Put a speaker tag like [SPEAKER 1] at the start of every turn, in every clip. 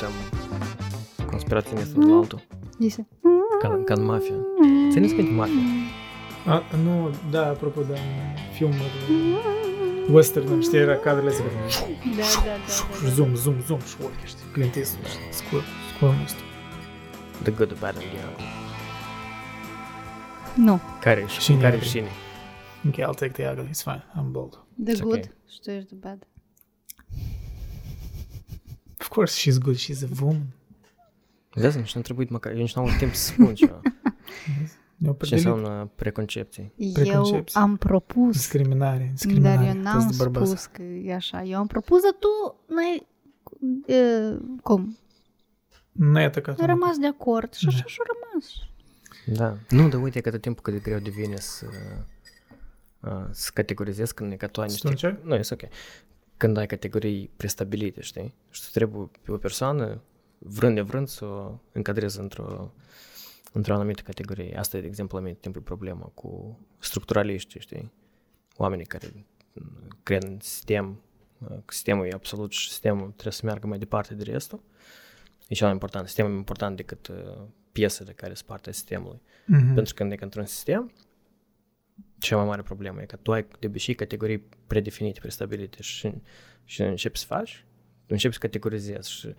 [SPEAKER 1] там Конспирация с Атланту.
[SPEAKER 2] Если...
[SPEAKER 1] Кан- Канмафия. Це не сказать мафія.
[SPEAKER 3] А, ну, да, апропо, да, фільм вестерном штіра кадр лезер.
[SPEAKER 2] Да, да, да.
[SPEAKER 3] Зум, зум, зум, шворкиш. Клінт Іствуд. Скоро, скоро місто.
[SPEAKER 1] The Good, the Bad and the Ugly.
[SPEAKER 2] Ну,
[SPEAKER 1] Карі
[SPEAKER 3] Щеня.
[SPEAKER 1] Карі Шіні.
[SPEAKER 3] Okay, I'll take the ugly, it's fine, I'm bold.
[SPEAKER 2] the
[SPEAKER 1] It's
[SPEAKER 2] good,
[SPEAKER 1] okay.
[SPEAKER 2] что is the bad.
[SPEAKER 3] Of course she's good, she's a woman.
[SPEAKER 1] Звісно, що не треба бути мака. Він ж нам тим спончо.
[SPEAKER 3] Не
[SPEAKER 1] Ще сам
[SPEAKER 3] определить.
[SPEAKER 1] на преконцепції.
[SPEAKER 2] Eu
[SPEAKER 3] Preconcepții.
[SPEAKER 2] am propus,
[SPEAKER 3] Дискримінарі,
[SPEAKER 2] dar eu
[SPEAKER 3] дискримінарі.
[SPEAKER 2] n-am spus că e așa. Eu am propus, dar tu n-ai... e, Cum?
[SPEAKER 3] Не така.
[SPEAKER 2] Ai rămas de acord și
[SPEAKER 3] Da.
[SPEAKER 2] așa și rămas.
[SPEAKER 1] Да. Ну, давайте я когда тем, когда период Вене с, с категории зесканы, которые
[SPEAKER 3] Să
[SPEAKER 1] они...
[SPEAKER 3] încerc?
[SPEAKER 1] Ну, это окей. Când ai categorii prestabilite, știi? Și tu trebuie pe o persoană, vrând nevrând, să o încadrezi într-o, într-o anumită categorie. Asta e, de exemplu, la mine timpul problema cu structuraliștii, știi? Oamenii care m, cred în sistem, că sistemul e absolut și sistemul trebuie să meargă mai departe de restul. E cel mai important. Sistemul e mai important decât uh, piesele care sunt partea sistemului.
[SPEAKER 3] Mhm.
[SPEAKER 1] Pentru că când e într-un sistem, cea mai mare problemă e că tu ai de obicei categorii predefinite, prestabilite și, și începi să faci, începi să categorizezi și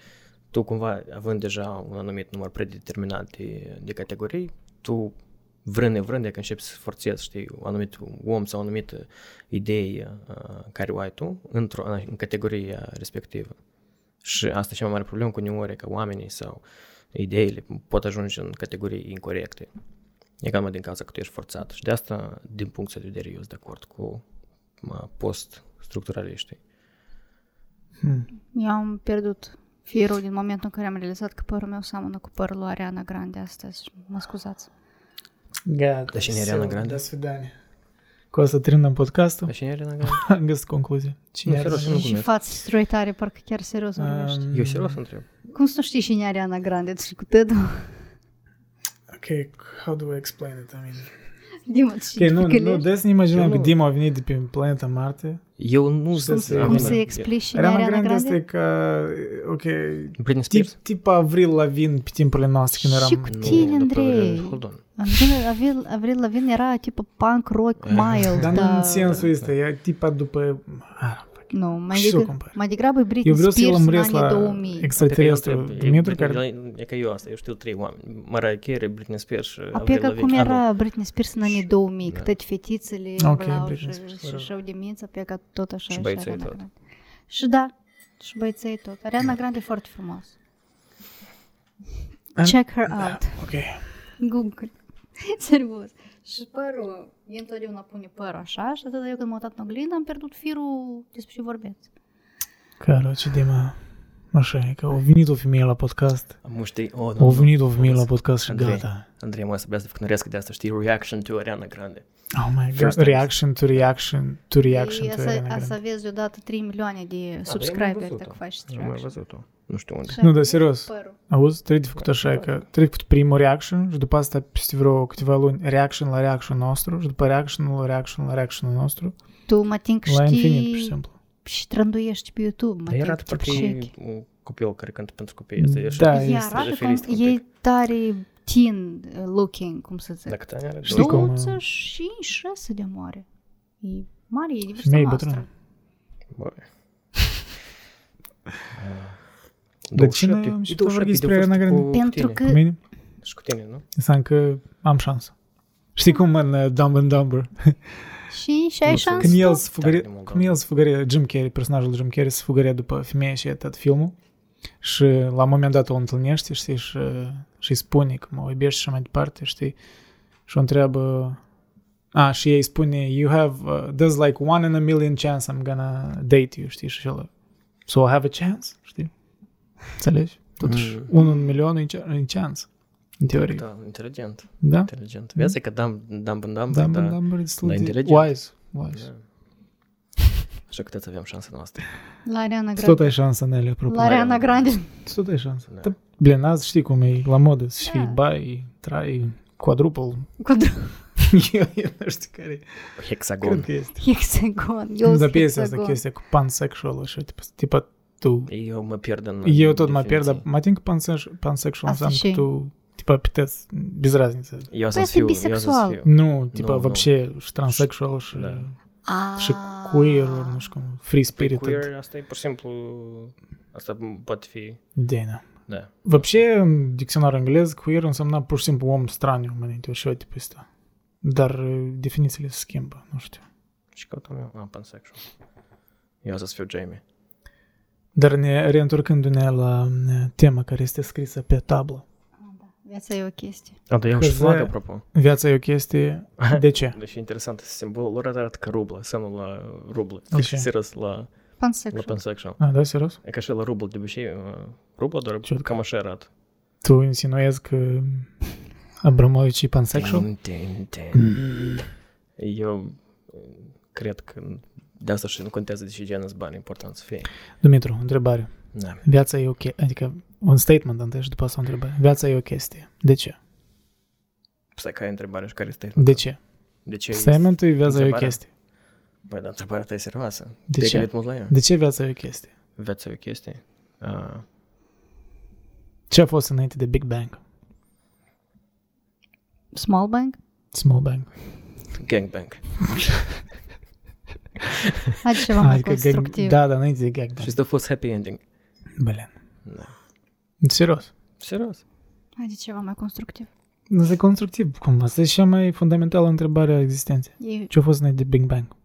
[SPEAKER 1] tu cumva, având deja un anumit număr predeterminat de, de categorii, tu vrând nevrând, dacă începi să forțezi, știi, un anumit om sau o anumită idee uh, care o ai tu într-o în categoria respectivă. Și asta e cea mai mare problemă cu uneori, e că oamenii sau ideile pot ajunge în categorii incorrecte. E cam din cauza că tu ești forțat. Și de asta, din punctul de vedere, eu sunt de acord cu mă, post-structuraliștii.
[SPEAKER 3] Mhm.
[SPEAKER 2] Eu am pierdut firul din momentul în care am realizat că părul meu seamănă cu părul lui Ariana Grande astăzi. și Mă scuzați.
[SPEAKER 3] Gata.
[SPEAKER 1] Dar și în Ariana
[SPEAKER 3] всё,
[SPEAKER 1] Grande?
[SPEAKER 3] До свидания. Cu asta terminăm podcastul.
[SPEAKER 1] Dar și Irina Galan?
[SPEAKER 3] Am găsit concluzia. Cine
[SPEAKER 1] Nu,
[SPEAKER 3] are?
[SPEAKER 1] serios, nu.
[SPEAKER 2] Și
[SPEAKER 1] glumesc.
[SPEAKER 2] față străitare, parcă chiar serios vorbești.
[SPEAKER 3] Um,
[SPEAKER 1] Eu serios întreb.
[SPEAKER 2] Cum să nu știi cine e Ariana Grande? Tu știi cu Tedul?
[SPEAKER 3] Okay, how do I explain it? I mean...
[SPEAKER 2] Dima, tu știi
[SPEAKER 3] Okay, nu, nu,
[SPEAKER 2] picălești?
[SPEAKER 3] des ne imaginăm
[SPEAKER 1] Eu
[SPEAKER 3] că
[SPEAKER 1] nu-
[SPEAKER 3] Dima a venit de pe planeta Marte.
[SPEAKER 1] Eu nu
[SPEAKER 3] Cum să-
[SPEAKER 2] Cum
[SPEAKER 3] Ariana-
[SPEAKER 2] să-i explici cine e
[SPEAKER 3] Ariana
[SPEAKER 2] Ariana
[SPEAKER 3] Grande
[SPEAKER 2] Grande?
[SPEAKER 3] este ca, ok,
[SPEAKER 1] Britney
[SPEAKER 3] tip,
[SPEAKER 1] Spears?
[SPEAKER 3] tip Avril Lavigne pe timpurile noastre când
[SPEAKER 2] Și
[SPEAKER 3] eram...
[SPEAKER 2] cu-
[SPEAKER 1] Nu,
[SPEAKER 2] Tine,
[SPEAKER 1] după-
[SPEAKER 2] Andrei.
[SPEAKER 1] Hold on.
[SPEAKER 3] Păi
[SPEAKER 2] Avril- Avril, Avril Lavigne era tipă punk rock
[SPEAKER 1] Eh.
[SPEAKER 2] mild,
[SPEAKER 3] Dar nu
[SPEAKER 2] da.
[SPEAKER 3] în sensul ăsta, e tipa după... ah,
[SPEAKER 2] Nu, mai,
[SPEAKER 3] Și să o
[SPEAKER 2] degrabă-
[SPEAKER 3] compari.
[SPEAKER 2] mai degrabă e
[SPEAKER 3] Eu
[SPEAKER 2] Britney
[SPEAKER 3] vreau să-i
[SPEAKER 2] Spears în
[SPEAKER 3] lămuresc
[SPEAKER 2] anii
[SPEAKER 3] la
[SPEAKER 2] 2000.
[SPEAKER 1] Pe care eu
[SPEAKER 3] extraterestru
[SPEAKER 1] întreb, e
[SPEAKER 3] Dimitru,
[SPEAKER 1] Britney-
[SPEAKER 3] care...
[SPEAKER 1] E ca eu asta, eu știu trei oameni. Mariah Carey, Britney Spears și
[SPEAKER 2] А
[SPEAKER 1] Avril
[SPEAKER 2] pe cum
[SPEAKER 1] Lavigne. А,
[SPEAKER 2] era Britney Spears în anii 2000,
[SPEAKER 1] Da.
[SPEAKER 2] că toate fetițele
[SPEAKER 3] Ok,
[SPEAKER 2] vreau și,
[SPEAKER 3] Britney Spears,
[SPEAKER 2] și
[SPEAKER 3] whatever.
[SPEAKER 2] și-au dimineața, pe că tot așa
[SPEAKER 1] Și
[SPEAKER 2] așa
[SPEAKER 1] băieții
[SPEAKER 2] Ariana
[SPEAKER 1] tot.
[SPEAKER 2] Grande. Și da, și băieții tot. Ariana Grande e foarte frumos.
[SPEAKER 3] Am-
[SPEAKER 2] Check her out.
[SPEAKER 3] Ok.
[SPEAKER 2] Google. Serios. Și părul, eu întotdeauna pune părul așa și atât eu când m-am uitat în oglindă am pierdut firul despre ce vorbeați.
[SPEAKER 3] Короче, Dima, așa e că a venit o femeie la podcast,
[SPEAKER 1] Ah, Nu știi, o,
[SPEAKER 3] a
[SPEAKER 1] nu, nu.
[SPEAKER 3] venit o femeie la podcast și
[SPEAKER 1] Andrei.
[SPEAKER 3] gata.
[SPEAKER 1] Andrei, mă, să abia să vânăresc de asta, știi, reaction to Ariana Grande.
[SPEAKER 3] Oh my god,
[SPEAKER 1] First time.
[SPEAKER 3] reaction to reaction to reaction
[SPEAKER 2] Ei,
[SPEAKER 3] to
[SPEAKER 2] a să-
[SPEAKER 3] Ariana
[SPEAKER 2] a să
[SPEAKER 3] Grande.
[SPEAKER 2] aveți deodată 3 milioane de
[SPEAKER 1] Da, dar eu
[SPEAKER 2] subscriberi
[SPEAKER 1] n-am
[SPEAKER 2] dacă
[SPEAKER 1] văzut-o.
[SPEAKER 2] faci
[SPEAKER 1] Nu mai
[SPEAKER 2] traction.
[SPEAKER 1] văzut-o. Nu știu unde.
[SPEAKER 2] Și
[SPEAKER 3] Nu,
[SPEAKER 2] am
[SPEAKER 3] dar
[SPEAKER 2] pierdut
[SPEAKER 3] serios.
[SPEAKER 2] Părul.
[SPEAKER 3] Auzi, trebuie făcut așa, e că trebuie făcut primul reaction și după asta peste vreo câteva luni reaction la reaction nostru și după reaction la reaction la reaction nostru
[SPEAKER 2] Tu mă tin că
[SPEAKER 3] la infinit, pur și
[SPEAKER 2] știi
[SPEAKER 3] simplu.
[SPEAKER 2] și trânduiești pe YouTube. Mă
[SPEAKER 1] Dar era
[SPEAKER 2] tin că
[SPEAKER 1] tipul
[SPEAKER 2] te obcechi.
[SPEAKER 1] un copil care cântă pentru copii. asta e
[SPEAKER 3] Da,
[SPEAKER 1] așa.
[SPEAKER 2] Ea
[SPEAKER 3] este
[SPEAKER 2] arată cum,
[SPEAKER 1] referist un
[SPEAKER 2] e
[SPEAKER 1] pic.
[SPEAKER 2] tare teen looking, cum să zic.
[SPEAKER 1] Dacă Tania are
[SPEAKER 3] Da, Știi cum, uh,
[SPEAKER 2] 26 de moare. E mare, e diversă
[SPEAKER 3] Femeie
[SPEAKER 2] noastră.
[SPEAKER 3] bătrână.
[SPEAKER 1] Bă. А,
[SPEAKER 3] Dar cine am și tu vorbit despre Ariana Grande?
[SPEAKER 2] Pentru
[SPEAKER 1] că...
[SPEAKER 2] că
[SPEAKER 3] Cu mine
[SPEAKER 1] Și cu tine, nu?
[SPEAKER 3] înseamnă că am șansă. Știi cum în uh, Dumb and Dumber?
[SPEAKER 2] și, și ai
[SPEAKER 1] Nu știu,
[SPEAKER 2] șansă.
[SPEAKER 3] Când el
[SPEAKER 1] Tare
[SPEAKER 3] se fugărea,
[SPEAKER 1] de mult,
[SPEAKER 3] cum el se fugărea, Jim Carrey, personajul Jim Carrey se fugărea după femeia și tot filmul și la un moment dat o întâlnește, știi, și, și îi spune că mă iubești și mai departe, știi, și o întreabă a, și ei spune, you have, uh, there's like one in a million chance I'm gonna date you, știi, și el, so I have a chance, știi, înțelegi? Totuși,
[SPEAKER 1] Mm.
[SPEAKER 3] unul în milion e cea- e chance, în teorie,
[SPEAKER 1] Da, inteligent,
[SPEAKER 3] da?
[SPEAKER 1] inteligent. Vezi că Dumb Dumb and Dumber,
[SPEAKER 3] Dumb and
[SPEAKER 1] da.
[SPEAKER 3] Dumber e destul
[SPEAKER 1] Da,
[SPEAKER 3] de
[SPEAKER 1] inteligent.
[SPEAKER 3] wise, wise.
[SPEAKER 1] Da. Așa că toți avem șansa noastră.
[SPEAKER 2] La Ariana
[SPEAKER 3] Tu tot
[SPEAKER 2] Grande.
[SPEAKER 3] ai șansa, Nelly, apropo.
[SPEAKER 2] La Ariana Grande.
[SPEAKER 3] Tu tot ai șansă.
[SPEAKER 1] Da.
[SPEAKER 3] Da. Блин, azi știi cum e la modă, să fii
[SPEAKER 2] Da.
[SPEAKER 3] bai, trai, quadruple.
[SPEAKER 2] Cu
[SPEAKER 3] eu, eu nu știu care e.
[SPEAKER 1] Hexagon.
[SPEAKER 3] Cred că este.
[SPEAKER 2] hexagon. Eu
[SPEAKER 3] da,
[SPEAKER 2] sunt
[SPEAKER 3] piesa asta,
[SPEAKER 2] hexagon.
[SPEAKER 3] типа, chestia cu pansexual, așa, tipa, tipa tu.
[SPEAKER 1] Eu mă pierd în
[SPEAKER 3] Eu tot mă pierd, dar
[SPEAKER 1] definiții.
[SPEAKER 3] mă tin că pansexual, pansexual
[SPEAKER 2] Asta
[SPEAKER 3] înseamnă
[SPEAKER 2] și-
[SPEAKER 3] că tu, tipa, puteți, типа, без разницы.
[SPEAKER 1] Eu să
[SPEAKER 2] Păi,
[SPEAKER 1] fiu,
[SPEAKER 2] este
[SPEAKER 1] eu să
[SPEAKER 2] bisexual.
[SPEAKER 1] fiu.
[SPEAKER 3] Nu, tipa,
[SPEAKER 1] nu.
[SPEAKER 3] вообще, și transsexual și,
[SPEAKER 1] Da.
[SPEAKER 2] A.
[SPEAKER 3] și queer,
[SPEAKER 2] А.
[SPEAKER 3] nu știu cum, free spirited.
[SPEAKER 1] Queer, asta e pur și simplu, asta poate fi,
[SPEAKER 3] Dena.
[SPEAKER 1] da.
[SPEAKER 3] Вообще, în dicționar englez, queer însemna pur și simplu om straniu, mă gândit, eu și eu tipul ăsta. Dar eh, definițiile se schimbă, nu știu.
[SPEAKER 1] Și căutăm eu, am pansexual. Eu să fiu Jamie.
[SPEAKER 3] Dar ne reîntorcându-ne la eh, tema care este scrisă pe tablă.
[SPEAKER 2] Da, Viața e o chestie.
[SPEAKER 1] A, dar eu am
[SPEAKER 3] Că
[SPEAKER 1] și flag,
[SPEAKER 3] ze-
[SPEAKER 1] apropo.
[SPEAKER 3] Viața e o chestie. De ce?
[SPEAKER 1] Deci e interesant, simbolul lor arată ca rublă, semnul la rublă. Deci
[SPEAKER 3] De ce?
[SPEAKER 1] Serios, la, la
[SPEAKER 2] Pansexual.
[SPEAKER 1] pansexual.
[SPEAKER 3] A, da, serios?
[SPEAKER 1] E ca și la rublă, de obicei, uh, rublă doar
[SPEAKER 3] Ce?
[SPEAKER 1] cam așa arată.
[SPEAKER 3] Tu insinuezi că Abramovici e pansexual?
[SPEAKER 1] Tin, tin, tin. Eu uh, cred că de asta și nu contează de ce genul sunt bani, important să fie.
[SPEAKER 3] Dumitru, întrebare.
[SPEAKER 1] Da.
[SPEAKER 3] Viața e o chestie. Adică un statement întâi și după asta o întrebare. Viața e o chestie. De ce?
[SPEAKER 1] Stai, care e întrebarea și care este?
[SPEAKER 3] De ce?
[SPEAKER 1] De ce?
[SPEAKER 3] Statementul e viața e o
[SPEAKER 1] întrebarea?
[SPEAKER 3] chestie.
[SPEAKER 1] Băi, dar întrebarea ta e serioasă.
[SPEAKER 3] De
[SPEAKER 1] Te-ai
[SPEAKER 3] ce?
[SPEAKER 1] gândit mult la ea?
[SPEAKER 3] De ce viața e o chestie?
[SPEAKER 1] Viața e o chestie. Uh,
[SPEAKER 3] Ce a fost înainte de Big Bang?
[SPEAKER 2] Small bank?
[SPEAKER 3] Small Bang.
[SPEAKER 1] gangbang.
[SPEAKER 2] Hai ceva mai
[SPEAKER 3] Adică gag-
[SPEAKER 2] constructiv.
[SPEAKER 3] Da, da, înainte de gag. Da.
[SPEAKER 1] Și asta a fost happy ending.
[SPEAKER 3] Блин.
[SPEAKER 1] Da.
[SPEAKER 3] Serios.
[SPEAKER 1] Serios.
[SPEAKER 2] Hai ceva mai constructiv.
[SPEAKER 3] Asta e constructiv, cumva. Asta e cea mai fundamentală întrebare a existenței.
[SPEAKER 2] E,
[SPEAKER 3] Ce-a fost înainte de Big Bang?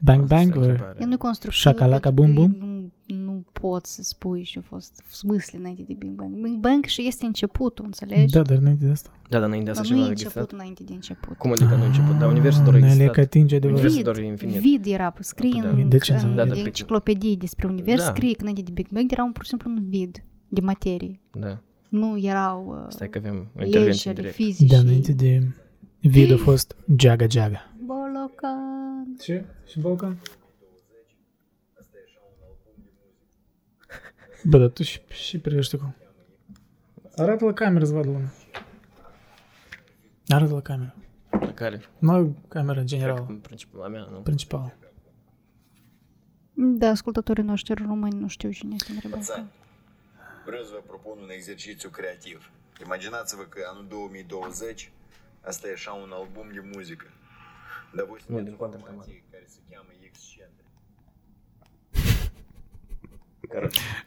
[SPEAKER 3] Bang Bang?
[SPEAKER 1] Asta e
[SPEAKER 3] or-
[SPEAKER 1] întrebarea.
[SPEAKER 2] e nu constructiv.
[SPEAKER 3] Șacalaca
[SPEAKER 2] pentru
[SPEAKER 3] bum
[SPEAKER 2] că
[SPEAKER 3] bum?
[SPEAKER 2] Nu, nu pot să spui și a fost в смысле înainte de Big Bang. Big Bang și este începutul, înțelegi?
[SPEAKER 3] Da, dar înainte de asta.
[SPEAKER 1] Da, dar înainte de
[SPEAKER 2] Dar
[SPEAKER 1] asta
[SPEAKER 2] nu e
[SPEAKER 1] ceva a
[SPEAKER 2] început
[SPEAKER 1] existat.
[SPEAKER 2] înainte de început.
[SPEAKER 1] Cum adică nu a început? Dar universul doar a
[SPEAKER 3] doar Ne
[SPEAKER 1] existat.
[SPEAKER 3] că atinge
[SPEAKER 1] Universul
[SPEAKER 3] adevărul.
[SPEAKER 1] doar e infinit.
[SPEAKER 2] Vid era scrie
[SPEAKER 1] Da.
[SPEAKER 2] în,
[SPEAKER 3] De ce
[SPEAKER 2] în,
[SPEAKER 3] înseamnă?
[SPEAKER 1] Da,
[SPEAKER 2] în
[SPEAKER 1] da,
[SPEAKER 2] enciclopedii despre univers,
[SPEAKER 1] Da.
[SPEAKER 2] scrie că înainte de Big Bang era un pur și simplu un vid de materie.
[SPEAKER 1] Da. um
[SPEAKER 2] Nu erau
[SPEAKER 1] Stai că avem o
[SPEAKER 2] uh,
[SPEAKER 1] intervenție
[SPEAKER 2] legile
[SPEAKER 1] direct.
[SPEAKER 2] fizice.
[SPEAKER 3] Da, înainte de vid a fost Jaga Jaga.
[SPEAKER 2] Bolocan.
[SPEAKER 3] Ce? Și Balcan? Bă, dar tu și, și privești acum. Arată la cameră să vadă lumea. Arată la cameră.
[SPEAKER 1] La care?
[SPEAKER 3] Noi camera generală,
[SPEAKER 1] În principiu, la mea, nu.
[SPEAKER 3] principală.
[SPEAKER 2] Da, ascultătorii noștri români nu știu cine este Andrei Bolocan.
[SPEAKER 4] Vreau să vă propun un exercițiu creativ. Imaginați-vă că anul 2020 asta e așa un album de muzică. Dar voi
[SPEAKER 1] Nu, din
[SPEAKER 4] sunteți
[SPEAKER 1] contra,
[SPEAKER 4] o
[SPEAKER 1] Tamara.
[SPEAKER 4] formație care se cheamă X-Centre.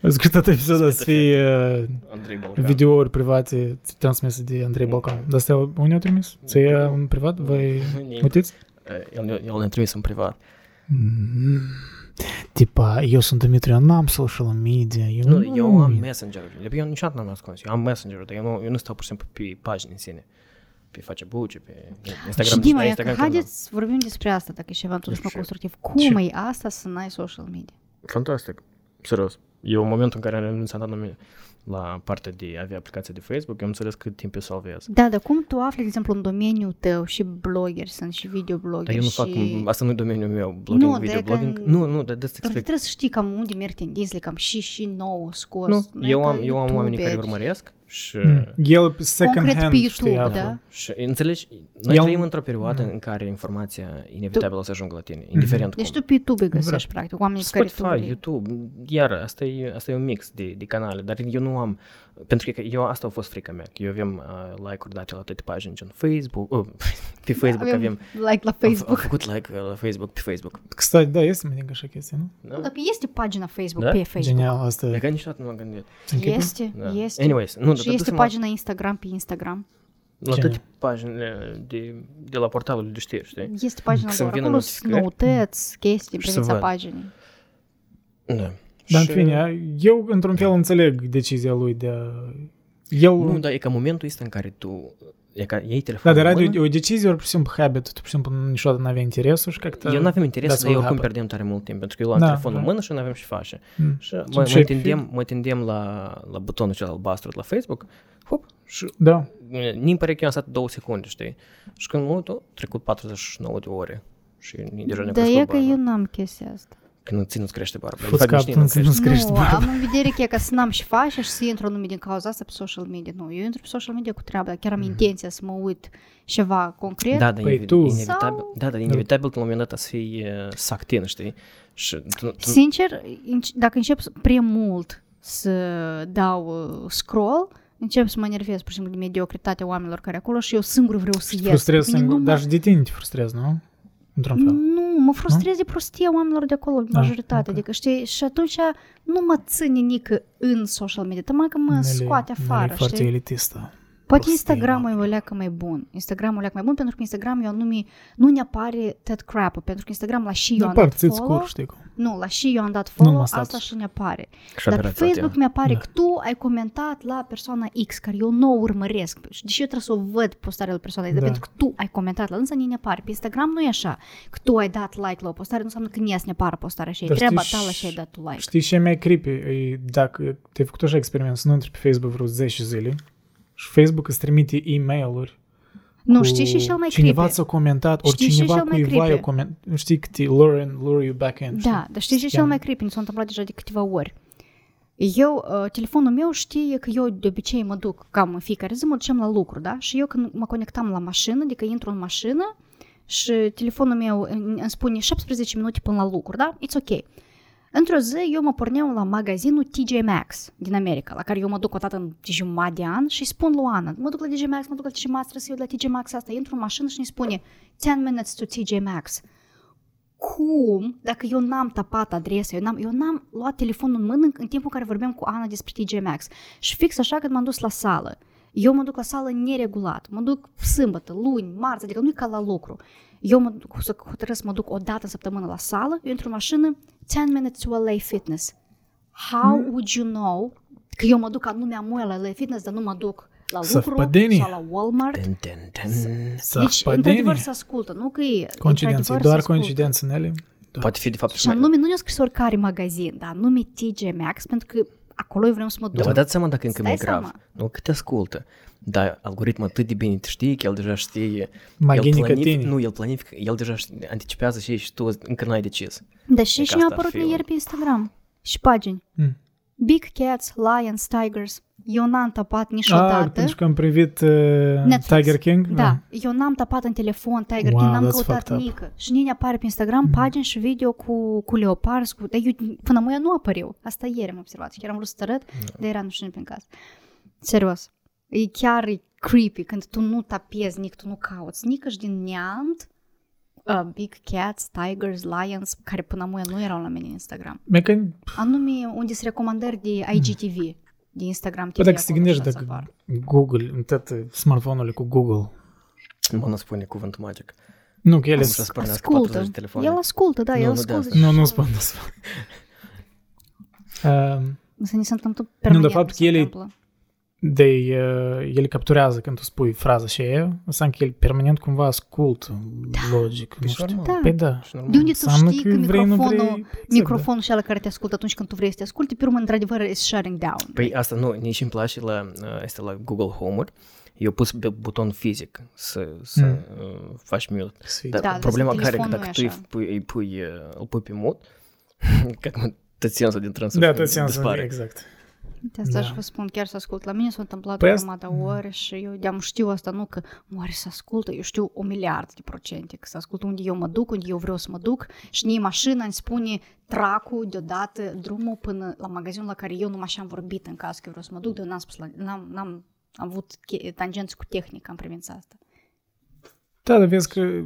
[SPEAKER 3] Ascultat episodul să fie
[SPEAKER 1] Andrei Bolcan.
[SPEAKER 3] videouri private transmise de Andrei Balcan. Dar asta unii au trimis? Să ia un privat? Voi
[SPEAKER 1] Unii.
[SPEAKER 3] uitați?
[SPEAKER 1] El, el ne-a trimis în privat.
[SPEAKER 3] Типа, eu sunt Dumitru, eu n-am social media. Eu
[SPEAKER 1] Nu, eu am é um messenger é um Eu niciodată n-am ascuns. Eu am assim? messenger dar eu nu, eu nu stau pur și simplu pe pagini în sine. Pe né? Facebook, pe Instagram. da.
[SPEAKER 2] Și Dima,
[SPEAKER 1] la
[SPEAKER 2] ia că
[SPEAKER 1] Instagram chiar n-am.
[SPEAKER 2] haideți să vorbim despre asta, dacă e ceva totuși mai
[SPEAKER 1] Ce?
[SPEAKER 2] constructiv. Cum e asta să n-ai social media?
[SPEAKER 1] Fantastic. Serios. Eu în momentul în care am renunțat anume la partea de a avea aplicația de Facebook, é um eu am înțeles cât timp eu salvez.
[SPEAKER 2] Da, dar cum tu afli, de exemplu, în domeniul tău și blogeri sunt și videoblogeri
[SPEAKER 1] Dar eu nu fac,
[SPEAKER 2] și...
[SPEAKER 1] asta nu e domeniul meu, blogging,
[SPEAKER 2] Nu, de
[SPEAKER 1] videoblogging.
[SPEAKER 2] că-
[SPEAKER 1] Nu, nu, dar de asta explic.
[SPEAKER 2] Dar trebuie să știi cam unde merg tendințele, cam și și nouă scos.
[SPEAKER 1] Nu,
[SPEAKER 2] e
[SPEAKER 1] eu
[SPEAKER 2] ca
[SPEAKER 1] am, eu am oamenii care
[SPEAKER 2] YouTuber.
[SPEAKER 1] urmăresc și...
[SPEAKER 3] El second
[SPEAKER 2] Concret
[SPEAKER 3] hand,
[SPEAKER 2] pe
[SPEAKER 3] știi,
[SPEAKER 2] YouTube,
[SPEAKER 3] află.
[SPEAKER 2] da?
[SPEAKER 1] Și înțelegi, noi
[SPEAKER 3] Mm, Eu-
[SPEAKER 1] trăim într-o perioadă în care informația inevitabil o să ajungă la tine, indiferent
[SPEAKER 2] Deci
[SPEAKER 1] cum.
[SPEAKER 2] tu pe YouTube îi găsești, practic, oamenii care tu
[SPEAKER 1] Spotify,
[SPEAKER 2] vrei.
[SPEAKER 1] YouTube, iar asta e, asta e un mix de, de canale, dar eu nu am, pentru că eu, asta a fost frica mea, că eu avem uh, like-uri date la toate pagini, gen Facebook, uh, pe Facebook avem,
[SPEAKER 2] Avem like la
[SPEAKER 1] Am,
[SPEAKER 2] Facebook.
[SPEAKER 1] am făcut like uh, la Facebook pe Facebook.
[SPEAKER 3] Кстати, да, este mai din așa chestie, nu?
[SPEAKER 1] Da?
[SPEAKER 2] Dacă este pagina Facebook
[SPEAKER 1] Da?
[SPEAKER 2] pe Facebook.
[SPEAKER 3] Genial, asta
[SPEAKER 1] Dacă
[SPEAKER 3] e.
[SPEAKER 1] niciodată nu m-am gândit.
[SPEAKER 2] Este,
[SPEAKER 1] Da.
[SPEAKER 2] este.
[SPEAKER 1] Anyways, nu, dar
[SPEAKER 2] și
[SPEAKER 1] tu
[SPEAKER 2] este
[SPEAKER 1] să mă-
[SPEAKER 2] pagina Instagram pe Instagram.
[SPEAKER 1] La
[SPEAKER 3] Ce?
[SPEAKER 1] toate paginile de, de la portalul de știri, știi?
[SPEAKER 2] Este pagina
[SPEAKER 1] Să-mi
[SPEAKER 2] lor.
[SPEAKER 1] vină
[SPEAKER 2] Acolo sunt
[SPEAKER 1] notificări.
[SPEAKER 2] noutăți, chestii,
[SPEAKER 1] Și să
[SPEAKER 2] privința
[SPEAKER 1] văd.
[SPEAKER 2] paginii.
[SPEAKER 1] Da.
[SPEAKER 3] Dar în
[SPEAKER 1] Și-
[SPEAKER 3] fine, eu într-un fel înțeleg decizia lui de a... El...
[SPEAKER 1] Nu, dar e ca momentul ăsta în care tu... E ca iei
[SPEAKER 3] Da,
[SPEAKER 1] telefonul
[SPEAKER 3] dar
[SPEAKER 1] în
[SPEAKER 3] radio
[SPEAKER 1] mână,
[SPEAKER 3] e o decizie, ori, pur și simplu, habit, tu, pur și simplu, niciodată n-avea interesul și как-то...
[SPEAKER 1] Eu nu avem interes
[SPEAKER 3] That's
[SPEAKER 1] să
[SPEAKER 3] what
[SPEAKER 1] eu oricum
[SPEAKER 3] happened.
[SPEAKER 1] pierdem tare mult timp, pentru că eu luam
[SPEAKER 3] Da,
[SPEAKER 1] telefonul în
[SPEAKER 3] da.
[SPEAKER 1] mână și nu avem și face.
[SPEAKER 3] Mm.
[SPEAKER 1] Și mă, mă,
[SPEAKER 3] ce
[SPEAKER 1] tindem, mă tindem la, la butonul cel albastru de la Facebook, hop, și
[SPEAKER 3] Da,
[SPEAKER 1] e, nim pare că eu am stat două secunde, știi? Și când mă uit, o, trecut 49 de ore și nici deja ne
[SPEAKER 2] Dar e că eu n-am chestia asta.
[SPEAKER 1] Când îți nu-ți crește barba. De
[SPEAKER 3] Fut
[SPEAKER 1] fapt, nici
[SPEAKER 3] capul,
[SPEAKER 1] nici nu
[SPEAKER 3] nu-ți
[SPEAKER 1] crește.
[SPEAKER 3] nu-ți crește
[SPEAKER 2] nu,
[SPEAKER 3] barba.
[SPEAKER 2] am în vedere că ca să n-am și face și să intru anume din cauza asta pe social media. Ну, Nu, eu intru pe social media cu treaba, dar chiar am intenția să mă uit ceva concret.
[SPEAKER 1] Da, dar
[SPEAKER 3] Păi
[SPEAKER 1] invi-
[SPEAKER 3] tu-
[SPEAKER 1] inevitabil, da, dar inevitabil la un moment dat să fii uh, sactin, știi? Și tu, tu,
[SPEAKER 2] Sincer, înc- dacă încep să- prea mult să dau uh, scroll, încep să mă enervez, pur și simplu, de mediocritatea oamenilor care acolo și eu singur vreau să ies.
[SPEAKER 3] Frustrez
[SPEAKER 2] Mine
[SPEAKER 3] singur,
[SPEAKER 2] nu mă-
[SPEAKER 3] dar și de tine te frustrezi, nu? Într-un fel.
[SPEAKER 2] Nu, mă frustrez de prostia oamenilor de acolo,
[SPEAKER 3] Da,
[SPEAKER 2] majoritatea,
[SPEAKER 3] ok.
[SPEAKER 2] adică știi, și atunci nu mă ține nică în social media, tăma că mă
[SPEAKER 3] Nelly-
[SPEAKER 2] scoate
[SPEAKER 3] Nelly e
[SPEAKER 2] afară,
[SPEAKER 3] foarte
[SPEAKER 2] știi?
[SPEAKER 3] elitistă.
[SPEAKER 2] Poate
[SPEAKER 3] prostie,
[SPEAKER 2] Instagram-ul e
[SPEAKER 3] oameni.
[SPEAKER 2] o leacă mai bun. Instagram-ul e o leacă mai bun pentru că Instagram eu anume, nu ne apare that crap pentru că Instagram la și eu
[SPEAKER 3] Nu
[SPEAKER 2] am
[SPEAKER 3] par
[SPEAKER 2] dat
[SPEAKER 3] ți
[SPEAKER 2] follow.
[SPEAKER 3] scur, știi cum.
[SPEAKER 2] Nu, la și eu am dat
[SPEAKER 3] Nu
[SPEAKER 2] follow,
[SPEAKER 3] numai
[SPEAKER 2] asta
[SPEAKER 3] status.
[SPEAKER 2] și ne apare.
[SPEAKER 1] și
[SPEAKER 2] Dar pe
[SPEAKER 1] aberația ta.
[SPEAKER 2] Facebook mi apare
[SPEAKER 3] Da.
[SPEAKER 2] că tu ai comentat la persoana X, care eu nu o urmăresc. Deci, Deși eu trebuie să o văd postarea lui persoanei, dar
[SPEAKER 3] Da.
[SPEAKER 2] pentru că tu ai comentat la însă ne apare. Pe Instagram nu e așa. Că tu ai dat like la o postare, nu înseamnă că nu ne apare postarea și e
[SPEAKER 3] Dar
[SPEAKER 2] treaba
[SPEAKER 3] știi
[SPEAKER 2] ta la
[SPEAKER 3] și-
[SPEAKER 2] și ai dat tu like.
[SPEAKER 3] Știi ce e mai creepy? E dacă te-ai făcut așa experiment să nu intri pe Facebook vreo 10 zile și Facebook îți trimite e-mail-uri
[SPEAKER 2] Nu,
[SPEAKER 3] cu
[SPEAKER 2] știi și cel mai
[SPEAKER 3] Cineva
[SPEAKER 2] creepy.
[SPEAKER 3] ți-a comentat, ori
[SPEAKER 2] Știi și
[SPEAKER 3] cineva
[SPEAKER 2] cel mai
[SPEAKER 3] cuiva i-a
[SPEAKER 2] creepy?
[SPEAKER 3] comentat. Știi că te lure, in, lure you back in.
[SPEAKER 2] Da, dar știi ce e cel
[SPEAKER 3] Scam.
[SPEAKER 2] mai creepy? Mi s-a întâmplat deja de câteva ori. Eu, uh, telefonul meu știe că eu de obicei mă duc cam în fiecare zi, mă duceam la lucru, da? Și eu când mă conectam la mașină, adică intru în mașină și telefonul meu îmi îmi spune 17 minute până la lucru, da? It's ok. Într-o zi eu mă porneam la magazinul TJ Maxx din America, la care eu mă duc o dată în jumătate de an și spun lui Ana, mă duc la TJ Maxx, mă duc la TJ Maxx, trebuie să iau de la TJ Maxx asta, intru în mașină și îmi spune 10 minutes to TJ Maxx cum, dacă eu n-am tapat adresa, eu n-am, eu n-am luat telefonul în mână în, în timpul în care vorbeam cu Ana despre TJ Maxx. Și fix așa când m-am dus la sală. Eu mă duc la sală neregulat. Mă duc sâmbătă, luni, marți, adică nu e ca la lucru. Eu mă duc, să hotărăsc să mă duc o dată în săptămână la sală, eu intru în mașină, 10 minutes to LA Fitness. How
[SPEAKER 3] Hmm?
[SPEAKER 2] would you know că eu mă duc anume amuia la LA Fitness, dar nu mă duc la lucru
[SPEAKER 3] Совпадение.
[SPEAKER 2] sau la Walmart?
[SPEAKER 1] Ten, ten, ten.
[SPEAKER 2] Deci, într-adevăr, se ascultă, nu că e...
[SPEAKER 3] da, Coincidență, e
[SPEAKER 2] într-adevăr,
[SPEAKER 3] doar
[SPEAKER 2] se ascultă.
[SPEAKER 3] coincidență, Nelly. Da. Doar.
[SPEAKER 1] Poate fi de fapt
[SPEAKER 2] Și anume, nu ne-a scris oricare magazin, da, dar anume TJ Maxx, pentru că acolo eu vreau să mă duc.
[SPEAKER 1] Da, Dar vă dați seama dacă încă
[SPEAKER 2] Îți
[SPEAKER 1] mai
[SPEAKER 2] dai
[SPEAKER 1] grav.
[SPEAKER 2] seama?
[SPEAKER 1] Nu că te ascultă. Dar algoritmul atât de bine te știe că el deja știe...
[SPEAKER 3] Mai
[SPEAKER 1] el
[SPEAKER 3] ghinică tine.
[SPEAKER 1] Nu, el planifică, el deja știe, anticipează și, și tu încă n-ai decis.
[SPEAKER 2] Dar și
[SPEAKER 1] Deci
[SPEAKER 2] și
[SPEAKER 1] asta
[SPEAKER 2] mi-a
[SPEAKER 1] ar
[SPEAKER 2] apărut
[SPEAKER 1] fi
[SPEAKER 2] ieri pe Instagram și pagini.
[SPEAKER 3] Mm.
[SPEAKER 2] Big Cats, Lions, Tigers. Eu n-am tapat
[SPEAKER 3] A,
[SPEAKER 2] niciodată.
[SPEAKER 3] Ah, pentru că am privit uh,
[SPEAKER 2] Netflix.
[SPEAKER 3] Tiger King? Ah.
[SPEAKER 2] Da, eu n-am tapat în telefon Tiger
[SPEAKER 3] Wow,
[SPEAKER 2] King, n-am
[SPEAKER 3] that's
[SPEAKER 2] căutat
[SPEAKER 3] fucked up. Mm.
[SPEAKER 2] nică. Și nici apare pe Instagram pagini și video cu, cu leoparzi, cu... Dar eu, până mâine nu apăreau. Asta ieri am observat. Chiar am vrut să te arăt,
[SPEAKER 3] Da.
[SPEAKER 2] dar era nu știu prin casă. Serios. E chiar e creepy când tu nu tapezi nic, tu nu cauți. Nici și din neant, uh, Big Cats, Tigers, Lions, care până mâine nu erau la mine în Instagram.
[SPEAKER 3] Mecan...
[SPEAKER 2] Anume unde sunt recomandări de IGTV, de Instagram TV.
[SPEAKER 3] Mm. Păi dacă te
[SPEAKER 2] acolo
[SPEAKER 3] gândești,
[SPEAKER 2] și o să apară.
[SPEAKER 3] dacă Google, în toate smartphone-urile cu Google,
[SPEAKER 1] Nu mă nu spune cuvântul magic.
[SPEAKER 3] nu că ele
[SPEAKER 1] Am să spun asta 40
[SPEAKER 2] Ascultă.
[SPEAKER 1] de telefoane.
[SPEAKER 2] El ascultă, da,
[SPEAKER 1] Nu,
[SPEAKER 2] el
[SPEAKER 1] nu de
[SPEAKER 2] ascultă.
[SPEAKER 1] asta.
[SPEAKER 3] Nu, nu
[SPEAKER 2] și-
[SPEAKER 3] spun, nu spun. Um,
[SPEAKER 2] Să ni se întâmplă
[SPEAKER 3] dar
[SPEAKER 2] permanent.
[SPEAKER 3] faptul
[SPEAKER 2] ni
[SPEAKER 3] că
[SPEAKER 2] se
[SPEAKER 3] ele-
[SPEAKER 2] întâmplă.
[SPEAKER 3] de uh, el capturează când tu spui fraza și aia, înseamnă că el permanent cumva ascultă logic, nu
[SPEAKER 1] Deci
[SPEAKER 3] știu.
[SPEAKER 1] normal.
[SPEAKER 2] Da.
[SPEAKER 3] Păi da.
[SPEAKER 1] Deci
[SPEAKER 2] De
[SPEAKER 1] normal.
[SPEAKER 2] unde Da. tu
[SPEAKER 3] Înseamnă
[SPEAKER 2] știi
[SPEAKER 3] că
[SPEAKER 2] că,
[SPEAKER 3] vrei, nu
[SPEAKER 2] microfonul,
[SPEAKER 3] vrei, exact, da.
[SPEAKER 2] microfonul și ala care te ascultă atunci când tu vrei să te asculte, pe urmă, într-adevăr, e shutting down.
[SPEAKER 1] Păi asta nu, nici îmi place la, uh, este la Google Home-uri. Eu pus pe buton fizic să, să
[SPEAKER 3] Mm.
[SPEAKER 1] uh, faci mute. Dar
[SPEAKER 2] Hmm.
[SPEAKER 3] Sweet.
[SPEAKER 2] Da, dar
[SPEAKER 1] problema
[SPEAKER 2] să
[SPEAKER 1] care că
[SPEAKER 2] telefonul
[SPEAKER 1] dacă
[SPEAKER 2] e
[SPEAKER 1] tu îi
[SPEAKER 2] așa.
[SPEAKER 1] pui, îi pui, uh, îl pui pe mut, că acum tot sensul din trânsul
[SPEAKER 3] Da, tot sensul,
[SPEAKER 1] dispare.
[SPEAKER 3] exact.
[SPEAKER 2] De asta
[SPEAKER 3] Da.
[SPEAKER 2] aș vă spun, chiar să ascult. La mine s-a întâmplat
[SPEAKER 3] Păi
[SPEAKER 2] păi o
[SPEAKER 3] asta-
[SPEAKER 2] grămadă ori și eu de-am știu asta, nu că oare să ascultă, eu știu o miliard de procente, că să ascult unde eu mă duc, unde eu vreau să mă duc și nici mașina îmi spune tracul deodată, drumul până la magazinul la care eu nu așa am vorbit în caz că eu vreau să mă duc, dar eu n-am spus, la, n-am, n-am am avut che- tangenți cu tehnica în privința asta.
[SPEAKER 3] Da, dar vezi că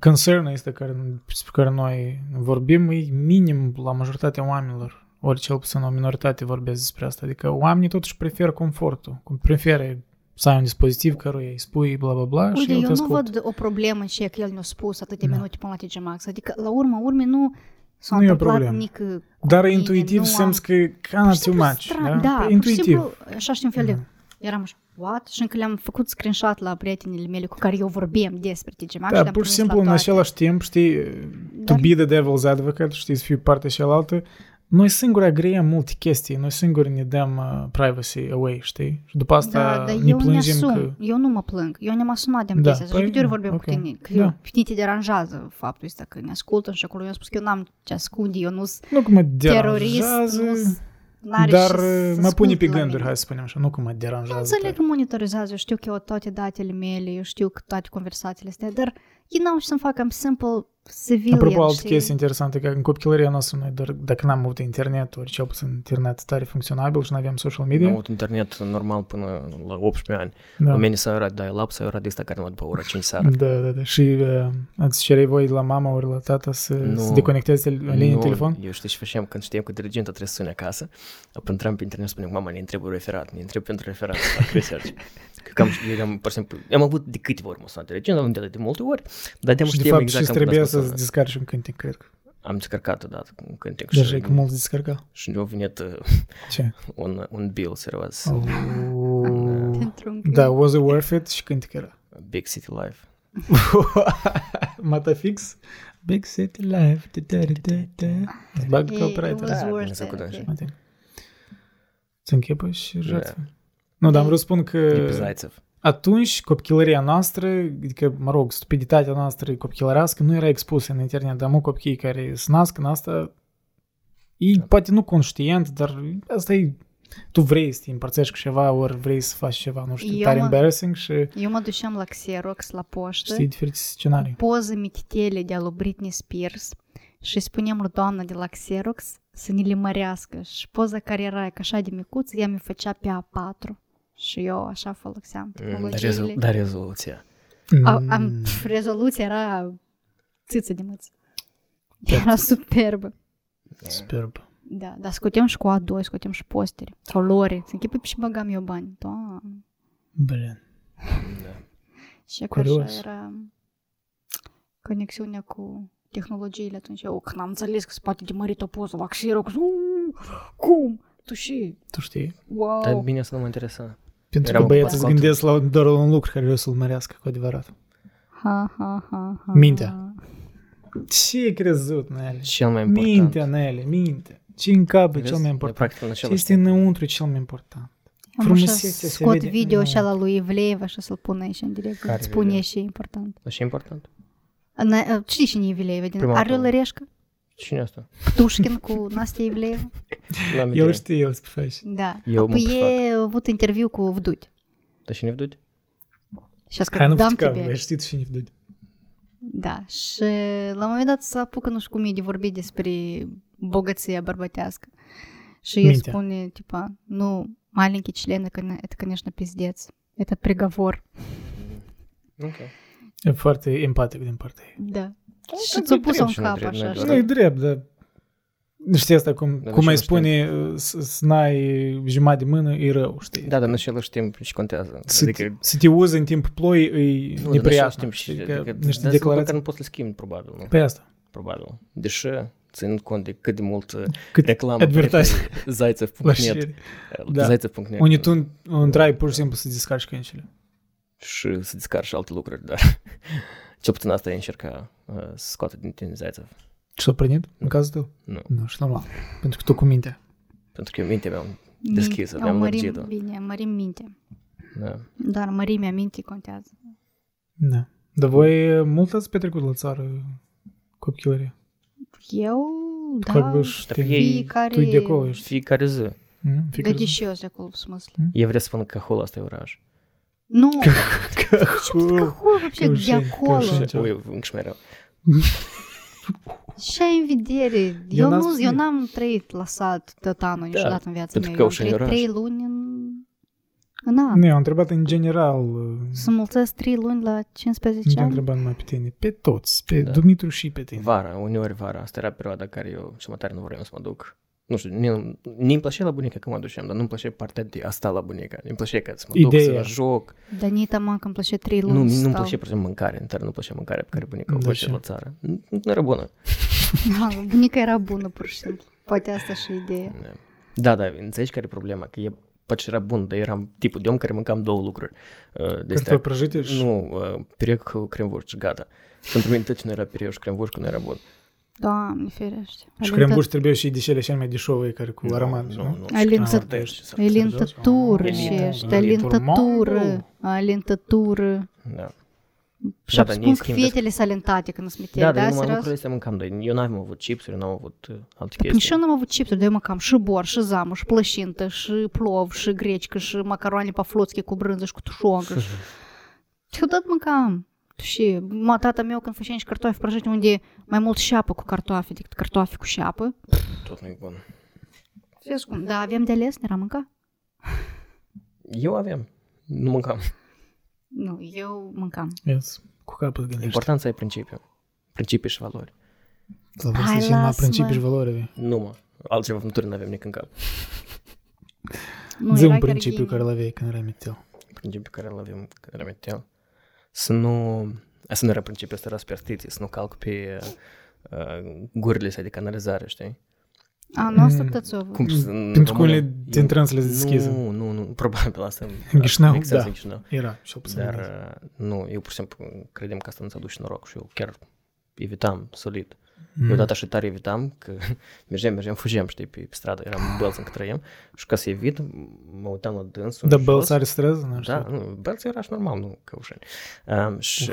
[SPEAKER 3] concernul este care, despre care noi vorbim e minim la majoritatea oamenilor. Ori cel puțin o minoritate vorbesc despre asta. Adică oamenii totuși preferă confortul. cum Preferă să ai un dispozitiv căruia îi spui bla bla bla și
[SPEAKER 2] Uite,
[SPEAKER 3] el
[SPEAKER 2] eu
[SPEAKER 3] te
[SPEAKER 2] nu
[SPEAKER 3] ascultă.
[SPEAKER 2] văd o problemă în ceea că el ne-a spus atâtea
[SPEAKER 3] Da.
[SPEAKER 2] minute până la TG Max. Adică, la urma urmei, nu s-a
[SPEAKER 3] Nu e o
[SPEAKER 2] întâmplat
[SPEAKER 3] problemă.
[SPEAKER 2] nici... uh, cu
[SPEAKER 3] Dar
[SPEAKER 2] mine,
[SPEAKER 3] intuitiv
[SPEAKER 2] nu
[SPEAKER 3] simți
[SPEAKER 2] am-
[SPEAKER 3] că ca
[SPEAKER 2] Pur
[SPEAKER 3] na
[SPEAKER 2] și
[SPEAKER 3] too
[SPEAKER 2] simplu
[SPEAKER 3] much.
[SPEAKER 2] stra-
[SPEAKER 3] Da,
[SPEAKER 2] da
[SPEAKER 3] Păi
[SPEAKER 2] pur și
[SPEAKER 3] intuitiv. Da.
[SPEAKER 2] simplu, așa și în fel de... Eram așa, what? Și încă le-am făcut screenshot la prietenile mele cu care eu vorbeam despre TG Max
[SPEAKER 3] Da, pur și simplu în același timp, știi, to
[SPEAKER 2] Dar-
[SPEAKER 3] be the devil's advocate, știi, să fii partea cealaltă, Noi singuri agreem multe chestii, noi singuri ne dăm uh, privacy away, știi? Și după asta
[SPEAKER 2] da, dar
[SPEAKER 3] ne
[SPEAKER 2] eu ne
[SPEAKER 3] plângem
[SPEAKER 2] asum,
[SPEAKER 3] că...
[SPEAKER 2] eu nu mă plâng, eu ne-am asumat de-am
[SPEAKER 3] Da,
[SPEAKER 2] chestia asta.
[SPEAKER 3] păi,
[SPEAKER 2] Și câte ori
[SPEAKER 3] da,
[SPEAKER 2] vorbeam
[SPEAKER 3] ok.
[SPEAKER 2] cu tine, că
[SPEAKER 3] Da.
[SPEAKER 2] eu- pe tine te deranjează faptul ăsta că ne ascultă și acolo eu am spus că eu n-am ce ascunde, eu nu sunt
[SPEAKER 3] Nu că mă
[SPEAKER 2] terorist,
[SPEAKER 3] deranjează,
[SPEAKER 2] nu sunt- n-are
[SPEAKER 3] dar
[SPEAKER 2] ce să
[SPEAKER 3] uh, mă pune
[SPEAKER 2] asculte
[SPEAKER 3] pe
[SPEAKER 2] la
[SPEAKER 3] gânduri,
[SPEAKER 2] mine.
[SPEAKER 3] hai să spunem așa, nu că mă
[SPEAKER 2] Eu
[SPEAKER 3] deranjează.
[SPEAKER 2] înțeleg că monitorizează, eu știu că eu toate datele mele, eu știu că toate conversațiile astea, dar ei n-au ce să-mi facă, am simple civilian,
[SPEAKER 3] Apropo, altă
[SPEAKER 2] știi?
[SPEAKER 3] chestie interesantă, că în copilăria noastră noi, doar dacă n-am avut internet, ori cel puțin internet tare funcționabil și nu aveam social
[SPEAKER 1] Am
[SPEAKER 2] exact.
[SPEAKER 3] media,
[SPEAKER 1] avut internet normal până la 18 ani.
[SPEAKER 3] da.
[SPEAKER 1] У мене сайрат dial-up, сайрат ăsta care nu după ora 5 seara.
[SPEAKER 3] Da, da, da. Și uh, îți cerei voi la mama ori la tata să,
[SPEAKER 1] Nu.
[SPEAKER 3] să deconectezi tel- linia
[SPEAKER 1] Nu,
[SPEAKER 3] telefon?
[SPEAKER 1] Eu știu ce făceam când știam că dirigentul trebuie să sune acasă. Apoi intram pe internet și spuneam, mama, ne întreb referat, ne întreb pentru referat să fac research. Că cam, eu am, pur și simplu, am avut de câteva ori mă sunat dirigent, am întâlnit de multe ori, dar de
[SPEAKER 3] Și de
[SPEAKER 1] știam
[SPEAKER 3] fapt și
[SPEAKER 1] exact cam când
[SPEAKER 3] îți trebuia
[SPEAKER 1] am
[SPEAKER 3] să-ți
[SPEAKER 1] sunat.
[SPEAKER 3] descarci un cântec, cred că.
[SPEAKER 1] Am descărcat odată un cântec
[SPEAKER 3] Deja e
[SPEAKER 1] și,
[SPEAKER 3] că mult descărca.
[SPEAKER 1] și ne-a venit uh,
[SPEAKER 3] Ce?
[SPEAKER 1] un, un bill serios,
[SPEAKER 3] Oh. Au.
[SPEAKER 2] Pentru un
[SPEAKER 3] Da, was it worth it? Și cântec era.
[SPEAKER 1] Big City Life.
[SPEAKER 3] Mata fix? Big city life. da, da, da, da. Îți bag
[SPEAKER 2] It
[SPEAKER 3] copyright
[SPEAKER 2] was
[SPEAKER 1] Da,
[SPEAKER 2] worth
[SPEAKER 1] nu se
[SPEAKER 2] it,
[SPEAKER 1] cunoaște.
[SPEAKER 2] ok.
[SPEAKER 3] Atent. Ți închepă și
[SPEAKER 1] Da.
[SPEAKER 3] jertfă. Nu, dar am vrut să spun că
[SPEAKER 1] Lipe Zaitsev.
[SPEAKER 3] atunci copilăria noastră, adică, mă rog, stupiditatea noastră copilărească nu era expusă în internet, dar mă copiii care se nasc în asta, ei
[SPEAKER 2] Da.
[SPEAKER 3] poate nu conștient, dar asta e tu vrei să te împărțești cu ceva, ori vrei să faci ceva, nu știu,
[SPEAKER 2] Eu
[SPEAKER 3] tare
[SPEAKER 2] mă- Da.
[SPEAKER 3] embarrassing și
[SPEAKER 2] Eu mă duceam la Xerox, la poștă,
[SPEAKER 3] știi diferite scenarii.
[SPEAKER 2] poză mititele de-a lui Britney Spears și îi spuneam lui doamna de la Xerox să ne limărească și poza care era ca așa de micuță, ea mi făcea pe A4 și eu așa foloseam tehnologiile.
[SPEAKER 1] Da, rezoluția.
[SPEAKER 2] A- am, pf, rezoluția era țâță de mâță. Era superbă.
[SPEAKER 3] Superb.
[SPEAKER 2] Da, dar scotem și cu A2, scotem și posteri, colori. Să închipui și băgam eu bani. Doamne.
[SPEAKER 3] Блин. Oh.
[SPEAKER 2] Și că așa
[SPEAKER 3] Curios.
[SPEAKER 2] era conexiunea cu tehnologiile atunci. Eu când am înțeles că se poate de mărit o poză la Xerox, uuu, cum? Tu și,
[SPEAKER 3] Tu știi?
[SPEAKER 1] Dar
[SPEAKER 2] wow.
[SPEAKER 1] bine asta nu mă interesa.
[SPEAKER 3] Pentru
[SPEAKER 1] Eram
[SPEAKER 3] că băieții îți
[SPEAKER 1] ocupat.
[SPEAKER 3] gândesc la doar la un lucru care vreau să-l mărească cu adevărat.
[SPEAKER 2] Ha, ha, ha, ha.
[SPEAKER 3] Mintea. Ce ai crezut, Nele?
[SPEAKER 1] Cel mai important.
[SPEAKER 3] Mintea, Nele, minte. Ce în cap e
[SPEAKER 1] Vezi?
[SPEAKER 3] cel mai
[SPEAKER 1] E
[SPEAKER 3] important?
[SPEAKER 1] Practic, în
[SPEAKER 3] Ce
[SPEAKER 1] același
[SPEAKER 3] este înăuntru e cel mai important?
[SPEAKER 2] Am așa
[SPEAKER 3] Frumusețea se
[SPEAKER 2] scot
[SPEAKER 3] vede în
[SPEAKER 2] video
[SPEAKER 3] ochi.
[SPEAKER 2] și la lui Evleeva și să-l pun aici în direct.
[SPEAKER 1] Care
[SPEAKER 2] Îți spune
[SPEAKER 1] video?
[SPEAKER 2] și e important.
[SPEAKER 1] Dar și important.
[SPEAKER 2] На, э, Чти не Евлеева? Один.
[SPEAKER 1] Приматова.
[SPEAKER 2] Орел и решка?
[SPEAKER 1] Cine asta?
[SPEAKER 2] Птушкин cu Настя Евлеева?
[SPEAKER 1] N-am
[SPEAKER 3] Eu
[SPEAKER 1] idee.
[SPEAKER 3] știu, el să faci.
[SPEAKER 2] Да.
[SPEAKER 1] Eu mă
[SPEAKER 2] Пы
[SPEAKER 1] fac.
[SPEAKER 2] е вот интервью ку вдуть.
[SPEAKER 1] Dar și nevdut?
[SPEAKER 2] Сейчас
[SPEAKER 3] Hai
[SPEAKER 2] как
[SPEAKER 3] nu
[SPEAKER 2] дам
[SPEAKER 3] putica,
[SPEAKER 2] тебе.
[SPEAKER 3] băi, știți și nici dudi.
[SPEAKER 2] Da, și la un moment dat s-a apucat, nu știu cum e de vorbit despre bogăția bărbătească. Și el
[SPEAKER 3] Mintea.
[SPEAKER 2] spune, tipa, nu, маленькие члены, кон- ну, это, конечно, пиздец. Это приговор.
[SPEAKER 1] Ok.
[SPEAKER 3] E foarte empatic din partea ei.
[SPEAKER 2] Да. Și
[SPEAKER 1] так
[SPEAKER 2] ți-o
[SPEAKER 1] e
[SPEAKER 2] pus
[SPEAKER 1] drept
[SPEAKER 2] în
[SPEAKER 1] și nu
[SPEAKER 2] cap
[SPEAKER 1] drept,
[SPEAKER 2] așa
[SPEAKER 1] nu-i
[SPEAKER 2] și-
[SPEAKER 1] doar.
[SPEAKER 3] Nu, e drept, dar... Știi asta cum,
[SPEAKER 1] Dar
[SPEAKER 3] cum
[SPEAKER 1] nu
[SPEAKER 3] ai
[SPEAKER 1] știu, nu
[SPEAKER 3] spune să să n-ai jumătate de mână, e rău, știi?
[SPEAKER 1] Da, dar în același timp și contează.
[SPEAKER 3] Să,
[SPEAKER 1] Adică,
[SPEAKER 3] te, să te uzi în timp ploi e
[SPEAKER 1] nu, dar în același
[SPEAKER 3] nepriatnă.
[SPEAKER 1] timp și...
[SPEAKER 3] știi,
[SPEAKER 1] Adică,
[SPEAKER 3] că
[SPEAKER 1] dar sunt
[SPEAKER 3] Niște
[SPEAKER 1] lucruri
[SPEAKER 3] declarații.
[SPEAKER 1] care nu poți să le schimbi, probabil. Nu?
[SPEAKER 3] Pe asta.
[SPEAKER 1] Probabil. Deși, ținând cont de cât de mult uh,
[SPEAKER 3] Cât
[SPEAKER 1] reclamă
[SPEAKER 3] advertising.
[SPEAKER 1] pe
[SPEAKER 3] La
[SPEAKER 1] Zaitsev.net,
[SPEAKER 3] știri.
[SPEAKER 1] uh,
[SPEAKER 3] Da.
[SPEAKER 1] Zaitsev.net
[SPEAKER 3] Unii tu întrai pur și simplu să descarci căncile.
[SPEAKER 1] și să descarci și alte lucruri, dar cel puțin asta e încerca uh, să scoată din tine Zaitsev.
[SPEAKER 3] Și l-a primit în cazul tău?
[SPEAKER 1] Nu.
[SPEAKER 3] Nu, și normal. Pentru că tu cu mintea.
[SPEAKER 1] Pentru că eu mintea mea am
[SPEAKER 2] Minte.
[SPEAKER 1] deschis,
[SPEAKER 2] Au
[SPEAKER 1] aveam
[SPEAKER 2] mărim-
[SPEAKER 1] energie.
[SPEAKER 2] Bine, mărim mintea.
[SPEAKER 1] Da.
[SPEAKER 2] Dar mărimea minții contează.
[SPEAKER 3] Da. Dar voi uh, mult ați petrecut la țară copilărie?
[SPEAKER 2] Eu, da.
[SPEAKER 3] Как бы ж
[SPEAKER 1] Так
[SPEAKER 3] ты-
[SPEAKER 1] ей-
[SPEAKER 3] Tu e de acolo,
[SPEAKER 2] Fiecare...
[SPEAKER 3] ești.
[SPEAKER 1] Fiecare zi.
[SPEAKER 3] Mm, fi
[SPEAKER 2] Găti
[SPEAKER 3] crezut.
[SPEAKER 2] și eu sunt acolo, в смысле.
[SPEAKER 1] Eu vreau să spun că Hol asta e oraș.
[SPEAKER 2] Nu,
[SPEAKER 3] Cahul.
[SPEAKER 2] какой вообще,
[SPEAKER 3] Кăușeni,
[SPEAKER 2] de acolo?
[SPEAKER 3] Căușeni.
[SPEAKER 1] Ui, încă și mai rău.
[SPEAKER 2] Și ai în vedere,
[SPEAKER 3] Eu
[SPEAKER 2] eu,
[SPEAKER 3] n-am
[SPEAKER 2] nu,
[SPEAKER 3] spus
[SPEAKER 2] eu
[SPEAKER 3] nimic.
[SPEAKER 2] n-am trăit la sat tot anul niciodată în viața
[SPEAKER 1] pentru
[SPEAKER 2] mea.
[SPEAKER 1] că
[SPEAKER 2] Eu am
[SPEAKER 1] Căușeni
[SPEAKER 2] trăit
[SPEAKER 1] oraș.
[SPEAKER 2] trei luni în, în an.
[SPEAKER 3] Nu, eu am întrebat în general. uh,
[SPEAKER 2] Să mulțesc trei luni la
[SPEAKER 3] Nu
[SPEAKER 2] 15
[SPEAKER 3] te-am
[SPEAKER 2] ani.
[SPEAKER 3] întrebat numai pe tine. Pe toți. Pe
[SPEAKER 1] Da.
[SPEAKER 3] Dumitru și pe tine.
[SPEAKER 1] Vara, uneori vara. Asta era perioada în care eu și mai tare nu vreau să mă duc. Nu știu, nu- nu-mi plăcea la bunica că mă duceam, dar nu-mi plăcea partea de a sta la bunica. Nu-mi plăcea că să mă duc,
[SPEAKER 3] Ideea.
[SPEAKER 1] să joc.
[SPEAKER 2] Dar nici tamam că îmi plăcea trei
[SPEAKER 1] Nu,
[SPEAKER 2] luni să
[SPEAKER 1] nu-mi
[SPEAKER 2] stau.
[SPEAKER 1] plăcea, pur și simplu, mâncare, în țară nu-mi plăcea mâncarea pe care bunica o
[SPEAKER 3] De ce?
[SPEAKER 1] făcea la țară. Nu nu era bună.
[SPEAKER 2] Da, Bunica era bună, pur și simplu. Poate asta și ideea.
[SPEAKER 1] Da. Da, da, înțelegi care e problema? Că eu poate și era bun, dar eram tipul de om care mâncam două lucruri. Uh, de astea-
[SPEAKER 3] Cartofi prăjite și...
[SPEAKER 1] Nu, uh, pirec cu cremvurci, gata. Pentru mine tot ce nu era pirec și cremvurci, că nu era bun.
[SPEAKER 2] Doamne ferește. Alin,
[SPEAKER 3] Și crembuși trebuie și de cele cel mai deșovă, care cu aromat,
[SPEAKER 1] nu,
[SPEAKER 3] nu?
[SPEAKER 1] nu,
[SPEAKER 2] Ai
[SPEAKER 1] și când
[SPEAKER 2] lintă-
[SPEAKER 1] vorbești, să-
[SPEAKER 2] Ai lintătură
[SPEAKER 1] Elin-
[SPEAKER 2] și
[SPEAKER 1] Elin-
[SPEAKER 2] ești, ai lintătură, ai lintătură.
[SPEAKER 1] Da.
[SPEAKER 2] Și
[SPEAKER 1] Da,
[SPEAKER 2] da,
[SPEAKER 1] dar
[SPEAKER 2] spun
[SPEAKER 1] ne
[SPEAKER 2] că
[SPEAKER 1] schimb
[SPEAKER 2] fetele sunt alentate când sunt mitele,
[SPEAKER 1] Da, dar
[SPEAKER 2] da,
[SPEAKER 1] eu numai
[SPEAKER 2] serios?
[SPEAKER 1] lucrurile astea mâncam, dar eu n-am avut chipsuri, n-am avut uh, alte
[SPEAKER 2] Păi Nici eu
[SPEAKER 1] chestii.
[SPEAKER 2] n-am avut chipsuri, dar eu mâncam și bor, și zamă, și plășintă, și plov, și grecică, și macaroane pafloțche cu brânză și cu tușoagă. Și... Eu tot mâncam. Și ma, tata meu când făcea niște cartofi prăjiți unde e mai mult șeapă cu cartofi decât cartofi cu șeapă.
[SPEAKER 1] Tot nu-i bun.
[SPEAKER 2] Vezi cum, da, aveam de ales, n-era mânca.
[SPEAKER 1] Eu aveam, nu mâncam.
[SPEAKER 2] Nu, eu mâncam.
[SPEAKER 3] Yes. Cu capăt gândești.
[SPEAKER 1] Important să ai principiu. Principii și valori.
[SPEAKER 3] La vârstă
[SPEAKER 2] Hai,
[SPEAKER 3] și numai
[SPEAKER 2] lasă-mă.
[SPEAKER 3] principii și valori avea.
[SPEAKER 1] Nu mă. Altceva fământuri nu avem nici în cap.
[SPEAKER 2] Nu,
[SPEAKER 3] Zi
[SPEAKER 2] era
[SPEAKER 3] un principiu
[SPEAKER 2] gherghini.
[SPEAKER 3] care l-aveai când erai mitel.
[SPEAKER 1] Principiul care îl avem când eram mitel. Să nu... Asta nu era principiul, asta era superstiție. Să nu calc pe uh, uh, gurile astea de canalizare, știi?
[SPEAKER 2] A, noastră
[SPEAKER 3] Mm.
[SPEAKER 2] tăți au
[SPEAKER 1] Cum să... în
[SPEAKER 3] Pentru că
[SPEAKER 1] română-
[SPEAKER 3] unele dintre ele
[SPEAKER 1] Ну,
[SPEAKER 3] se deschiză.
[SPEAKER 1] Nu, nu, nu. Probabil asta...
[SPEAKER 3] Ghișnau,
[SPEAKER 1] mixează
[SPEAKER 3] da.
[SPEAKER 1] Ghișnau.
[SPEAKER 3] Era, și observat.
[SPEAKER 1] Dar uh, nu, eu pur și simplu credem că asta nu-ți aduce noroc și eu chiar evitam solid.
[SPEAKER 3] Mm-hmm.
[SPEAKER 1] Mm. Eu odată așa tare evitam că mergem, mergem, fugem, știi, pe stradă, eram
[SPEAKER 3] Ah.
[SPEAKER 1] în Belț încă trăiam și ca să evit, mă uitam la dânsul.
[SPEAKER 3] Da,
[SPEAKER 1] jos.
[SPEAKER 3] Bells are străzi, nu
[SPEAKER 1] Da,
[SPEAKER 3] știu.
[SPEAKER 1] nu, Belț era și normal, nu Căușeni. Um, și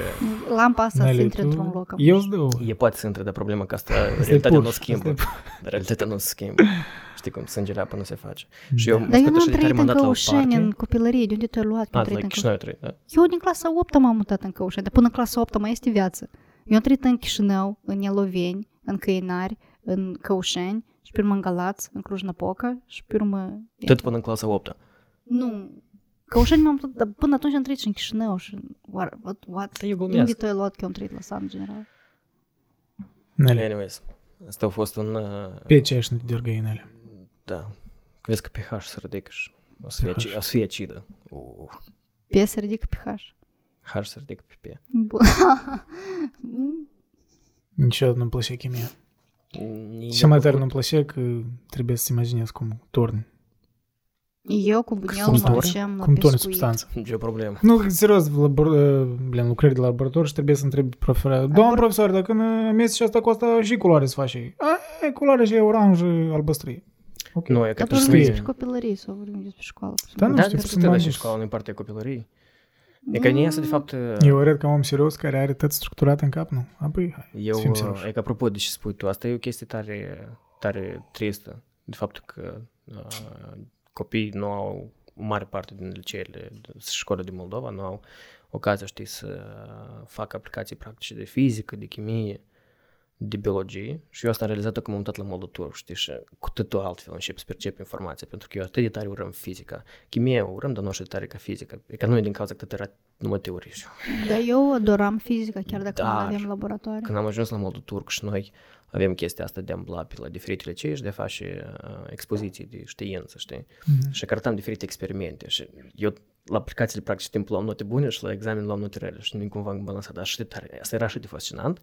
[SPEAKER 2] Lampa asta se
[SPEAKER 3] Nelly,
[SPEAKER 2] intre
[SPEAKER 3] tu-
[SPEAKER 2] într-un loc. acum.
[SPEAKER 3] Eu sunt
[SPEAKER 1] e poate să intre, dar problema că asta realitatea
[SPEAKER 3] pur,
[SPEAKER 1] nu o
[SPEAKER 3] asta e
[SPEAKER 1] schimbă. Realitatea nu o schimbă. Știi cum sângele apă nu se face. Și eu mă
[SPEAKER 2] Dar eu
[SPEAKER 1] scătă
[SPEAKER 2] n-am
[SPEAKER 1] și de tare
[SPEAKER 2] trăit
[SPEAKER 1] m-am
[SPEAKER 2] în
[SPEAKER 1] dat la o
[SPEAKER 2] Căușeni, în
[SPEAKER 1] parte.
[SPEAKER 2] copilărie, de unde tu ai luat? că
[SPEAKER 1] A,
[SPEAKER 2] am
[SPEAKER 1] de
[SPEAKER 2] trăit
[SPEAKER 1] la
[SPEAKER 2] în
[SPEAKER 1] Chișinău ai trăit, da?
[SPEAKER 2] Eu din clasa 8 m-am mutat în Căușeni, dar până în clasa 8 mai este viață. Eu am trăit în Chișinău, în Ialoveni, în Căinari, în Căușeni, și pe urmă în Galați, în Cluj-Napoca și pe urmă...
[SPEAKER 1] Tot până în clasa 8
[SPEAKER 2] Nu, Căușeni m-am mutat, dar până atunci am trăit și în Chișinău și... What? what, what?
[SPEAKER 1] Să eu
[SPEAKER 2] Unde
[SPEAKER 1] glumesc.
[SPEAKER 2] tu ai luat că eu am trăit la San General?
[SPEAKER 3] Nele.
[SPEAKER 1] Anyways, asta a fost un... uh,
[SPEAKER 3] Pe ce ești dărgăi Nele?
[SPEAKER 1] Da. Vezi că pH se ridică și o să fie, aci- o să fie acidă. Uh,
[SPEAKER 2] Pe se ridică pe haș.
[SPEAKER 1] H se ridică pe P.
[SPEAKER 2] Bun.
[SPEAKER 3] Niciodată nu-mi plăcea chimia.
[SPEAKER 1] Nici
[SPEAKER 3] Și mai tare nu-mi plăcea că trebuie să imaginez cum torni,
[SPEAKER 2] Eu cu
[SPEAKER 1] Cum
[SPEAKER 2] bunelul mă
[SPEAKER 1] torni?
[SPEAKER 2] duceam la
[SPEAKER 3] cum torni
[SPEAKER 2] pescuit.
[SPEAKER 3] substanța.
[SPEAKER 1] Nicio problemă.
[SPEAKER 3] Nu, serios, la labor, blin, lucrări de laborator și trebuie să întreb profesor. Domn profesor, dacă în amesteci și asta cu asta și culoare să faci. A, e, culoare și e oranj, albăstrie. Ok.
[SPEAKER 1] Nu, e ca
[SPEAKER 2] Dar
[SPEAKER 1] pe
[SPEAKER 2] vorbim despre
[SPEAKER 1] Suedia.
[SPEAKER 2] copilărie sau vorbim despre școală.
[SPEAKER 3] Da, nu
[SPEAKER 1] Da,
[SPEAKER 3] știu,
[SPEAKER 1] de
[SPEAKER 3] sunt
[SPEAKER 1] ce te și
[SPEAKER 3] mai-
[SPEAKER 1] școală în partea copilăriei? E
[SPEAKER 2] Ну,
[SPEAKER 1] că nu asta, de fapt,
[SPEAKER 3] Eu arăt ca om serios care are tot structurat în cap, nu? Apoi, hai,
[SPEAKER 1] eu,
[SPEAKER 3] să fim serioși.
[SPEAKER 1] e că apropo de ce spui tu, asta e o chestie tare, tare tristă. De faptul că uh, copiii nu au o mare parte din liceele și școlile din Moldova, nu au ocazia, știi, să facă aplicații practice de fizică, de chimie, de biologie și eu asta am realizat că m-am mutat la Moldotur, știi, și cu totul altfel încep să percep informația, pentru că eu atât de tare urăm fizica. Chimie o urăm, dar nu așa de tare ca fizica. E că nu e din cauza că atât era numai teorie. Și
[SPEAKER 2] Da, eu adoram fizica, chiar dacă nu
[SPEAKER 1] Dar-
[SPEAKER 2] aveam laboratoare.
[SPEAKER 1] Când am ajuns la modul turc și noi avem chestia asta de a îmbla pe la diferite licee și de a face uh, expoziții de știință, știi?
[SPEAKER 3] Mhm.
[SPEAKER 1] Și arătam diferite experimente și eu la aplicațiile practic timpul luam note bune și la examen luam note rele și nu cumva am balansat, dar așa de tare, asta era așa de fascinant.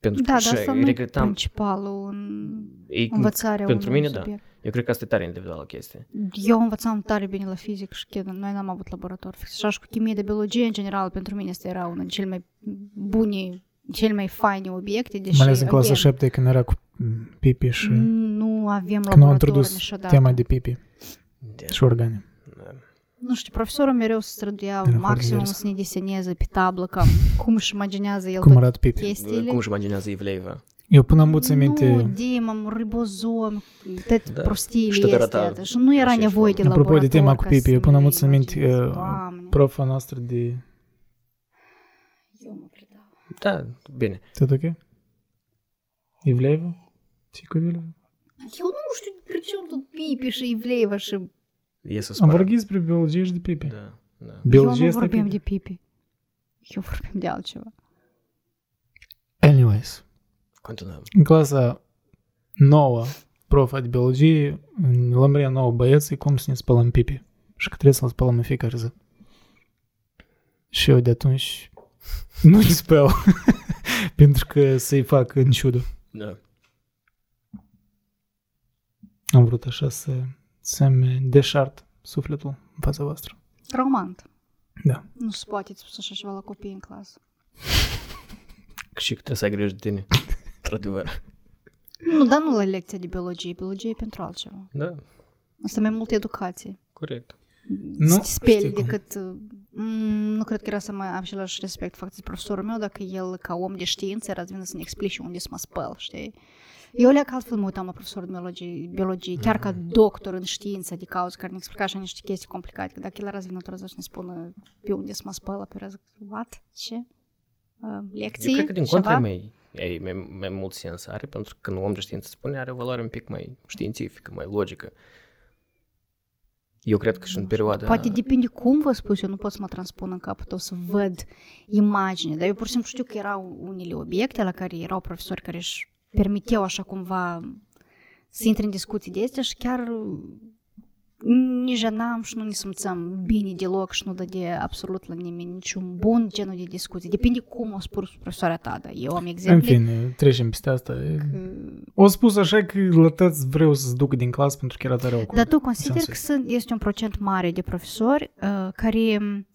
[SPEAKER 1] Pentru
[SPEAKER 2] Da,
[SPEAKER 1] că
[SPEAKER 2] dar
[SPEAKER 1] și
[SPEAKER 2] asta nu e
[SPEAKER 1] regretam,
[SPEAKER 2] principalul în
[SPEAKER 1] ei,
[SPEAKER 2] învățarea
[SPEAKER 1] pentru
[SPEAKER 2] unui
[SPEAKER 1] mine, da.
[SPEAKER 2] subiect.
[SPEAKER 1] eu cred că asta e tare individuală chestie.
[SPEAKER 2] Eu învățam tare bine la fizic și chiar noi n-am avut laborator fix. Așa și cu chimie de biologie, în general, pentru mine asta era unul din cele mai bune, cele mai faine obiecte, deși
[SPEAKER 3] Mai ales în clasa
[SPEAKER 2] again,
[SPEAKER 3] 7 când era cu m, pipi și
[SPEAKER 2] nu avem
[SPEAKER 3] când au
[SPEAKER 2] laborator
[SPEAKER 3] introdus
[SPEAKER 2] niciodată.
[SPEAKER 3] tema de pipi
[SPEAKER 1] De,
[SPEAKER 3] și organe.
[SPEAKER 1] da.
[SPEAKER 2] Nu știu, profesorul mereu se străduia
[SPEAKER 3] Era foarte
[SPEAKER 2] maximum
[SPEAKER 3] divers.
[SPEAKER 2] să ne deseneze pe tablă cam cum își imaginează el
[SPEAKER 3] Cum
[SPEAKER 2] toate
[SPEAKER 3] arată pipi.
[SPEAKER 2] chestiile.
[SPEAKER 1] Cum își imaginează Ivleiva?
[SPEAKER 3] Eu până am țin
[SPEAKER 2] Nu,
[SPEAKER 3] minte,
[SPEAKER 2] Dima, ribozom, te
[SPEAKER 1] Da. Și tot
[SPEAKER 2] prostiile
[SPEAKER 1] arăta
[SPEAKER 2] astea. Și nu era
[SPEAKER 1] așa și
[SPEAKER 2] nevoie
[SPEAKER 1] foarte-
[SPEAKER 2] de laborator.
[SPEAKER 3] Apropo de tema cu
[SPEAKER 2] ca
[SPEAKER 3] pipi,
[SPEAKER 2] să
[SPEAKER 3] eu până
[SPEAKER 2] ne
[SPEAKER 3] am țin minte,
[SPEAKER 2] imaginezi.
[SPEAKER 3] uh,
[SPEAKER 2] Doamne,
[SPEAKER 3] profa noastră de...
[SPEAKER 2] eu mă predau.
[SPEAKER 1] Da, bine.
[SPEAKER 3] Tot ok? Ivleeva? Țicu Ivleeva?
[SPEAKER 2] Eu nu știu при чем тут pipi și Ivleiva și...
[SPEAKER 1] E să
[SPEAKER 3] Am
[SPEAKER 1] spară.
[SPEAKER 3] vorbit despre biologie și de pipi.
[SPEAKER 1] Da, da.
[SPEAKER 3] Biologie
[SPEAKER 2] eu nu
[SPEAKER 3] este
[SPEAKER 2] vorbeam
[SPEAKER 3] pipi.
[SPEAKER 2] de pipi. Eu vorbeam de altceva.
[SPEAKER 3] Anyways,
[SPEAKER 1] Continuăm.
[SPEAKER 3] în clasa nouă, profa de biologie, în lămâria nouă băieții cum să ne spălăm pipi. Și că trebuie să-l spălăm în fiecare zi. Și eu de atunci nu ne spăl. Pentru că să-i fac în ciudă.
[SPEAKER 1] Da.
[SPEAKER 3] Am vrut așa să, să-mi deșart sufletul în fața voastră.
[SPEAKER 2] Traumant.
[SPEAKER 3] Da.
[SPEAKER 2] Nu se poate spus așa ceva la copii în clasă.
[SPEAKER 1] Și că trebuie să ai grijă de tine. Într-adevăr.
[SPEAKER 2] Nu, dar nu la lecția de biologie. Biologie e pentru altceva.
[SPEAKER 1] Da,
[SPEAKER 2] Asta mai mult educație.
[SPEAKER 1] corect.
[SPEAKER 3] Nu,
[SPEAKER 2] Să te speli
[SPEAKER 3] știi cum.
[SPEAKER 2] decât... mm, nu cred că era să mai am același respect față de profesorul meu dacă el, ca om de știință, era să vină să ne explice unde să mă spăl, știi? Eu leac altfel mă uitam la profesorul de biologie, biologie chiar ca
[SPEAKER 1] Mm.
[SPEAKER 2] doctor în știință de cauză, care ne explica așa niște chestii complicate. Că dacă el era să vină într-o zi să ne spună pe unde să mă spăl, pe era zic, what? Ce? Uh,
[SPEAKER 1] Eu
[SPEAKER 2] Lecții?
[SPEAKER 1] cred că din
[SPEAKER 2] Ceva?
[SPEAKER 1] contra mei, ei, mai, mai mult sens are, pentru că când om de știință spune, are o valoare un pic mai științifică, mai logică. Eu cred că și în perioada...
[SPEAKER 2] Poate depinde cum vă spus, eu nu pot să mă transpun în capul tău să văd imagine, dar eu pur și simplu știu că erau unele obiecte la care erau profesori care își permiteau așa cumva să intre în discuții de astea și chiar ne jenam și nu ne simțeam bine deloc și nu dădea absolut la nimeni niciun bun genul de discuții. Depinde cum o spus profesoarea ta, dar eu am
[SPEAKER 3] În
[SPEAKER 2] exemple
[SPEAKER 3] fine, trecem peste asta. O spus așa că la tăți vreau să-ți duc din clasă pentru că era tare awkward.
[SPEAKER 2] Dar tu consider
[SPEAKER 3] sensul
[SPEAKER 2] că sunt, este un procent mare de profesori uh, care, m,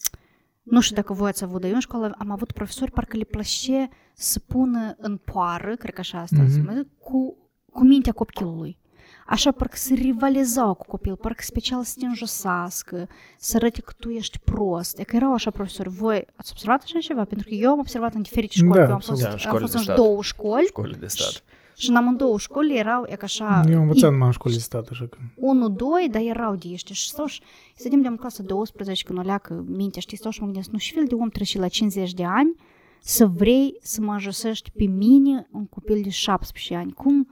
[SPEAKER 2] nu știu dacă voi ați avut, dar eu în școală am avut profesori, parcă le plăcea să pună în poară, cred că așa asta
[SPEAKER 3] Mhm.
[SPEAKER 2] mm-hmm. se mai zic, cu, cu mintea copilului. Așa, parcă se rivalizau cu copil, parcă special să te înjosească, să arăte că tu ești prost. E că erau așa profesori. Voi ați observat așa ceva? Pentru că eu am observat în diferite școli.
[SPEAKER 3] Da,
[SPEAKER 2] eu am
[SPEAKER 3] absolut.
[SPEAKER 2] fost,
[SPEAKER 1] Da, în
[SPEAKER 2] am
[SPEAKER 1] școli
[SPEAKER 2] fost
[SPEAKER 1] de
[SPEAKER 2] în
[SPEAKER 1] stat.
[SPEAKER 2] două școli
[SPEAKER 1] Școlile de stat.
[SPEAKER 2] și în amândouă școli erau, e că așa,
[SPEAKER 3] Eu am învățat numai în școală de stat, așa că...
[SPEAKER 2] 1, 2, dar erau de ăștia și stau și stăteam de în clasa 12 când o leacă mintea, știi, stau și mă gândesc, nu și fel de om trece la 50 de ani să vrei să mă ajusești pe mine un copil de 17 ani. Cum?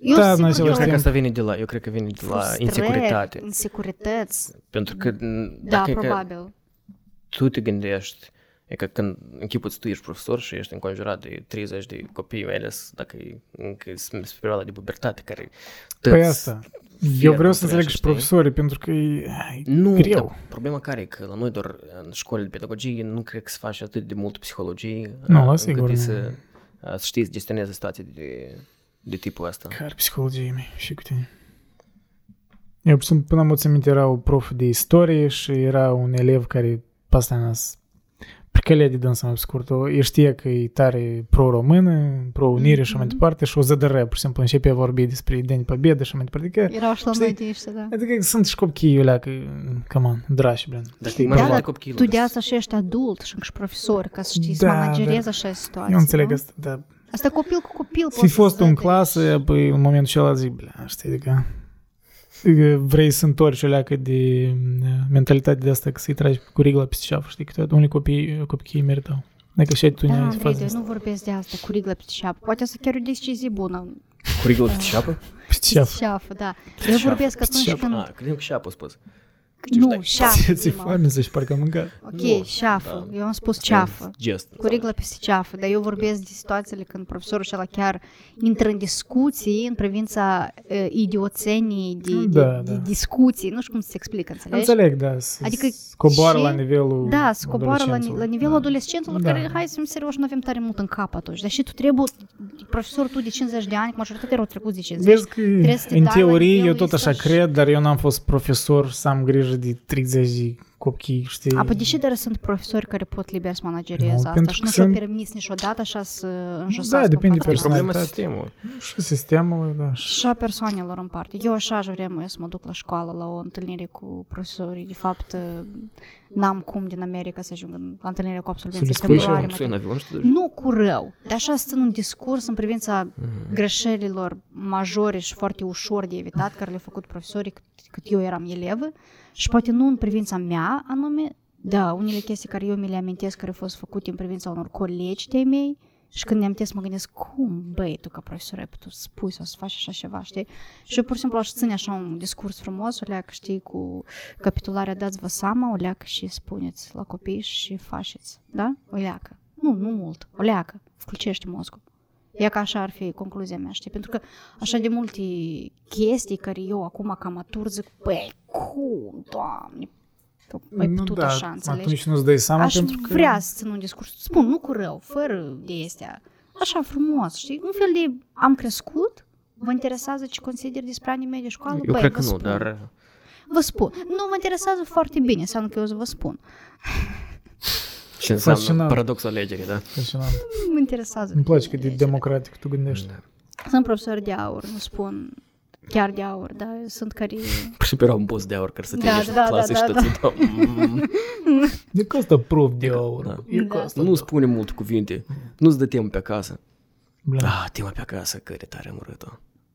[SPEAKER 2] Eu
[SPEAKER 3] Da,
[SPEAKER 2] sigur
[SPEAKER 3] noi
[SPEAKER 2] că
[SPEAKER 1] Eu
[SPEAKER 3] Eu
[SPEAKER 1] cred
[SPEAKER 3] știam.
[SPEAKER 1] că asta vine de la, eu cred că vine de la
[SPEAKER 2] frustrări,
[SPEAKER 1] insecuritate.
[SPEAKER 2] Insecurități,
[SPEAKER 1] Pentru că n-
[SPEAKER 2] da,
[SPEAKER 1] dacă e că
[SPEAKER 2] probabil.
[SPEAKER 1] tu te gândești, e că când închipuți tu ești profesor și ești înconjurat de 30 de copii, mai ales dacă e încă sunt pe perioada de pubertate care
[SPEAKER 3] Păi
[SPEAKER 1] tăți-
[SPEAKER 3] asta.
[SPEAKER 1] fier
[SPEAKER 3] Eu vreau să
[SPEAKER 1] între
[SPEAKER 3] înțeleg
[SPEAKER 1] așa,
[SPEAKER 3] și
[SPEAKER 1] știi?
[SPEAKER 3] profesorii, pentru că e e
[SPEAKER 1] Nu,
[SPEAKER 3] greu.
[SPEAKER 1] dar problema care e că la noi doar în școlile de pedagogie nu cred că se face atât de mult psihologie
[SPEAKER 3] Nu,
[SPEAKER 1] a, încât
[SPEAKER 3] sigur,
[SPEAKER 1] e
[SPEAKER 3] nu.
[SPEAKER 1] să, a, să știi să gestionezi situații de, de tipul ăsta.
[SPEAKER 3] Care psihologie mea și cu tine. Eu, pur și simplu, până am țin minte, era un prof de istorie și era un elev care, pasta nas, pricălea de dânsă mai pe scurt, o- el știe că e tare pro-română, pro-unire și mai
[SPEAKER 2] Mhm.
[SPEAKER 3] departe și o zădără, pur și simplu, începe a vorbi despre Deni Pobedă și mai departe. Că,
[SPEAKER 2] Erau și la
[SPEAKER 3] știi,
[SPEAKER 2] noi de ăștia, da.
[SPEAKER 3] adică sunt și copii, iulea, că, come on, drași, blin.
[SPEAKER 1] Dar
[SPEAKER 3] Știi,
[SPEAKER 1] mai
[SPEAKER 2] da,
[SPEAKER 1] mult
[SPEAKER 2] dar
[SPEAKER 1] copilul,
[SPEAKER 2] Tu
[SPEAKER 1] dar
[SPEAKER 2] de asta și ești adult și încă și profesor, ca să știi să
[SPEAKER 3] Da,
[SPEAKER 2] manageriezi
[SPEAKER 3] da.
[SPEAKER 2] așa situații.
[SPEAKER 3] Eu înțeleg
[SPEAKER 2] nu?
[SPEAKER 3] asta, dar
[SPEAKER 2] Asta copil cu copil.
[SPEAKER 3] Fi fost în
[SPEAKER 2] clas.
[SPEAKER 3] clasă, păi în momentul acela zic, bля, știi, adică adică vrei să întorci o leacă de uh, mentalitate de asta, că să-i tragi cu rigla peste ceafă, știi, câteodată unii copii, copiii meritau. Dacă și ai tu
[SPEAKER 2] Da,
[SPEAKER 3] ne-ai
[SPEAKER 2] Andrei,
[SPEAKER 3] faza
[SPEAKER 2] dar eu
[SPEAKER 3] asta.
[SPEAKER 2] nu vorbesc de asta, cu riglă peste șapă. Poate să chiar o decizie bună.
[SPEAKER 1] Curigul de șapă?
[SPEAKER 3] Peste
[SPEAKER 2] Peste
[SPEAKER 3] ceafă.
[SPEAKER 2] șeafă, da. Eu vorbesc atunci
[SPEAKER 3] șeafă.
[SPEAKER 2] când...
[SPEAKER 1] Ah, credem că șapă a spus.
[SPEAKER 2] Nu,
[SPEAKER 3] Ți-
[SPEAKER 2] șeafă.
[SPEAKER 3] Ți-e
[SPEAKER 2] prima.
[SPEAKER 3] foame să-și parcă am mâncat.
[SPEAKER 1] Nu,
[SPEAKER 2] Ok, șeafă.
[SPEAKER 1] da.
[SPEAKER 2] Eu am spus ceafă.
[SPEAKER 1] Gest.
[SPEAKER 2] Cu riglă peste ceafă, dar eu vorbesc de situațiile când profesorul acela chiar intră în discuții în privința uh, idioțeniei de, de,
[SPEAKER 3] Da,
[SPEAKER 2] de
[SPEAKER 3] da.
[SPEAKER 2] discuții, nu știu cum se explică, înțelegi?
[SPEAKER 3] Înțeleg, da, să-
[SPEAKER 2] Adică
[SPEAKER 3] să coboară
[SPEAKER 2] și-
[SPEAKER 3] la nivelul
[SPEAKER 2] Da, să coboară la, ni-
[SPEAKER 3] adolescenților.
[SPEAKER 2] la nivelul adolescenților
[SPEAKER 3] Da.
[SPEAKER 2] care, hai să fim serioși, nu avem tare mult în cap atunci. Dar și tu trebuie, profesorul tu de 50 de ani, că majoritatea erau trecuți de 50
[SPEAKER 3] Vezi că
[SPEAKER 2] Deci, să te
[SPEAKER 3] în
[SPEAKER 2] dai la
[SPEAKER 3] teorie eu
[SPEAKER 2] nivelul
[SPEAKER 3] tot așa
[SPEAKER 2] ăsta și-
[SPEAKER 3] cred, dar eu n-am fost profesor să am grijă de 30 de copii, știi?
[SPEAKER 2] Apoi, deși dar sunt profesori care pot liber să managerieze
[SPEAKER 3] Nu,
[SPEAKER 2] asta
[SPEAKER 3] pentru
[SPEAKER 2] și
[SPEAKER 3] că
[SPEAKER 2] nu și-au
[SPEAKER 3] sunt-
[SPEAKER 2] permis niciodată așa să înjosească.
[SPEAKER 3] Da,
[SPEAKER 2] în
[SPEAKER 3] depinde
[SPEAKER 2] fața ta.
[SPEAKER 3] persoanelor.
[SPEAKER 1] Păi Problema sistemului.
[SPEAKER 3] Și sistemul, da, și
[SPEAKER 2] Și a persoanelor în parte. Eu așa aș vrea mă, eu să mă duc la școală, la o întâlnire cu profesorii. De fapt, n-am cum din America să ajung în- la întâlnire cu absolvenții.
[SPEAKER 3] discuți
[SPEAKER 1] Păi
[SPEAKER 3] și
[SPEAKER 1] și
[SPEAKER 2] temporare,
[SPEAKER 1] eu
[SPEAKER 2] mă
[SPEAKER 1] în avion și te duci.
[SPEAKER 2] Nu cu rău, dar așa să țin un discurs în privința
[SPEAKER 1] Mm.
[SPEAKER 2] greșelilor majore și foarte ușor de evitat care le-au făcut profesorii cât, cât eu eram elevă și poate nu în privința mea anume, da, unele chestii care eu mi le amintesc care au fost făcute în privința unor colegi de mei și când ne-am mă gândesc, cum, băi, tu ca profesor ai putut să spui sau să faci așa ceva, știi? Și eu pur și simplu aș ține așa un discurs frumos, o leac, știi, cu capitularea dați-vă seama, o leac și spuneți la copii și faceți, da? O leacă. Nu, nu mult, o leacă, включește mozgul. Ia că așa ar fi concluzia mea, știi? Pentru că așa de multe chestii care eu acum ca matur zic, băi, cum, doamne, tu ai
[SPEAKER 3] Nu,
[SPEAKER 2] putut
[SPEAKER 3] da,
[SPEAKER 2] Păi așa, înțelegi?
[SPEAKER 3] Atunci nu-ți dai seama
[SPEAKER 2] Aș
[SPEAKER 3] pentru că...
[SPEAKER 2] vrea să țin un discurs, spun, nu cu rău, fără de astea, așa frumos, știi? Un fel de am crescut, vă interesează ce consider despre anii mei de școală?
[SPEAKER 1] Eu
[SPEAKER 2] Băi,
[SPEAKER 1] cred
[SPEAKER 2] vă
[SPEAKER 1] că nu,
[SPEAKER 2] spun.
[SPEAKER 1] dar
[SPEAKER 2] Vă spun. Nu mă interesează foarte bine, înseamnă că eu o să vă spun.
[SPEAKER 1] ce înseamnă
[SPEAKER 3] Fascinant.
[SPEAKER 1] paradoxul alegerii, da?
[SPEAKER 3] Impresionant.
[SPEAKER 2] Nu mă interesează.
[SPEAKER 3] Îmi place cât de democratic tu gândești.
[SPEAKER 1] Da.
[SPEAKER 2] Sunt profesori de aur, nu spun chiar de aur, dar sunt care...
[SPEAKER 3] Da,
[SPEAKER 1] Prepara Păi, un post de aur ca să te
[SPEAKER 2] Da,
[SPEAKER 1] ieși
[SPEAKER 2] da,
[SPEAKER 1] da, clasă
[SPEAKER 2] da,
[SPEAKER 1] și
[SPEAKER 2] da,
[SPEAKER 1] tot da.
[SPEAKER 3] De că asta prov de aur.
[SPEAKER 1] Da.
[SPEAKER 3] E
[SPEAKER 2] Da.
[SPEAKER 3] că asta.
[SPEAKER 1] Nu spune multe cuvinte. Nu-ți dă temă pe acasă.
[SPEAKER 3] Bla.
[SPEAKER 1] Ah, tema pe acasă, care tare am urât-o.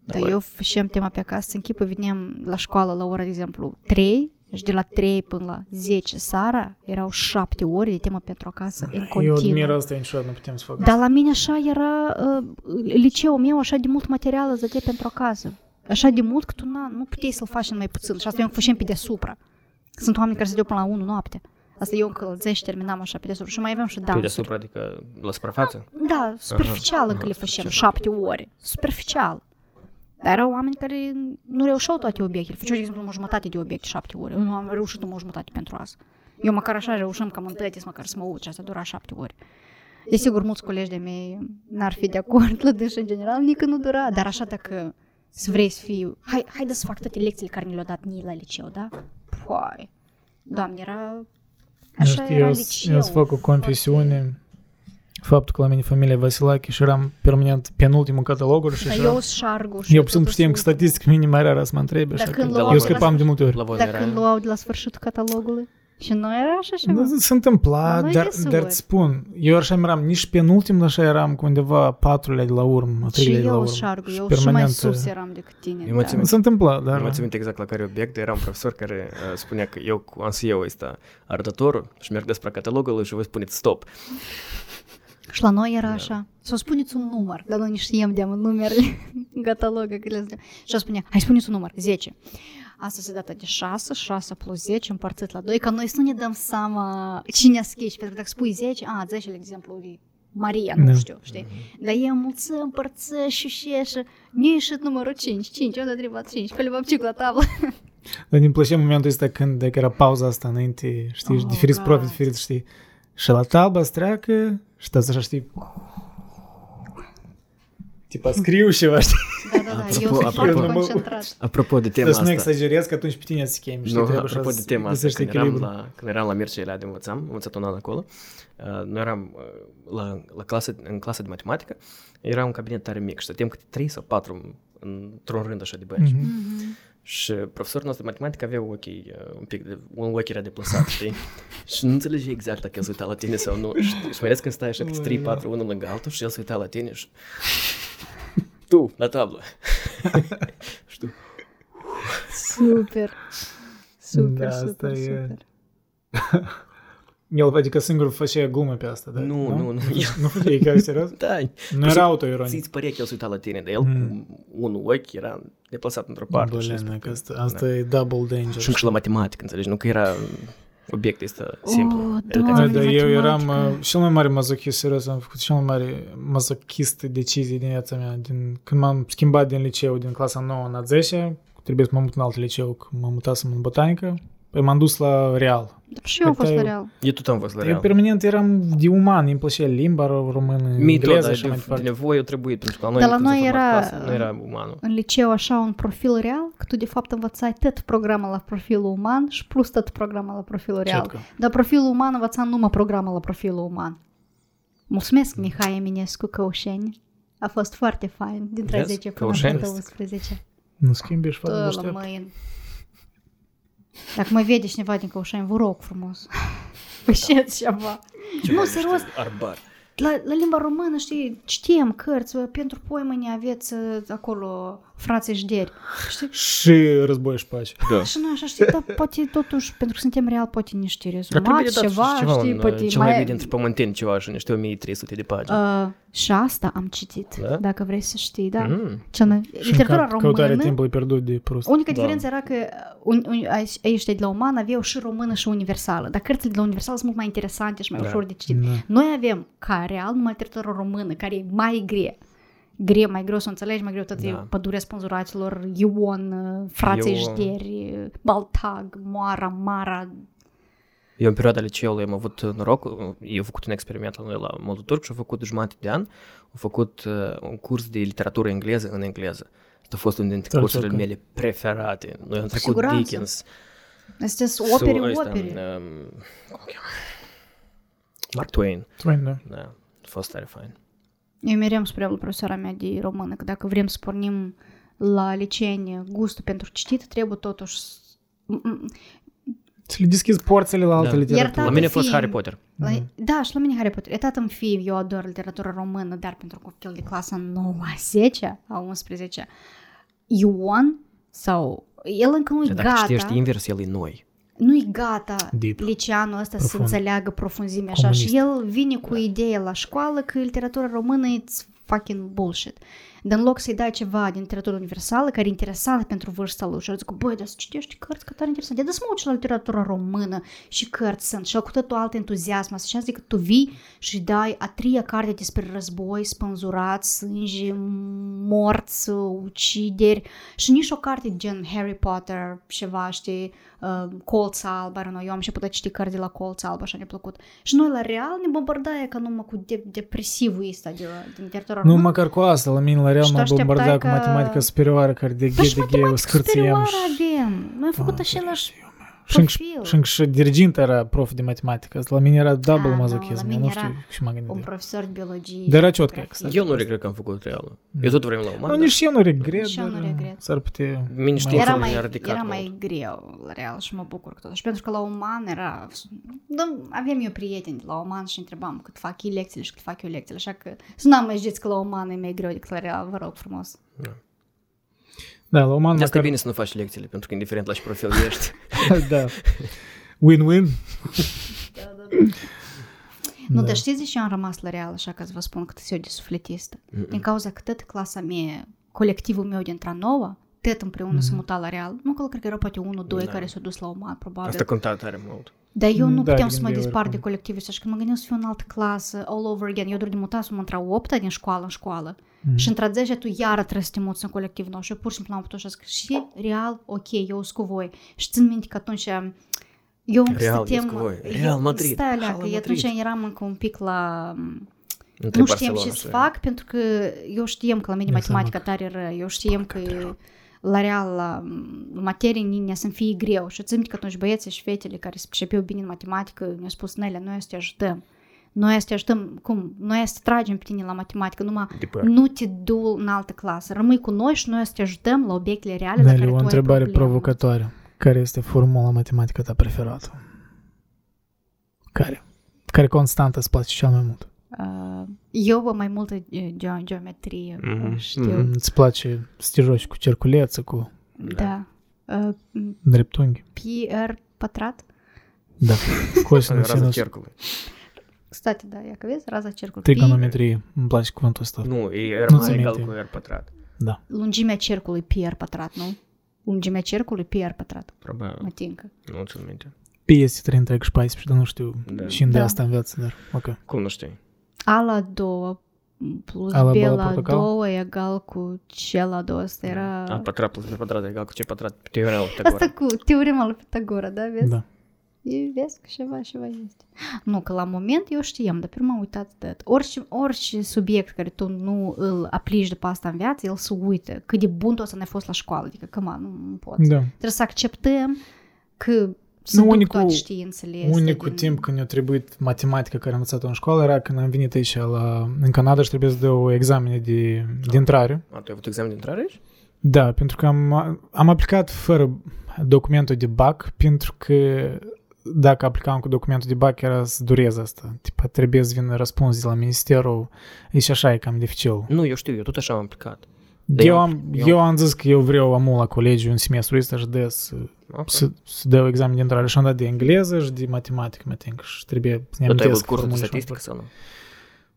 [SPEAKER 2] Da, eu făceam tema pe acasă, închipă, veneam la școală la ora, de exemplu, 3, și de la 3 până la 10 seara erau 7 ore de temă pentru acasă, în
[SPEAKER 3] Eu admir
[SPEAKER 2] continuu.
[SPEAKER 3] asta, niciodată nu putem să fac.
[SPEAKER 2] Dar la mine așa era, uh, liceul meu așa de mult material îți dădea pentru acasă. Așa de mult că tu na, nu puteai să-l faci în mai puțin. Și asta eu încă făceam pe deasupra. Sunt oameni care se deu până la 1 noapte. Asta eu încă la 10 terminam așa pe deasupra. Și mai aveam și
[SPEAKER 1] Pe
[SPEAKER 2] dansuri.
[SPEAKER 1] deasupra, adică la suprafață?
[SPEAKER 2] Da, superficial încă
[SPEAKER 1] aha,
[SPEAKER 2] le făceam, șapte ore. Superficial. Dar erau oameni care nu reușeau toate obiectele. Făceau, de exemplu, o jumătate de obiecte șapte ore. Eu nu am reușit o jumătate pentru asta. Eu măcar așa reușeam cam în plătis, măcar să mă uit și asta dura șapte ore. Desigur, mulți colegi de mei n-ar fi de acord la dânsă în general, nici nu dura, dar așa dacă să vrei să fii... Hai, haide să fac toate lecțiile care ni le-au dat nii la liceu, da? Păi, doamne, era...
[SPEAKER 3] Nu
[SPEAKER 2] Așa
[SPEAKER 3] știu,
[SPEAKER 2] era
[SPEAKER 3] eu, s-
[SPEAKER 2] liceu.
[SPEAKER 3] eu să fac o confesiune. Faptul că la mine familia Vasilache și eram permanent penultimul în cataloguri și
[SPEAKER 2] Dar
[SPEAKER 3] așa.
[SPEAKER 2] Da, eu sunt șargul. și
[SPEAKER 3] Eu puțin
[SPEAKER 2] totul
[SPEAKER 3] știam că
[SPEAKER 2] sunt-
[SPEAKER 3] statistic mine mai rar să mă întrebe,
[SPEAKER 2] Dar
[SPEAKER 3] așa
[SPEAKER 2] când
[SPEAKER 3] că
[SPEAKER 1] luau
[SPEAKER 3] eu
[SPEAKER 1] asta-
[SPEAKER 3] scăpam de multe ori.
[SPEAKER 1] La voi nu
[SPEAKER 2] Dacă
[SPEAKER 1] era?
[SPEAKER 2] când luau de la sfârșitul catalogului. Și nu era așa și
[SPEAKER 3] Da,
[SPEAKER 2] mă.
[SPEAKER 3] se întâmpla,
[SPEAKER 2] Mai
[SPEAKER 3] dar,
[SPEAKER 2] deseori.
[SPEAKER 3] dar îți spun, eu așa eram nici penultim, așa eram cu undeva a patrulea de la urmă, a
[SPEAKER 2] Și
[SPEAKER 3] treilea de la
[SPEAKER 2] eu
[SPEAKER 3] urmă.
[SPEAKER 2] șargul, eu și mai
[SPEAKER 3] permanent,
[SPEAKER 2] sus eram decât tine.
[SPEAKER 1] Eu mă
[SPEAKER 2] da.
[SPEAKER 1] țin-
[SPEAKER 3] Se întâmpla,
[SPEAKER 1] Nu
[SPEAKER 3] dar
[SPEAKER 1] mai țin minte exact la care obiect, era un profesor care uh, spunea că eu cu- am să iau ăsta arătătorul și merg despre catalogul lui și voi spuneți stop.
[SPEAKER 2] Și la noi era așa. Să spuneți un număr, dar noi nici știam de numerele catalogă. că le zicem. Și spunea, hai spuneți un număr, 10. Asta se dată de 6, 6 plus 10 împărțit la 2, ca noi să nu ne dăm seama cine a scris. Pentru că dacă spui 10, a, 10, de exemplu, e Maria, nu
[SPEAKER 3] Da.
[SPEAKER 2] știu, știi? Dar ei mulță, împărță și și și nu a ieșit numărul 5, 5, 1, 3, 4, 5, pe lebapciuc la tavă.
[SPEAKER 3] Dar îmi plăcea momentul ăsta când, dacă era pauza asta înainte, știi,
[SPEAKER 2] Oh,
[SPEAKER 3] oh, diferiți
[SPEAKER 2] da.
[SPEAKER 3] profi, diferiți, știi, și la talba îți treacă și stați așa, știi, tipa scriu și ceva, știi,
[SPEAKER 2] Da, da, da, eu
[SPEAKER 1] Apropo-
[SPEAKER 2] sunt foarte
[SPEAKER 1] apropo-
[SPEAKER 2] concentrat.
[SPEAKER 1] Apropo de tema
[SPEAKER 3] dar să nu
[SPEAKER 1] asta,
[SPEAKER 3] exagerezi că atunci pe tine îți schimbi, știi,
[SPEAKER 1] nu,
[SPEAKER 3] trebuie
[SPEAKER 1] apropo
[SPEAKER 3] așa
[SPEAKER 1] de tema
[SPEAKER 3] să
[SPEAKER 1] asta,
[SPEAKER 3] găsești
[SPEAKER 1] când eram,
[SPEAKER 3] echilibru.
[SPEAKER 1] la, când eram la Mircea de învățam, am învățat un an acolo, uh, noi eram uh, la, la clasă, în clasă de matematică, era un cabinet tare mic și stăteam câte 3 sau 4 în- într-un rând așa de băieți.
[SPEAKER 3] Mhm.
[SPEAKER 2] Mhm.
[SPEAKER 1] Și profesorul nostru de matematică avea ochii uh, un pic de, un ochi era deplasat, știi? și nu înțelege exact dacă el se uita la tine sau nu. Și, și mai ales când stai așa câte 3, 4, unul lângă altul și el se uita la tine și... Tu, la tablă. și tu,
[SPEAKER 2] Super. Super,
[SPEAKER 3] Da, asta
[SPEAKER 2] super,
[SPEAKER 3] e-
[SPEAKER 2] super.
[SPEAKER 3] El, adică singur făcea glume pe asta, da?
[SPEAKER 1] Nu, nu, nu.
[SPEAKER 3] Nu făcea, e chiar serios?
[SPEAKER 1] da,
[SPEAKER 3] Nu era autoironic.
[SPEAKER 1] ți-ți părea că el se uita la tine, dar el cu un ochi era deplasat într-o parte. și
[SPEAKER 3] Bălenă, că
[SPEAKER 1] respectiv-
[SPEAKER 3] asta, asta e double danger.
[SPEAKER 1] Și încă și la matematică, înțelegi, nu că era obiectul ăsta simplu.
[SPEAKER 2] Oh,
[SPEAKER 1] Adică-
[SPEAKER 2] Doamne,
[SPEAKER 3] Da, da, eu eram
[SPEAKER 2] matematică.
[SPEAKER 3] uh, cel mai mare mazochist, serios, am făcut cel mai mare mazochist decizie din viața mea. Din, când m-am schimbat din liceu, din clasa 9 în a 10, trebuie să mă mut în alt liceu, că mă mutasem în botanică, păi m-am dus la real.
[SPEAKER 2] Dar și eu am fost
[SPEAKER 3] Uite,
[SPEAKER 2] la real.
[SPEAKER 1] Eu tot am fost la
[SPEAKER 3] Eu
[SPEAKER 1] real.
[SPEAKER 3] permanent eram de uman, îmi plăcea limba ro- română,
[SPEAKER 1] Mie tot,
[SPEAKER 3] engleză
[SPEAKER 1] dar
[SPEAKER 3] și mai
[SPEAKER 1] de, de
[SPEAKER 3] departe.
[SPEAKER 1] nevoie eu trebuie, pentru că la noi,
[SPEAKER 2] Dar la
[SPEAKER 1] când s-a
[SPEAKER 2] noi
[SPEAKER 1] format
[SPEAKER 2] era-
[SPEAKER 1] clasă, nu era umanul.
[SPEAKER 2] În liceu așa un profil real, că tu de fapt învățai tot programul la profilul uman și plus tot programul la profilul real.
[SPEAKER 3] Четко.
[SPEAKER 2] Dar profilul uman învăța numai programul la profilul uman. Mulțumesc, Mihai Eminescu Căușeni. A fost foarte fain, dintre
[SPEAKER 1] Vezi?
[SPEAKER 2] 10 până
[SPEAKER 1] Căușeni.
[SPEAKER 2] la 12.
[SPEAKER 3] Nu schimbi și față de
[SPEAKER 2] Tălă,
[SPEAKER 3] aștept.
[SPEAKER 2] măi. Dacă mă vede cineva din Căușeni, vă rog frumos. Pășeți ceva. Nu, serios,
[SPEAKER 1] Arbar.
[SPEAKER 2] La, la limba română, știi, citim cărți, pentru poemăni aveți uh, acolo frații jderi. Știi?
[SPEAKER 3] Și război și pace.
[SPEAKER 1] Da.
[SPEAKER 2] Și noi așa, știi, dar poate totuși, pentru că suntem real, poate niște rezumat, ceva,
[SPEAKER 1] э,
[SPEAKER 2] știi, poate
[SPEAKER 1] cel mai dintre pământeni ceva și niște 1300 de pagini.
[SPEAKER 2] Uh, și asta am citit,
[SPEAKER 1] Da?
[SPEAKER 2] dacă vrei să știi, da.
[SPEAKER 1] Mm.
[SPEAKER 2] Cea mai-
[SPEAKER 3] Și
[SPEAKER 2] literatura
[SPEAKER 3] în cap- căutare
[SPEAKER 2] română,
[SPEAKER 3] timpului pierdut de prost.
[SPEAKER 2] unica
[SPEAKER 1] Da.
[SPEAKER 2] diferență era că uh, un, un, aici- aici de la uman aveau și română și universală, dar cărțile de la universală sunt mult mai interesante și mai
[SPEAKER 1] Da.
[SPEAKER 2] ușor de citit.
[SPEAKER 3] Da.
[SPEAKER 2] Noi avem ca real numai literatura română, care e mai grea. Gre, mai greu să o înțelegi, mai greu toate
[SPEAKER 1] Da.
[SPEAKER 2] da. pădurea spânzuraților, Ion, uh, fraței
[SPEAKER 1] Eu-
[SPEAKER 2] jderi, uh, Baltag, Moara, Mara.
[SPEAKER 1] Eu în perioada liceului am avut norocul, eu am făcut un experiment la noi la modul turc și am făcut jumătate de an, am făcut uh, un curs de literatură engleză în engleză. Asta a fost unul dintre
[SPEAKER 3] Tălciucă.
[SPEAKER 1] cursurile mele preferate. Noi am trecut
[SPEAKER 2] siguranță.
[SPEAKER 1] Dickens.
[SPEAKER 2] Astea sunt
[SPEAKER 1] su-
[SPEAKER 2] opere,
[SPEAKER 1] ăsta,
[SPEAKER 2] opere.
[SPEAKER 1] um, cum o cheamă? Mark Twain.
[SPEAKER 3] Twain, da.
[SPEAKER 1] Da, a fost tare fain.
[SPEAKER 2] Eu mereu spuneam lui profesoara mea de română că dacă vrem să pornim la liceenie gustul pentru citit, trebuie totuși... s- m- m-
[SPEAKER 3] Să le deschizi porțile la altă
[SPEAKER 1] Da.
[SPEAKER 3] literatură.
[SPEAKER 1] La
[SPEAKER 2] Iertați.
[SPEAKER 1] mine a fost
[SPEAKER 2] film.
[SPEAKER 1] Harry Potter.
[SPEAKER 2] La, Da, și la mine Harry Potter. Etat în fi, eu ador literatura română, dar pentru copil de clasa 9, 10, a 11, Ion sau... El încă nu e
[SPEAKER 1] Și dacă
[SPEAKER 2] gata.
[SPEAKER 1] citești invers, el e noi.
[SPEAKER 2] nu-i gata
[SPEAKER 3] Deep.
[SPEAKER 2] liceanul ăsta să
[SPEAKER 3] Profund.
[SPEAKER 2] înțeleagă profunzimea așa
[SPEAKER 3] Comunist.
[SPEAKER 2] și el vine cu ideea la școală că literatura română e fucking bullshit. Dar în loc să-i dai ceva din literatura universală care e interesant pentru vârsta lui și el zic, băi, dar să citești cărți că tare interesant. Dar să mă uit la literatura română și cărți sunt și el cu totul alt entuziasm. Asta și zic că tu vii și dai a treia carte despre război, spânzurați, sânge, morți, ucideri și nici o carte gen Harry Potter, ceva, știi, uh, Colț alb, I don't know, eu am început a citi cărți de la Colț alb, așa ne-a plăcut. Și noi la real ne bombardaia ca numai cu de- depresivul ăsta de, din teritoriul
[SPEAKER 3] Nu,
[SPEAKER 2] român.
[SPEAKER 3] măcar cu asta, la mine la real
[SPEAKER 2] Și
[SPEAKER 3] m-a
[SPEAKER 2] tu așteptai
[SPEAKER 3] bombardat cu
[SPEAKER 2] că-
[SPEAKER 3] matematica superioară, care de
[SPEAKER 2] Dar
[SPEAKER 3] ghe,
[SPEAKER 2] Păi și
[SPEAKER 3] de ghe, o
[SPEAKER 2] matematică
[SPEAKER 3] scârțeam
[SPEAKER 2] superioară
[SPEAKER 3] și... Ah,
[SPEAKER 2] avem. Noi am făcut același
[SPEAKER 3] Și încă-
[SPEAKER 2] profil.
[SPEAKER 3] Și încă și dirigint era prof de matematică, la mine era
[SPEAKER 2] Ah,
[SPEAKER 3] double
[SPEAKER 2] nu,
[SPEAKER 3] mazochism,
[SPEAKER 2] la
[SPEAKER 3] eu
[SPEAKER 2] mine
[SPEAKER 3] nu
[SPEAKER 2] era
[SPEAKER 3] știu și m-am
[SPEAKER 2] un
[SPEAKER 3] gândit.
[SPEAKER 2] profesor de biologie.
[SPEAKER 3] Dar era ciotcă,
[SPEAKER 2] geografie.
[SPEAKER 3] exact.
[SPEAKER 1] Eu nu regret că am făcut realul. Eu tot vreau la
[SPEAKER 3] Nu,
[SPEAKER 1] uman.
[SPEAKER 3] nici eu nu regret,
[SPEAKER 2] Nici eu nu
[SPEAKER 3] dar,
[SPEAKER 2] regret.
[SPEAKER 3] S-ar putea...
[SPEAKER 1] Mine știința
[SPEAKER 3] mai-
[SPEAKER 2] Era
[SPEAKER 1] Era
[SPEAKER 2] mai,
[SPEAKER 1] ridicat
[SPEAKER 2] era
[SPEAKER 1] mult.
[SPEAKER 2] mai greu, la real, și mă bucur că totuși. Pentru că la Oman era... Da, aveam eu prieteni de la Oman și întrebam cât fac ei lecțiile și cât fac eu lecțiile. Așa că să nu am mai ziceți că la Oman e mai greu decât la real, vă rog frumos.
[SPEAKER 3] Da, la uman
[SPEAKER 1] De asta e
[SPEAKER 3] măcar...
[SPEAKER 1] bine să nu faci lecțiile, pentru că indiferent la ce profil ești.
[SPEAKER 3] da. Win-win.
[SPEAKER 2] Nu,
[SPEAKER 3] Da.
[SPEAKER 2] dar știți de ce eu am rămas la real, așa că să vă spun cât sunt eu de sufletistă? Din
[SPEAKER 1] М-м.
[SPEAKER 2] cauza că tot clasa mea, colectivul meu dintre a noua, tot împreună se muta la real. Nu că cred că erau poate unul, doi
[SPEAKER 1] Da.
[SPEAKER 2] care s-au dus la Oman, probabil.
[SPEAKER 1] Asta conta tare mult.
[SPEAKER 2] Dar eu nu
[SPEAKER 3] Da,
[SPEAKER 2] puteam
[SPEAKER 3] din
[SPEAKER 2] să mă
[SPEAKER 3] greu
[SPEAKER 2] despart de
[SPEAKER 3] oricum.
[SPEAKER 2] colectiv ăsta și când mă gândeam să fiu în altă clasă, all over again, eu doar de mutasem într-a opta din școală în școală
[SPEAKER 3] Mhm.
[SPEAKER 2] și într-a 10 tu iară trebuie să te muți în colectiv nou și eu pur și simplu n-am putut așa zic, și real, ok, eu sunt cu voi și țin minte că atunci um, eu încă
[SPEAKER 1] Real,
[SPEAKER 2] stăteam,
[SPEAKER 1] eu sunt cu voi. Real Madrid.
[SPEAKER 2] Stai alea,
[SPEAKER 1] Hala
[SPEAKER 2] că eu
[SPEAKER 1] Madrid.
[SPEAKER 2] atunci eram încă un pic la... um,
[SPEAKER 1] Între
[SPEAKER 2] Nu știam ce
[SPEAKER 1] Barcelona
[SPEAKER 2] să
[SPEAKER 1] și-
[SPEAKER 2] fac, pentru că eu știam că la mine
[SPEAKER 3] Ia seama
[SPEAKER 2] matematica tare ră, eu știam că
[SPEAKER 3] Păcate rău.
[SPEAKER 2] la real, la m, materie, în linia să-mi fie greu. Și țin minte că atunci băieții și fetele care se pricepeau bine în matematică mi-au spus, Nelia, noi o să te ajutăm. Noi o să te ajutăm, cum? Noi o să te tragem pe tine la matematică, numai
[SPEAKER 1] De pe-
[SPEAKER 2] nu te du în altă clasă. Rămâi cu noi și noi o să te ajutăm la obiectele reale la
[SPEAKER 3] Nelly,
[SPEAKER 2] care
[SPEAKER 3] o
[SPEAKER 2] tu ai
[SPEAKER 3] întrebare
[SPEAKER 2] probleme.
[SPEAKER 3] provocatoare. Care este formula matematică ta preferată? Care? Care constantă îți place cel mai mult?
[SPEAKER 2] Uh, Eu vă mai multă eh, ge- geometrie,
[SPEAKER 1] Mhm.
[SPEAKER 2] știu.
[SPEAKER 1] Mhm.
[SPEAKER 3] Îți place să te joci cu cerculeță, cu
[SPEAKER 2] Da. Uh,
[SPEAKER 3] dreptunghi?
[SPEAKER 2] PR pătrat?
[SPEAKER 3] Da. Cosinus,
[SPEAKER 1] Raza
[SPEAKER 3] sinus,
[SPEAKER 1] cercului.
[SPEAKER 2] Кстати, да, я вес раза черcului. Pi,
[SPEAKER 3] trigonometrie. Îmi place cuvântul ăsta.
[SPEAKER 1] Nu, e R
[SPEAKER 3] Nu
[SPEAKER 1] mai
[SPEAKER 3] ți
[SPEAKER 1] egal
[SPEAKER 3] minte.
[SPEAKER 1] cu R pătrat.
[SPEAKER 3] Da.
[SPEAKER 2] lungimea cercului pi r pătrat, nu? Lungimea cercului pi r pătrat, mă
[SPEAKER 1] Probabil.
[SPEAKER 2] tincă.
[SPEAKER 1] Nu ți minte.
[SPEAKER 3] P este 3 întreg și 14, dar nu știu
[SPEAKER 1] Da.
[SPEAKER 3] și unde
[SPEAKER 2] Da.
[SPEAKER 3] asta în viață, dar ok.
[SPEAKER 1] Cum nu știi?
[SPEAKER 2] A la două plus
[SPEAKER 3] A la
[SPEAKER 2] B
[SPEAKER 3] două
[SPEAKER 2] la
[SPEAKER 3] portocal?
[SPEAKER 2] două e egal cu C la două. Asta era...
[SPEAKER 1] A pătrat plus B pătrat e egal cu C pătrat. Teoria lui
[SPEAKER 2] Asta
[SPEAKER 1] Pitagora.
[SPEAKER 2] cu teorema lui Pitagora, da, vezi?
[SPEAKER 3] Da.
[SPEAKER 2] E, vezi că ceva, ceva este. Nu, că la moment eu știam, dar prima am uitat de atât. Orice, orice subiect care tu nu îl aplici după asta în viață, el se uită. Cât de bun tot să ne-a fost la școală, adică, căma, nu, nu pot.
[SPEAKER 3] Da.
[SPEAKER 2] Trebuie să acceptăm că se duc
[SPEAKER 3] unicul-
[SPEAKER 2] toate științele astea
[SPEAKER 3] Unicul
[SPEAKER 2] din-
[SPEAKER 3] timp când eu trebuit matematica care am învățat-o în școală era când am venit aici la, în Canada și trebuie să dau examene de, de intrare.
[SPEAKER 1] A, tu ai avut examen de intrare aici?
[SPEAKER 3] Da, pentru că am, am aplicat fără documentul de BAC, pentru că dacă aplicam cu documentul de BAC era să dureze asta. Tipa, trebuie să vină răspuns de la ministerul. E și așa e cam dificil.
[SPEAKER 1] Nu, eu știu, eu tot așa am aplicat. Dar
[SPEAKER 3] Eu am,
[SPEAKER 1] Da, eu-
[SPEAKER 3] eu am zis că eu vreau amul la colegiu în semestru ăsta și de să,
[SPEAKER 1] Ok.
[SPEAKER 3] să, să dau examen de intrare. Și am dat de engleză și de matematică, mă tinc, și trebuie să ne
[SPEAKER 1] Tot ai avut
[SPEAKER 3] amintesc
[SPEAKER 1] cursul de
[SPEAKER 3] formule și
[SPEAKER 1] statistică sau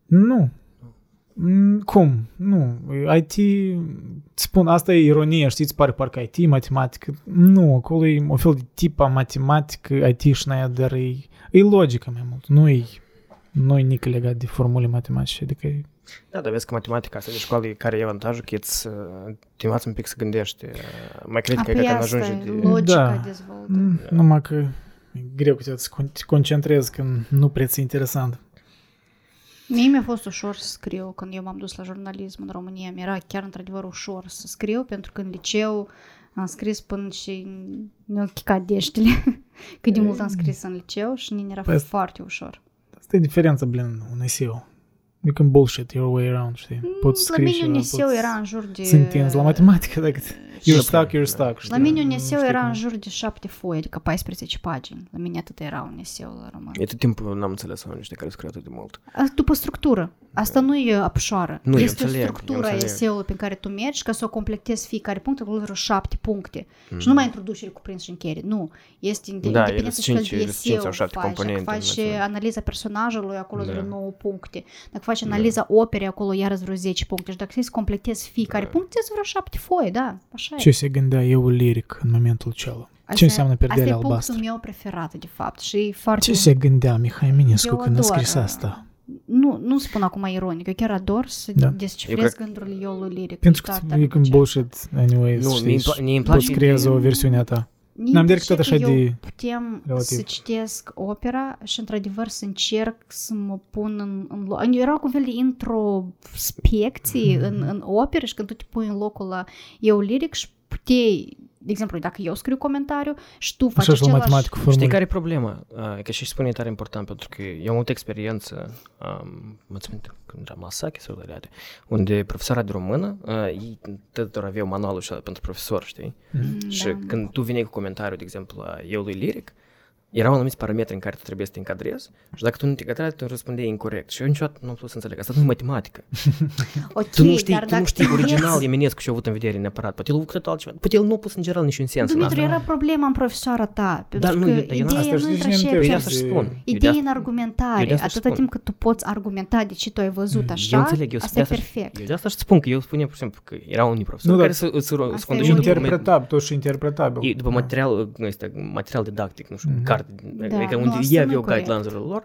[SPEAKER 1] nu?
[SPEAKER 3] nu. Mm, Cum? Nu. IT, îți spun, asta e ironie, știți, pare parcă IT, matematică. Nu, acolo e un fel de tipa matematică, IT și n-aia, dar e, e logică mai mult. Nu e, nu e nici legat de formule matematice, adică e,
[SPEAKER 1] Da, dar vezi că matematica asta de școală e- care e avantajul că îți uh, te învață un pic să gândești. uh, Mai cred că e
[SPEAKER 2] Apoi
[SPEAKER 1] gata
[SPEAKER 2] asta
[SPEAKER 1] ajunge
[SPEAKER 2] e,
[SPEAKER 1] de...
[SPEAKER 2] logica
[SPEAKER 3] Da.
[SPEAKER 2] dezvoltă.
[SPEAKER 3] mm, numai că e greu că te con- te concentrezi când nu prea ți interesant.
[SPEAKER 2] Mie mi-a fost ușor să scriu când eu m-am dus la jurnalism în România. Mi-era chiar într-adevăr ușor să scriu pentru că în liceu am scris până și mi-au chicat deștile. Cât de mult am scris în liceu și mie mi era
[SPEAKER 3] Păi-
[SPEAKER 2] foarte ușor.
[SPEAKER 3] Asta e diferența, blin, un SEO. You can bullshit your way around, știi? Poți
[SPEAKER 2] Mm, La
[SPEAKER 3] scrie și
[SPEAKER 2] mine Neseu
[SPEAKER 3] poți
[SPEAKER 2] era în jur de...
[SPEAKER 3] să întinzi la matematică dacă te... You're stuck, you're stuck, știi?
[SPEAKER 2] La mine un
[SPEAKER 3] Nu
[SPEAKER 2] Neseu
[SPEAKER 3] știi
[SPEAKER 2] era
[SPEAKER 3] cum.
[SPEAKER 2] în jur de șapte foi, adică 14 pagini. La mine atât era un Neseu la român.
[SPEAKER 1] E tot timpul n-am înțeles oamenii ăștia care scriu atât de mult.
[SPEAKER 2] A- După structură. Asta nu e apșoară.
[SPEAKER 1] Nu, eu
[SPEAKER 2] este o
[SPEAKER 1] înțeleg, eu
[SPEAKER 2] structură a
[SPEAKER 1] înțeleg.
[SPEAKER 2] eseului pe care tu mergi ca să o completezi fiecare punct, acolo vreo șapte puncte. Și nu mai introducere, cuprins și încheiere. Nu. Este inde-
[SPEAKER 1] Mm. Da, ele
[SPEAKER 2] independent
[SPEAKER 1] sunt
[SPEAKER 2] ce fel
[SPEAKER 1] cinci-
[SPEAKER 2] de
[SPEAKER 1] ele sunt cinci
[SPEAKER 2] eseu
[SPEAKER 1] sau șapte
[SPEAKER 2] faci. Dacă
[SPEAKER 1] componente,
[SPEAKER 2] faci
[SPEAKER 1] mulțumesc.
[SPEAKER 2] analiza personajului, acolo
[SPEAKER 1] Da.
[SPEAKER 2] vreo 9 puncte. Dacă faci analiza operei, acolo iarăși vreo 10 puncte. Și dacă trebuie să completezi fiecare
[SPEAKER 1] Da.
[SPEAKER 2] punct, ți vreo șapte foi, da. Așa e.
[SPEAKER 3] Ce se gândea eu liric în momentul acela? Ce înseamnă perderea
[SPEAKER 2] asta e
[SPEAKER 3] albastră?
[SPEAKER 2] punctul meu preferat, de fapt. Și e foarte...
[SPEAKER 3] Ce se gândea Mihai Minescu
[SPEAKER 2] Eu
[SPEAKER 3] când a
[SPEAKER 2] ador,
[SPEAKER 3] scris
[SPEAKER 2] uh,
[SPEAKER 3] asta?
[SPEAKER 2] Nu, nu spun acum ironic, eu chiar ador să
[SPEAKER 3] Da.
[SPEAKER 2] da.
[SPEAKER 1] Eu
[SPEAKER 2] descifrez
[SPEAKER 1] cred-
[SPEAKER 2] gândurile Iolului Liric.
[SPEAKER 3] Pentru
[SPEAKER 2] Da,
[SPEAKER 3] că
[SPEAKER 2] dar
[SPEAKER 3] e când
[SPEAKER 2] ce-
[SPEAKER 3] bullshit anyways,
[SPEAKER 1] Nu,
[SPEAKER 3] știi,
[SPEAKER 1] mi-i
[SPEAKER 3] și
[SPEAKER 1] pla- mi-mi
[SPEAKER 3] poți
[SPEAKER 1] place
[SPEAKER 3] creezi
[SPEAKER 1] de-
[SPEAKER 3] o versiune a ta.
[SPEAKER 2] Nici
[SPEAKER 3] N-am direct
[SPEAKER 2] și
[SPEAKER 3] tot
[SPEAKER 2] că
[SPEAKER 3] așa
[SPEAKER 2] eu
[SPEAKER 3] de
[SPEAKER 2] putem
[SPEAKER 3] relativ.
[SPEAKER 2] să citesc opera și într-adevăr să încerc să mă pun în, în loc. Erau cu un fel de
[SPEAKER 3] Mhm.
[SPEAKER 2] introspecții în, în operă și când tu te pui în locul la eu liric și puteai, de exemplu, dacă eu scriu comentariu și tu faci
[SPEAKER 3] Așa și la
[SPEAKER 2] același...
[SPEAKER 3] matematică
[SPEAKER 1] Știi
[SPEAKER 3] formulă.
[SPEAKER 1] care e problema? Uh, Că și spune e tare important pentru că eu am multă experiență, um, mă țin minte când eram la Sache sau la Leade, unde profesora de română, uh, ei tot aveau manualul ăsta pentru profesor, știi?
[SPEAKER 2] Mm,
[SPEAKER 1] Și
[SPEAKER 2] da.
[SPEAKER 1] când tu veneai cu comentariu, de exemplu, la eu lui Liric, erau anumiți parametri în care tu trebuie să te încadrezi și dacă tu nu te încadrai, tu răspundeai incorrect. Și eu niciodată nu am putut să înțeleg. Asta nu e matematică.
[SPEAKER 2] Ok,
[SPEAKER 1] Tu nu știi,
[SPEAKER 2] dar
[SPEAKER 1] tu
[SPEAKER 2] dacă
[SPEAKER 1] nu știi
[SPEAKER 2] te uiți-
[SPEAKER 1] original Eminescu și-a avut în vedere neapărat. Poate el a lucrat altceva. Poate el nu a pus în general niciun sens în
[SPEAKER 2] Dumitru,
[SPEAKER 1] asta. Da,
[SPEAKER 2] era problema în profesoara ta, pentru
[SPEAKER 1] nu,
[SPEAKER 2] că
[SPEAKER 1] eu- eu- asta
[SPEAKER 2] ideea
[SPEAKER 1] e
[SPEAKER 2] nu
[SPEAKER 3] nici
[SPEAKER 2] intră
[SPEAKER 3] nu
[SPEAKER 2] și
[SPEAKER 3] te
[SPEAKER 1] Păi
[SPEAKER 3] uiți.
[SPEAKER 2] pe-
[SPEAKER 1] asta și spun. Eu de
[SPEAKER 2] Ideea
[SPEAKER 1] asta-
[SPEAKER 2] în
[SPEAKER 1] eu de
[SPEAKER 2] argumentare,
[SPEAKER 1] asta și
[SPEAKER 2] atâta
[SPEAKER 1] spun. Mm,
[SPEAKER 2] timp cât tu poți argumenta de ce tu ai văzut așa,
[SPEAKER 1] eu înțeleg, eu
[SPEAKER 2] asta
[SPEAKER 1] de
[SPEAKER 2] e
[SPEAKER 1] asta și-
[SPEAKER 2] perfect.
[SPEAKER 1] Eu de asta și spun că eu spuneam, pur și simplu, că era unii profesori
[SPEAKER 3] Nu,
[SPEAKER 1] nu,
[SPEAKER 3] dar
[SPEAKER 1] care să, să, să
[SPEAKER 2] asta e
[SPEAKER 1] conduce
[SPEAKER 2] un
[SPEAKER 1] după, me-
[SPEAKER 3] Interpretabil, tot și interpretabil.
[SPEAKER 1] ei- după
[SPEAKER 3] Da.
[SPEAKER 1] material, nu este, material didactic, nu știu,
[SPEAKER 3] Mhm.
[SPEAKER 1] carte,
[SPEAKER 2] Da,
[SPEAKER 1] adică
[SPEAKER 2] nu,
[SPEAKER 1] unde ei
[SPEAKER 2] asta nu e
[SPEAKER 1] aveau
[SPEAKER 2] corect.
[SPEAKER 1] guidelines-urile lor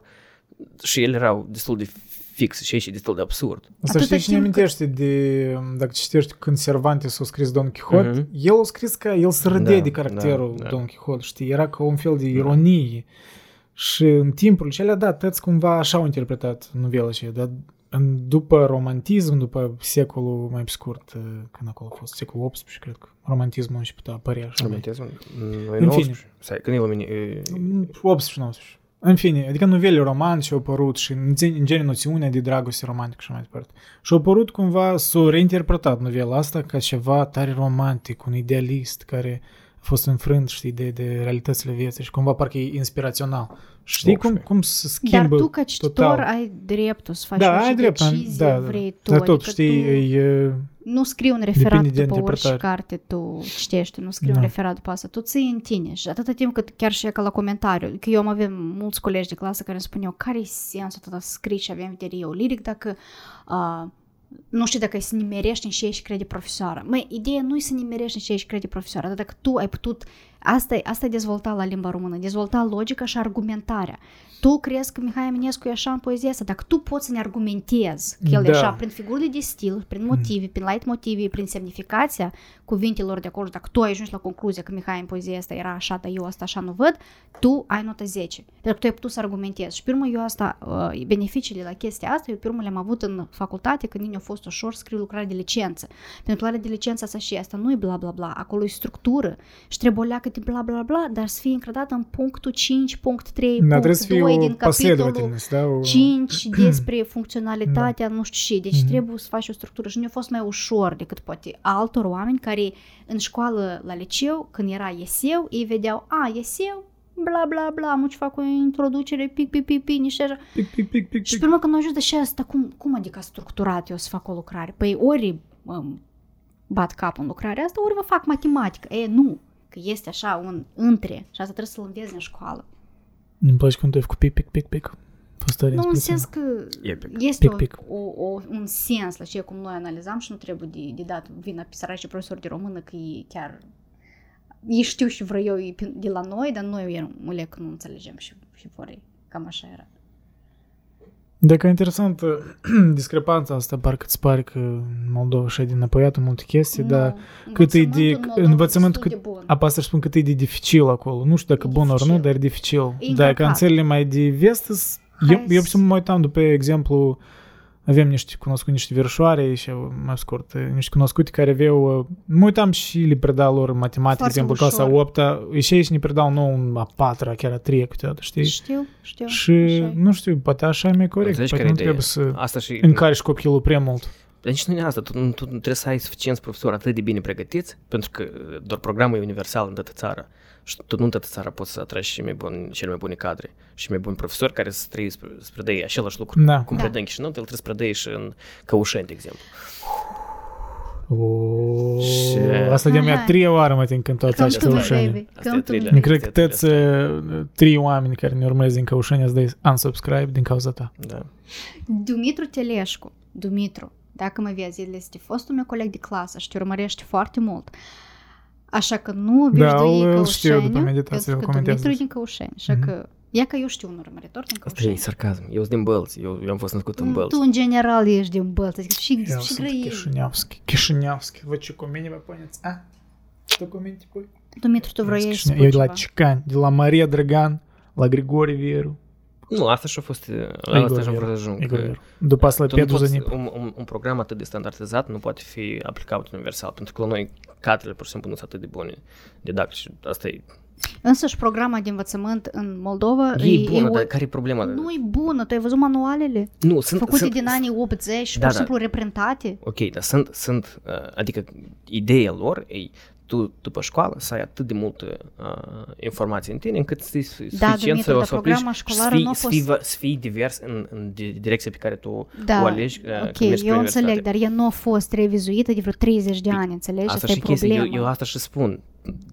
[SPEAKER 1] și ele erau destul de fix și ei și destul de absurd.
[SPEAKER 3] Asta
[SPEAKER 2] Atâta
[SPEAKER 3] știi cine
[SPEAKER 2] timp cât-
[SPEAKER 3] amintește de, dacă citești când Cervantes a scris Don Quixote,
[SPEAKER 1] Mhm.
[SPEAKER 3] el a scris că el se râdea
[SPEAKER 1] Da,
[SPEAKER 3] de caracterul
[SPEAKER 1] da, da.
[SPEAKER 3] Don Quixote, știi, era ca un fel de ironie. Și în timpul cele, da, tăți cumva așa au interpretat novela aceea, dar în, după romantism, după secolul mai scurt, eh, când acolo a fost, secolul 18, cred că romantismul a început a apărea așa. mai-
[SPEAKER 1] Romantismul?
[SPEAKER 3] În
[SPEAKER 1] În
[SPEAKER 3] fine.
[SPEAKER 1] fine. Când e la mine... e-
[SPEAKER 3] э, 18-19. În fine, adică novele romantice au apărut și în gen- în genul noțiunea de dragoste romantică și așa mai departe. Și au apărut cumva, s-a reinterpretat novela asta ca ceva tare romantic, un idealist care a fost înfrânt, știi, de, de realitățile vieții și cumva parcă e inspirațional. Știi
[SPEAKER 1] Oh,
[SPEAKER 3] cum,
[SPEAKER 1] știi.
[SPEAKER 3] cum se
[SPEAKER 2] Dar
[SPEAKER 3] schimbă
[SPEAKER 2] tu, ca cititor,
[SPEAKER 3] total.
[SPEAKER 2] ai dreptul să faci
[SPEAKER 3] Da,
[SPEAKER 2] orice
[SPEAKER 3] ai drept, am-
[SPEAKER 2] decizie
[SPEAKER 3] da, da, da.
[SPEAKER 2] vrei tu.
[SPEAKER 3] Dar tot,
[SPEAKER 2] adică
[SPEAKER 3] știi,
[SPEAKER 2] tu
[SPEAKER 3] e,
[SPEAKER 2] nu scrii un
[SPEAKER 3] depinde
[SPEAKER 2] referat
[SPEAKER 3] de
[SPEAKER 2] după orice
[SPEAKER 3] interpretare.
[SPEAKER 2] carte tu citești, tu nu scrii
[SPEAKER 3] Da.
[SPEAKER 2] un referat după asta, tu ții în tine și atâta timp cât chiar și ca la comentariu, că eu am avem mulți colegi de clasă care îmi spuneau, care-i sensul atâta scrii și avem vedere eu liric dacă a, nu știu dacă ai să nimerești în ce ești crede profesoară. Măi, ideea nu e să nimerești în ce ești crede profesoară, dar dacă tu ai putut, asta, e- asta e dezvolta la limba română, dezvolta logica și argumentarea. Tu crezi că Mihai Eminescu e așa în poezia asta, dacă tu poți să ne argumentezi că el
[SPEAKER 3] Da.
[SPEAKER 2] e așa prin figurile de stil, prin motive, prin light motive, prin semnificația cuvintelor de acolo, dacă tu ai ajuns la concluzia că Mihai în poezia asta era așa, dar eu asta așa nu văd, tu ai nota 10. Pentru că tu ai putut să argumentezi. Și pe urmă eu asta, uh, beneficiile la chestia asta, eu pe urmă le-am avut în facultate când mine a fost ușor scriu lucrare de licență. Pentru că lucrarea de licență asta și asta nu e bla bla bla, acolo e structură și trebuie leacă de bla bla bla, dar să fie încredată în punctul 5, punct 3,
[SPEAKER 3] da, trebuie să
[SPEAKER 2] punct
[SPEAKER 3] fie
[SPEAKER 2] 2
[SPEAKER 3] o
[SPEAKER 2] din capitolul
[SPEAKER 3] последовательность, da? O,
[SPEAKER 2] 5 despre funcționalitatea, nu știu ce, deci
[SPEAKER 3] Mhm.
[SPEAKER 2] trebuie să faci o structură și nu a fost mai ușor decât poate altor oameni care în școală la liceu, când era eseu, ei vedeau, a, eseu, bla bla bla, am ce fac o introducere, pic, pic, pic, pic, niște așa.
[SPEAKER 3] pic, pic, pic, pic,
[SPEAKER 2] Și
[SPEAKER 3] pic.
[SPEAKER 2] pe urmă când nu ajuns de și asta, cum, cum adică structurat eu să fac o lucrare? Păi ori um, bat capul în lucrarea asta, ori vă fac matematică. E, nu, că este așa un între și asta trebuie să-l înveți în școală.
[SPEAKER 3] Îmi place cum tu ai făcut pic, pic, pic, pic. A fost tare
[SPEAKER 2] Nu, în
[SPEAKER 3] impresionant.
[SPEAKER 2] sens că
[SPEAKER 1] Epic.
[SPEAKER 2] este
[SPEAKER 3] Pic, pic.
[SPEAKER 2] O, o, o, un sens la ceea cum noi analizam și nu trebuie de, de dat vina pe săraci profesori de română că ei chiar ei știu și vreau eu ei pe- de la noi, dar noi eram mule că nu înțelegem și, și vor ei. Cam așa era.
[SPEAKER 3] Dacă e interesantă discrepanța asta, parcă îți pare că Moldova și-a dinapoiat în multe chestii, dar
[SPEAKER 2] Nu,
[SPEAKER 3] da, cât e de-
[SPEAKER 2] învățământul în Moldova e
[SPEAKER 3] învățământ
[SPEAKER 2] destul
[SPEAKER 3] cât-
[SPEAKER 2] de bun.
[SPEAKER 3] apa să spun cât e de dificil acolo. Nu știu dacă
[SPEAKER 2] E
[SPEAKER 3] bun ori nu,
[SPEAKER 2] dificil.
[SPEAKER 3] dar e dificil.
[SPEAKER 2] E
[SPEAKER 3] Dacă
[SPEAKER 2] încărcat.
[SPEAKER 3] în țările mai de vest, îs-
[SPEAKER 2] Hai
[SPEAKER 3] eu, eu
[SPEAKER 2] să-
[SPEAKER 3] să mă uitam după exemplu avem niște cunoscuți, niște verșoare și mai scurt, niște cunoscuți care aveau, mă uitam și le preda lor matematică, de
[SPEAKER 2] Foarte
[SPEAKER 3] exemplu, clasa
[SPEAKER 2] ușor.
[SPEAKER 3] 8 și și ne predau nou un a 4 chiar a 3 câteodată, știi?
[SPEAKER 2] Știu, știu.
[SPEAKER 3] Și,
[SPEAKER 2] așa e.
[SPEAKER 3] nu știu, poate așa e mai corect,
[SPEAKER 1] Înțelegi
[SPEAKER 3] poate
[SPEAKER 1] care
[SPEAKER 3] nu
[SPEAKER 1] e ideea?
[SPEAKER 3] trebuie să
[SPEAKER 1] Asta și...
[SPEAKER 3] încarci copilul prea mult.
[SPEAKER 1] Dar nici nu e asta, tu, tu trebuie să ai suficienți profesori atât de bine pregătiți, pentru că uh, doar programul e universal în toată țara. Și tu nu în toată țara poți să atragi cei mai buni, cele mai bune cadre și mai buni profesori care să trăiesc, să predea același lucru.
[SPEAKER 3] Da.
[SPEAKER 1] Cum
[SPEAKER 2] Da.
[SPEAKER 1] predă în Chișinău, el trebuie să predea și în Căușeni, de exemplu.
[SPEAKER 3] O,
[SPEAKER 1] Și-
[SPEAKER 3] Asta de
[SPEAKER 2] Aha.
[SPEAKER 3] a treia oară mă tin când toată
[SPEAKER 2] Cam tu,
[SPEAKER 3] această ușenie.
[SPEAKER 2] baby,
[SPEAKER 1] Asta e
[SPEAKER 2] cam tu.
[SPEAKER 1] thriller.
[SPEAKER 3] Nu cred că
[SPEAKER 1] Este
[SPEAKER 3] toți uh, trei oameni care ne urmăresc din Căușenia îți dai unsubscribe din cauza ta.
[SPEAKER 1] Da.
[SPEAKER 2] Dumitru Teleșcu, Dumitru, dacă mă vezi, el este fostul meu coleg de clasă și te urmărește foarte mult. Așa că nu
[SPEAKER 3] Da,
[SPEAKER 2] obișnui
[SPEAKER 3] îl- îl știu
[SPEAKER 2] Căușeniu,
[SPEAKER 3] după meditație,
[SPEAKER 2] pentru
[SPEAKER 3] îl
[SPEAKER 2] că
[SPEAKER 3] comentează
[SPEAKER 2] Dumitru e
[SPEAKER 3] des.
[SPEAKER 2] din Căușeni, așa că...
[SPEAKER 3] Mhm.
[SPEAKER 2] Ia că eu știu un urmăritor din
[SPEAKER 1] Asta e
[SPEAKER 2] Căușeni.
[SPEAKER 1] sarcasm. Eu sunt din Bălți. Eu, eu am fost născut în Bălți.
[SPEAKER 2] Mm, Tu, în general, ești din Bălți. adică Și,
[SPEAKER 3] Eu
[SPEAKER 2] și
[SPEAKER 3] sunt
[SPEAKER 2] grăiești.
[SPEAKER 3] Chișinevski. Chișinevski. Vă ce cu mine vă puneți? A? Tu cu mine te pui?
[SPEAKER 2] Dumitru, tu vrei să
[SPEAKER 3] Chișineu.
[SPEAKER 2] spui
[SPEAKER 3] Eu de la
[SPEAKER 2] ceva?
[SPEAKER 3] Cicani, de la Maria Dragan, la Grigori Vieru.
[SPEAKER 1] Nu, asta și-a fost... uh, La asta și-am
[SPEAKER 3] Vieru.
[SPEAKER 1] vrut să ajung.
[SPEAKER 3] Igor
[SPEAKER 1] că-
[SPEAKER 3] Vieru. După asta la
[SPEAKER 1] Tu nu
[SPEAKER 3] Petru
[SPEAKER 1] poți,
[SPEAKER 3] Zanip.
[SPEAKER 1] un, un, un program atât de standardizat nu poate fi aplicat universal, pentru că la noi cadrele pur și simplu nu sunt atât de bune didactice. Asta e,
[SPEAKER 2] Însă și programa de învățământ în Moldova
[SPEAKER 1] e, e bună,
[SPEAKER 2] o-
[SPEAKER 1] dar care e problema?
[SPEAKER 2] nu e bună. Tu ai văzut manualele?
[SPEAKER 1] nu sunt,
[SPEAKER 2] Făcute
[SPEAKER 1] sunt,
[SPEAKER 2] din anii 80 și
[SPEAKER 1] Da,
[SPEAKER 2] pur și
[SPEAKER 1] da.
[SPEAKER 2] simplu reprintate.
[SPEAKER 1] Ok, dar sunt, sunt uh, adică ideea lor e tu după școală să ai atât de multă uh, informație în tine încât să
[SPEAKER 2] Da,
[SPEAKER 1] fii suficient
[SPEAKER 2] Dumitru,
[SPEAKER 1] să o
[SPEAKER 2] dar
[SPEAKER 1] să aplici
[SPEAKER 2] programa
[SPEAKER 1] și să
[SPEAKER 2] școlară
[SPEAKER 1] fii,
[SPEAKER 2] nu a
[SPEAKER 1] să fii,
[SPEAKER 2] fost-
[SPEAKER 1] va- să fii divers în, în di- direcția pe care tu
[SPEAKER 2] Da,
[SPEAKER 1] o alegi uh, când
[SPEAKER 2] ok,
[SPEAKER 1] mergi spre
[SPEAKER 2] eu înțeleg,
[SPEAKER 1] universitate. Păi,
[SPEAKER 2] dar ea nu a fost revizuită de vreo 30 de ani, înțelegi?
[SPEAKER 1] Asta
[SPEAKER 2] Asta,
[SPEAKER 1] și
[SPEAKER 2] e
[SPEAKER 1] chestia, eu,
[SPEAKER 2] problema.
[SPEAKER 1] eu asta și spun.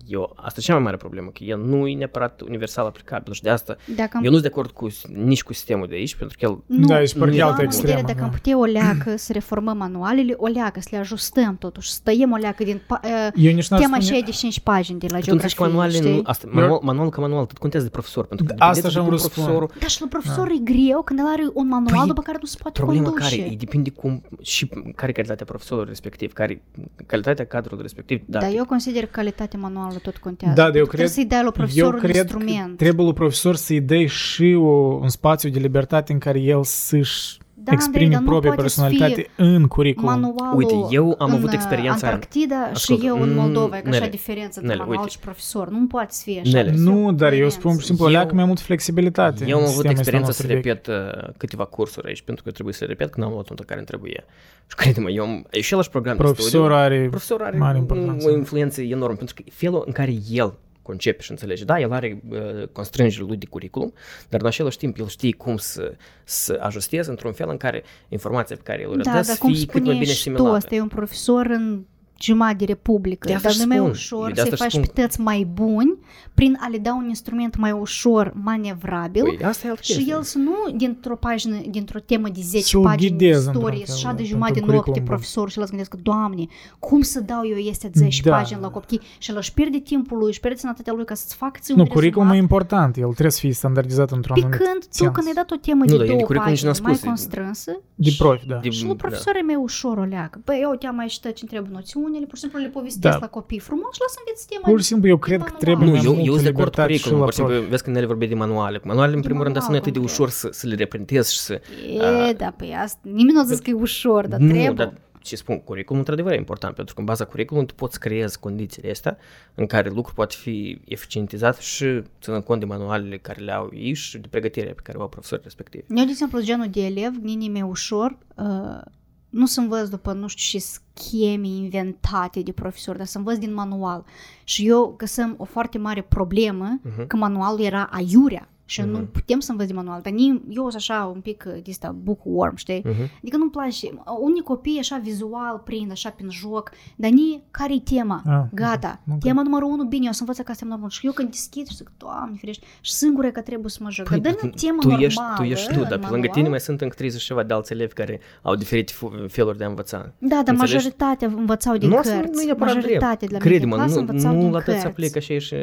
[SPEAKER 1] Eu, asta e cea mai mare problemă, că el nu e neapărat universal aplicabil și de asta
[SPEAKER 2] Dacă am...
[SPEAKER 1] eu nu sunt de acord cu, nici cu sistemul de aici, pentru că el
[SPEAKER 2] nu,
[SPEAKER 3] Da, ești
[SPEAKER 1] parcă
[SPEAKER 2] eu
[SPEAKER 1] altă
[SPEAKER 2] am în vedere,
[SPEAKER 3] extremă,
[SPEAKER 2] Dacă
[SPEAKER 3] da.
[SPEAKER 2] am putea o leacă să reformăm manualele, o leacă să le ajustăm totuși, să tăiem o leacă din pa- eh,
[SPEAKER 3] Eu nici n-aș
[SPEAKER 2] tema
[SPEAKER 3] Da, spune-
[SPEAKER 2] și de 5 pagini de la
[SPEAKER 1] tu înțelegi că
[SPEAKER 2] geografie,
[SPEAKER 1] manualele, nu,
[SPEAKER 2] știi?
[SPEAKER 1] asta,
[SPEAKER 3] Dar-
[SPEAKER 1] manual, manual ca manual, tot contează de profesor, pentru că
[SPEAKER 3] Da, asta
[SPEAKER 1] depinde
[SPEAKER 3] și-am
[SPEAKER 1] de cum
[SPEAKER 3] răspuns.
[SPEAKER 1] profesorul,
[SPEAKER 2] Dar și la
[SPEAKER 3] Da.
[SPEAKER 2] profesor e greu când el are un manual după care nu se poate
[SPEAKER 1] Păi, problema
[SPEAKER 2] conduce.
[SPEAKER 1] care e, depinde cum și care e calitatea profesorului respectiv, care e calitatea cadrului respectiv, da,
[SPEAKER 2] Dar eu consider că calitatea manualului tot contează.
[SPEAKER 3] Da, dar eu
[SPEAKER 2] Pentru că
[SPEAKER 3] cred-
[SPEAKER 2] Trebuie să-i dai la
[SPEAKER 3] Eu
[SPEAKER 2] profesor un
[SPEAKER 3] cred că
[SPEAKER 2] instrument.
[SPEAKER 3] trebuie lui profesor să-i dai și o, un spațiu de libertate în care el să-și
[SPEAKER 2] Da, Andrei,
[SPEAKER 3] exprime
[SPEAKER 2] dar nu
[SPEAKER 3] propria
[SPEAKER 2] poate să fie
[SPEAKER 3] personalitate în curriculum.
[SPEAKER 2] Manualul
[SPEAKER 1] Uite, eu am
[SPEAKER 2] în uh,
[SPEAKER 1] avut experiența în-
[SPEAKER 2] Antarctida
[SPEAKER 1] Ascultă,
[SPEAKER 2] și eu în
[SPEAKER 1] mm,
[SPEAKER 2] Moldova, e că așa
[SPEAKER 1] Nele,
[SPEAKER 2] diferență între
[SPEAKER 1] Nele,
[SPEAKER 2] manual
[SPEAKER 1] uite.
[SPEAKER 2] și profesor. Nu poate să fie așa.
[SPEAKER 1] Nele.
[SPEAKER 3] Nu, dar eu spun pur și simplu,
[SPEAKER 1] Eu-
[SPEAKER 3] leacă mai mult flexibilitate.
[SPEAKER 1] Eu am avut
[SPEAKER 3] în sistemul ăsta
[SPEAKER 1] experiența
[SPEAKER 3] nostru
[SPEAKER 1] să
[SPEAKER 3] vechi.
[SPEAKER 1] repet uh, câteva cursuri aici, pentru că trebuie să le repet, că n-am luat unul care îmi trebuie. Și crede-mă, eu am ieșit program de
[SPEAKER 3] Profesorul
[SPEAKER 1] studiu.
[SPEAKER 3] are
[SPEAKER 1] Profesorul are
[SPEAKER 3] mare
[SPEAKER 1] un-
[SPEAKER 3] importanță.
[SPEAKER 1] o influență enormă, pentru că felul în care el concepe și înțelege. Da, el are uh, constrângeri lui de curriculum, dar în același timp el știe cum să, să ajusteze într-un fel în care informația pe care el o
[SPEAKER 2] Da,
[SPEAKER 1] redă
[SPEAKER 2] dar
[SPEAKER 1] să
[SPEAKER 2] cum
[SPEAKER 1] fie cât mai
[SPEAKER 2] spuneai
[SPEAKER 1] bine
[SPEAKER 2] și tu,
[SPEAKER 1] asimilată.
[SPEAKER 2] ăsta e un profesor în jumătate de
[SPEAKER 1] De
[SPEAKER 2] republică,
[SPEAKER 1] asta
[SPEAKER 2] dar
[SPEAKER 1] și
[SPEAKER 2] nu e mai
[SPEAKER 1] spun.
[SPEAKER 2] ușor
[SPEAKER 1] Eu de
[SPEAKER 2] să-i
[SPEAKER 1] asta și
[SPEAKER 2] faci
[SPEAKER 1] spun.
[SPEAKER 2] piteți mai buni prin a le da un instrument mai ușor manevrabil
[SPEAKER 1] Păi, asta e altă
[SPEAKER 2] și
[SPEAKER 1] chestie.
[SPEAKER 2] el să nu dintr-o pagină, dintr-o temă de 10
[SPEAKER 3] Să o
[SPEAKER 2] pagini de
[SPEAKER 3] ghideze
[SPEAKER 2] istorie,
[SPEAKER 3] într-un
[SPEAKER 2] să
[SPEAKER 3] fel,
[SPEAKER 2] șadă
[SPEAKER 3] într-un
[SPEAKER 2] jumătate de
[SPEAKER 3] curriculum
[SPEAKER 2] noapte
[SPEAKER 3] bun.
[SPEAKER 2] profesor și el să gândească, Doamne, cum să dau eu este 10
[SPEAKER 3] Da.
[SPEAKER 2] pagini la copii și el își pierde timpul lui, își pierde sănătatea lui ca să-ți facă ție un
[SPEAKER 3] Nu, curriculumul e
[SPEAKER 2] rezumat,
[SPEAKER 3] important, el trebuie să fie standardizat într-un
[SPEAKER 2] pe
[SPEAKER 3] anumit
[SPEAKER 2] când tu
[SPEAKER 3] sens.
[SPEAKER 2] când ai dat o temă
[SPEAKER 1] Nu,
[SPEAKER 2] de
[SPEAKER 1] dar eu
[SPEAKER 2] două
[SPEAKER 1] de curriculum nici n-am
[SPEAKER 2] pagini mai
[SPEAKER 1] spus, e-
[SPEAKER 2] constrânsă,
[SPEAKER 3] De profi, da.
[SPEAKER 1] De-
[SPEAKER 2] și la
[SPEAKER 1] da.
[SPEAKER 2] profesor e mai ușor o leacă. Băi, eu te-am mai știut ce trebuie noțiunile, pur și simplu le povestesc
[SPEAKER 3] Da.
[SPEAKER 2] la copii frumos și lasă înveți tema.
[SPEAKER 3] Pur și simplu, eu cred că
[SPEAKER 2] Manual.
[SPEAKER 3] trebuie
[SPEAKER 1] Nu,
[SPEAKER 3] mai
[SPEAKER 1] eu, eu
[SPEAKER 3] multă
[SPEAKER 1] sunt de acord cu
[SPEAKER 3] libertate și
[SPEAKER 1] curriculum,
[SPEAKER 3] la
[SPEAKER 1] pur și
[SPEAKER 3] profi.
[SPEAKER 1] simplu, vezi că Nele vorbe de manuale. Manualele, în primul rând, dar sunt
[SPEAKER 2] manual,
[SPEAKER 1] atât de
[SPEAKER 2] complet.
[SPEAKER 1] ușor să, să le reprintezi și să...
[SPEAKER 2] E, da, păi asta, nimeni nu a zis că e ușor, Păi, dar trebuie.
[SPEAKER 1] Nu, dar ce spun, curriculum într-adevăr e important, pentru că în baza curriculumului tu poți să creezi condițiile astea în care lucrul poate fi eficientizat și ținând cont de manualele care le au ei și de pregătirea pe care o au profesorii respectivi.
[SPEAKER 2] Eu, de exemplu, sunt genul de elev, gândinii mei ușor, uh, nu să învăț după, nu știu, și scheme inventate de profesor, dar să învăț din manual. Și eu găsăm o foarte mare problemă
[SPEAKER 1] Mhm.
[SPEAKER 2] uh-huh. că manualul era aiurea și uh-huh. nu putem să învăț din manual, dar nim- eu sunt așa un pic uh, de asta bookworm, știi?
[SPEAKER 1] Mhm.
[SPEAKER 2] Uh-huh. Adică nu-mi place. Unii copii așa vizual prind, așa prin joc, dar ni care e tema?
[SPEAKER 3] Ah,
[SPEAKER 2] Gata.
[SPEAKER 3] ok.
[SPEAKER 2] Tema numărul unu, bine, eu o să învăț acasă tema numărul Și eu când deschid și zic, doamne ferește, și singure că trebuie să mă joc. Dar dă-mi o temă
[SPEAKER 1] Păi, tu
[SPEAKER 2] normală,
[SPEAKER 1] ești, tu ești tu,
[SPEAKER 2] în
[SPEAKER 1] dar pe lângă
[SPEAKER 2] manual.
[SPEAKER 1] tine mai sunt încă 30 și ceva de alți elevi care au diferite fu- feluri de a învăța.
[SPEAKER 2] Da, dar
[SPEAKER 1] Înțelegi?
[SPEAKER 2] majoritatea învățau din
[SPEAKER 1] asta
[SPEAKER 2] cărți.
[SPEAKER 1] nu e neapărat
[SPEAKER 2] majoritatea
[SPEAKER 1] drept.
[SPEAKER 2] la mine în
[SPEAKER 1] Crede-mă,
[SPEAKER 2] clasă învățau
[SPEAKER 1] nu,
[SPEAKER 2] din
[SPEAKER 1] nu la toți
[SPEAKER 2] cărți.
[SPEAKER 1] aplică aceeași...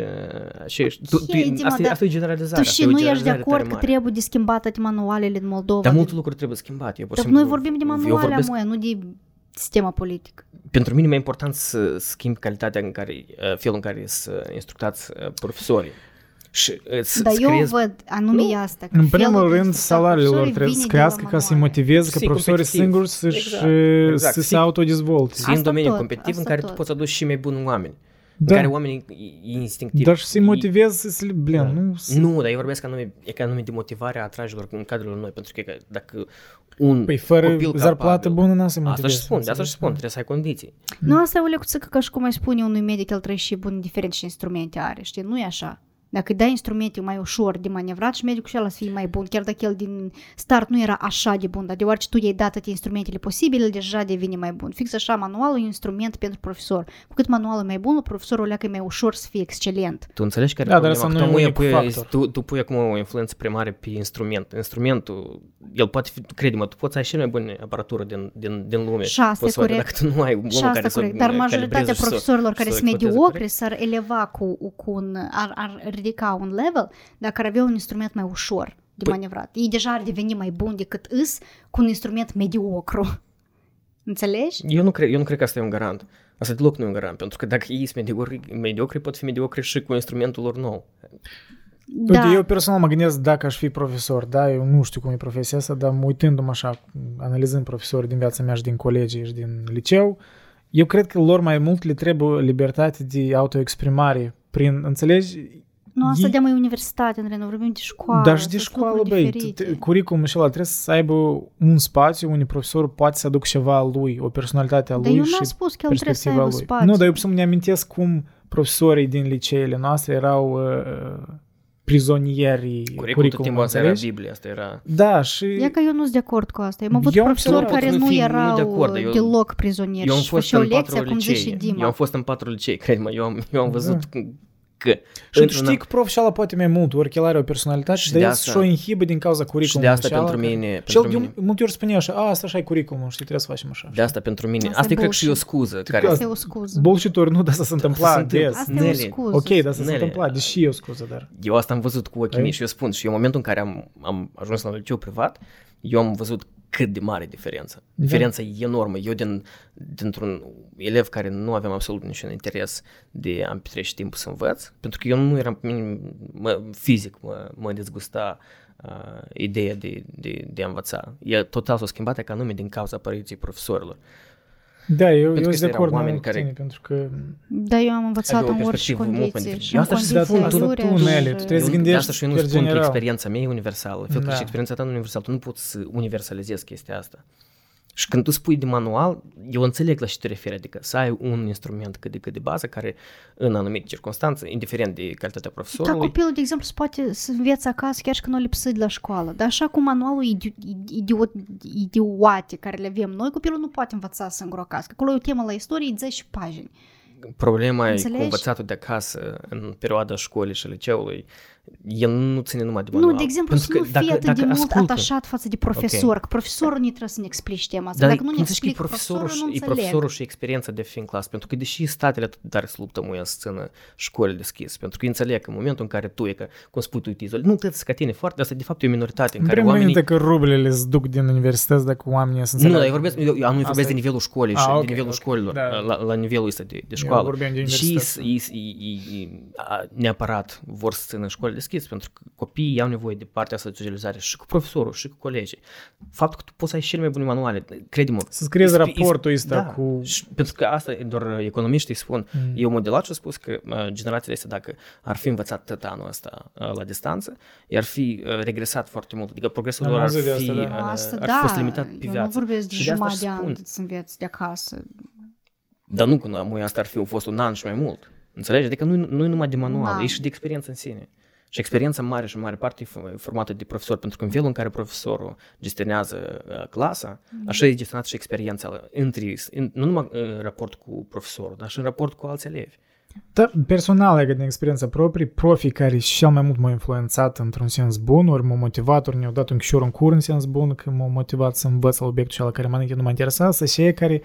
[SPEAKER 1] aceeași tu, tu,
[SPEAKER 2] Ok, Dima,
[SPEAKER 1] asta, e-
[SPEAKER 2] dar
[SPEAKER 1] asta e generalizare.
[SPEAKER 2] Tu
[SPEAKER 1] asta
[SPEAKER 2] și
[SPEAKER 1] e o
[SPEAKER 2] nu ești de
[SPEAKER 1] generalizare tare
[SPEAKER 2] acord că
[SPEAKER 1] mare.
[SPEAKER 2] trebuie de schimbat toate manualele în Moldova.
[SPEAKER 1] Dar
[SPEAKER 2] de-
[SPEAKER 1] multe lucruri trebuie schimbat. Eu, pur și
[SPEAKER 2] Dar
[SPEAKER 1] simplu,
[SPEAKER 2] noi vorbim de
[SPEAKER 1] eu
[SPEAKER 2] manuale,
[SPEAKER 1] vorbesc-
[SPEAKER 2] amă, nu de sistema politic.
[SPEAKER 1] pentru mine e mai important să schimb calitatea în care, uh, felul în care sunt instructați uh, profesorii. și îți
[SPEAKER 2] Dar
[SPEAKER 1] îți
[SPEAKER 2] eu
[SPEAKER 1] creezi
[SPEAKER 2] văd anume e asta. că
[SPEAKER 3] În primul
[SPEAKER 2] felul
[SPEAKER 3] rând,
[SPEAKER 2] ăsta
[SPEAKER 3] salariile lor
[SPEAKER 2] profesorii
[SPEAKER 3] trebuie
[SPEAKER 2] vin
[SPEAKER 3] să
[SPEAKER 2] de la
[SPEAKER 3] crească ca să-i
[SPEAKER 2] manuale.
[SPEAKER 3] motiveze ca
[SPEAKER 1] Și
[SPEAKER 3] profesorii
[SPEAKER 1] competitiv.
[SPEAKER 3] singuri să-și
[SPEAKER 1] Exact, exact.
[SPEAKER 3] să se
[SPEAKER 1] Și-
[SPEAKER 3] autodezvolte.
[SPEAKER 1] zi în
[SPEAKER 2] Asta
[SPEAKER 1] domeniul
[SPEAKER 2] tot,
[SPEAKER 1] competitiv în
[SPEAKER 2] asta
[SPEAKER 1] care tu
[SPEAKER 2] tot.
[SPEAKER 1] poți aduci și mai buni oameni. În care
[SPEAKER 3] Da,
[SPEAKER 1] oamenii e- e instinctiv.
[SPEAKER 3] dar și să-i
[SPEAKER 1] E-
[SPEAKER 3] motiveze să le, blin,
[SPEAKER 1] Da.
[SPEAKER 3] nu, să-
[SPEAKER 1] Nu, dar eu vorbesc ca anume, e ca anume de motivarea atragerilor în cadrul noi, pentru că, e că dacă un
[SPEAKER 3] Păi fără
[SPEAKER 1] copil
[SPEAKER 3] zarplată
[SPEAKER 1] capabil-
[SPEAKER 3] bună n-a să
[SPEAKER 1] Asta și
[SPEAKER 3] motivezi.
[SPEAKER 1] spun, de asta și
[SPEAKER 3] da.
[SPEAKER 1] spun, trebuie să ai condiții.
[SPEAKER 2] Nu, asta e o lecțică ca și cum ai spune unui medic, el trebuie și bun diferit și instrumente are, știi? Nu e așa. Dacă îi dai instrumente mai ușor de manevrat și medicul și ăla să fie mai bun, chiar dacă el din start nu era așa de bun, dar deoarece tu i-ai dat toate instrumentele posibile, el deja devine mai bun. Fix așa, manualul e un instrument pentru profesor. Cu cât manualul e mai bun, profesorul leacă e mai ușor să fie excelent.
[SPEAKER 1] Tu înțelegi care
[SPEAKER 3] Da,
[SPEAKER 1] e
[SPEAKER 3] dar
[SPEAKER 1] problema? Că
[SPEAKER 3] asta nu
[SPEAKER 1] tu
[SPEAKER 3] e
[SPEAKER 1] nu
[SPEAKER 3] unicul
[SPEAKER 1] pui,
[SPEAKER 3] factor.
[SPEAKER 1] tu, tu pui acum o influență primară pe instrument. Instrumentul, el poate fi, crede-mă, tu poți să ai și mai bună aparatură din, din, din lume.
[SPEAKER 2] Și asta e
[SPEAKER 1] poți să o ai, dar
[SPEAKER 2] corect.
[SPEAKER 1] Dacă tu nu ai omul
[SPEAKER 2] Și asta
[SPEAKER 1] care să
[SPEAKER 2] corect. Dar majoritatea
[SPEAKER 1] calibreze și să-
[SPEAKER 2] profesorilor
[SPEAKER 1] să
[SPEAKER 2] care
[SPEAKER 1] o
[SPEAKER 2] sunt
[SPEAKER 1] exploateze
[SPEAKER 2] mediocri
[SPEAKER 1] corect.
[SPEAKER 2] s-ar eleva cu, cu un, ar, ar ridica un level dacă ar avea un instrument mai ușor de
[SPEAKER 1] Păi-
[SPEAKER 2] manevrat. Ei deja ar deveni mai buni decât îs cu un instrument mediocru. Înțelegi?
[SPEAKER 1] Eu nu, cred, eu nu cred că asta e un garant. Asta deloc nu e un garant, pentru că dacă ei sunt mediocri, mediocri pot fi mediocri și cu instrumentul lor nou.
[SPEAKER 3] Uite,
[SPEAKER 2] Da.
[SPEAKER 3] eu personal mă gândesc dacă aș fi profesor, da, eu nu știu cum e profesia asta, dar uitându-mă așa, analizând profesorii din viața mea și din colegii și din liceu, eu cred că lor mai mult le trebuie libertate de autoexprimare prin, înțelegi?
[SPEAKER 2] Nu, asta
[SPEAKER 3] ei-
[SPEAKER 2] de mai universitate, în rând, vorbim de școală.
[SPEAKER 3] Dar și de
[SPEAKER 2] sunt
[SPEAKER 3] școală,
[SPEAKER 2] lucruri
[SPEAKER 3] băi,
[SPEAKER 2] diferite.
[SPEAKER 3] t- t- curriculumul și ăla trebuie să aibă un spațiu unde profesorul poate să aducă ceva al lui, o personalitate a
[SPEAKER 2] Dar eu
[SPEAKER 3] lui
[SPEAKER 2] n-am
[SPEAKER 3] și
[SPEAKER 2] spus că el trebuie să
[SPEAKER 3] perspectiva
[SPEAKER 2] aibă
[SPEAKER 3] lui.
[SPEAKER 2] spațiu.
[SPEAKER 3] Nu, dar eu să ne amintesc cum profesorii din liceele noastre erau uh, prizonieri
[SPEAKER 1] Curicul tot timpul asta era
[SPEAKER 3] înțelegi?
[SPEAKER 1] Biblie, asta era...
[SPEAKER 3] Da, și...
[SPEAKER 2] E că eu nu sunt de acord cu asta. Eu am avut
[SPEAKER 3] Eu am
[SPEAKER 2] profesori
[SPEAKER 3] observat,
[SPEAKER 2] care
[SPEAKER 1] nu
[SPEAKER 2] nu
[SPEAKER 1] fi- nu de
[SPEAKER 2] erau
[SPEAKER 1] acord, dar eu-
[SPEAKER 2] deloc prizonieri
[SPEAKER 1] Eu am
[SPEAKER 2] și
[SPEAKER 1] fost
[SPEAKER 2] făceau
[SPEAKER 1] în
[SPEAKER 2] licee,
[SPEAKER 1] patru
[SPEAKER 2] acum zice și
[SPEAKER 1] licee.
[SPEAKER 2] Dima.
[SPEAKER 1] Eu am fost în patru licee, crede-mă. Eu am, eu am văzut că...
[SPEAKER 3] Și Da. tu
[SPEAKER 1] într-un
[SPEAKER 3] știi că prof și ala poate mai mult, ori că el are o personalitate
[SPEAKER 1] Și
[SPEAKER 3] și
[SPEAKER 1] de
[SPEAKER 3] de
[SPEAKER 1] asta-
[SPEAKER 3] asta și o inhibă din cauza
[SPEAKER 1] Și de
[SPEAKER 3] curriculumului.
[SPEAKER 1] asta
[SPEAKER 3] ala
[SPEAKER 1] pentru
[SPEAKER 3] care-
[SPEAKER 1] mine...
[SPEAKER 3] Și el
[SPEAKER 1] pentru mine-
[SPEAKER 3] de multe ori spune așa, a, asta așa e curriculumul, știi, trebuie să facem așa.
[SPEAKER 1] De asta pentru mine.
[SPEAKER 2] Asta e
[SPEAKER 1] Asta, e cred că și o
[SPEAKER 2] bullshit.
[SPEAKER 1] scuză care...
[SPEAKER 3] că
[SPEAKER 2] Asta e o scuză.
[SPEAKER 3] Bullshit-ori nu, dar asta se întâmpla
[SPEAKER 1] Asta se întâmplă.
[SPEAKER 3] des.
[SPEAKER 2] Asta e o
[SPEAKER 1] Nele.
[SPEAKER 2] scuză.
[SPEAKER 3] Ok, dar asta se
[SPEAKER 1] Nele.
[SPEAKER 3] întâmpla, deși e o scuză, dar...
[SPEAKER 1] Eu asta am văzut cu ochii
[SPEAKER 3] Ai?
[SPEAKER 1] mei și eu spun și eu în momentul în care am, am ajuns la un liceu privat, eu am văzut cât de mare diferență. Diferența e enormă. Eu din, dintr-un elev care nu aveam absolut niciun interes de a-mi petrece timpul să învăț, pentru că eu nu eram, pe mine, mă, fizic mă, mă dezgusta uh, ideea de, de, de a învăța. E total s-a schimbat ca nume din cauza apariției profesorilor.
[SPEAKER 3] Da, eu, eu
[SPEAKER 1] Pentru că
[SPEAKER 3] sunt de
[SPEAKER 1] erau
[SPEAKER 3] acord mai
[SPEAKER 1] oameni
[SPEAKER 3] mult cu
[SPEAKER 1] care-
[SPEAKER 3] tine, pentru că...
[SPEAKER 2] Da, eu am învățat
[SPEAKER 1] Avea Adică o
[SPEAKER 2] în orice
[SPEAKER 1] perspectivă mult mai
[SPEAKER 2] condiții
[SPEAKER 1] diferită.
[SPEAKER 2] și în
[SPEAKER 1] Asta și
[SPEAKER 3] de asta
[SPEAKER 2] condiții
[SPEAKER 3] tu,
[SPEAKER 2] aiurea
[SPEAKER 3] Nele,
[SPEAKER 2] și-
[SPEAKER 3] tu
[SPEAKER 1] Eu
[SPEAKER 3] trebuie să
[SPEAKER 1] nu- de
[SPEAKER 3] gândești
[SPEAKER 1] asta și eu nu
[SPEAKER 3] per
[SPEAKER 1] spun că
[SPEAKER 3] general.
[SPEAKER 1] experiența mea e universală. Faptul
[SPEAKER 3] Da.
[SPEAKER 1] și experiența ta nu e universală. Tu nu poți să universalizezi chestia asta. Și când tu spui de manual, eu înțeleg la ce te referi, adică să ai un instrument cât de cât de bază care în anumite circunstanțe, indiferent de calitatea
[SPEAKER 2] Ca
[SPEAKER 1] profesorului,
[SPEAKER 2] copilul, de exemplu, se poate să înveți acasă chiar și când o lipsi de la școală. Dar așa cu manualul idi- idiot- idioate care le avem noi, copilul nu poate învăța singur acasă. că Acolo e o temă la istorie, 10 pagini.
[SPEAKER 1] problema e
[SPEAKER 2] Înțelegi?
[SPEAKER 1] cu învățatul de acasă în perioada școlii și liceului, el nu da. ține numai de manual.
[SPEAKER 2] Nu, de exemplu, să nu fie atât de mult atașat față de profesor, că profesorul nu trebuie să ne explici tema asta.
[SPEAKER 1] Dar
[SPEAKER 2] Dacă nu ne
[SPEAKER 1] cum să știi,
[SPEAKER 2] explic,
[SPEAKER 1] profesorul,
[SPEAKER 2] profesorul nu
[SPEAKER 1] și- e
[SPEAKER 2] înțeleg.
[SPEAKER 1] profesorul și experiența de a fi în clasă, pentru că deși statele atât de tare se luptă mâine să țină școlile deschise, pentru că înțeleg că în momentul în care tu e că, cum spui tu, te izolezi, nu trebuie să ca tine foarte, asta de fapt e o minoritate în
[SPEAKER 3] În
[SPEAKER 1] care
[SPEAKER 3] primul rând,
[SPEAKER 1] oamenii...
[SPEAKER 3] dacă rublele se duc din universități, dacă oamenii sunt
[SPEAKER 1] Nu, dar eu vorbesc, eu, eu anume
[SPEAKER 3] Asta
[SPEAKER 1] vorbesc
[SPEAKER 3] e-
[SPEAKER 1] de nivelul școlii
[SPEAKER 3] Ah,
[SPEAKER 1] și
[SPEAKER 3] ok,
[SPEAKER 1] de nivelul
[SPEAKER 3] ok,
[SPEAKER 1] școlilor,
[SPEAKER 3] da.
[SPEAKER 1] la, la nivelul ăsta de, de
[SPEAKER 3] Eu
[SPEAKER 1] școală.
[SPEAKER 3] vorbeam de
[SPEAKER 1] și
[SPEAKER 3] universități, da.
[SPEAKER 1] ei- ei- ei- ei- a- neapărat vor să țină școli deschise, pentru că copiii au nevoie de partea asta de socializare și cu profesorul și cu colegii. Faptul că tu poți să ai cele mai bune manuale, crede-mă,
[SPEAKER 3] Să scriezi
[SPEAKER 1] Isp-
[SPEAKER 3] raportul
[SPEAKER 1] isp-
[SPEAKER 3] ăsta cu...
[SPEAKER 1] Da. Și pentru că asta e doar economiștii spun. Mm. Eu modelat și spus că uh, generația asta, dacă ar fi învățat tot anul ăsta uh, la distanță, i-ar fi uh, regresat foarte mult. Adică progresul
[SPEAKER 3] Am
[SPEAKER 1] lor ar fi,
[SPEAKER 3] auzit de asta, da.
[SPEAKER 1] uh,
[SPEAKER 2] Nu, Asta,
[SPEAKER 1] ar
[SPEAKER 2] da,
[SPEAKER 1] fi fost limitat pe
[SPEAKER 2] eu
[SPEAKER 1] viață.
[SPEAKER 2] nu vorbesc de
[SPEAKER 1] Și de asta
[SPEAKER 2] jumătate
[SPEAKER 1] și
[SPEAKER 2] de an
[SPEAKER 1] spun.
[SPEAKER 2] să înveți de acasă.
[SPEAKER 1] Dar nu când amui asta ar fi fost un an și mai mult. Înțelegi? Adică nu, nu e numai de manual,
[SPEAKER 2] Da.
[SPEAKER 1] e și de experiență în sine. Și experiența mare și în mare parte e f- formată de profesor, pentru că în felul în care profesorul gestionează uh, clasa, așa e gestionată și experiența între, în, nu numai în raport cu profesorul, dar și în raport cu alți elevi.
[SPEAKER 3] Dar personal, adică din experiența proprie, profii care și cel mai mult m-au influențat într-un sens bun, ori m-au motivat, ori ne-au dat un chior în cur în sens bun, că m-au motivat să învăț la obiectul cel care mă nu m-a interesat, să și ei care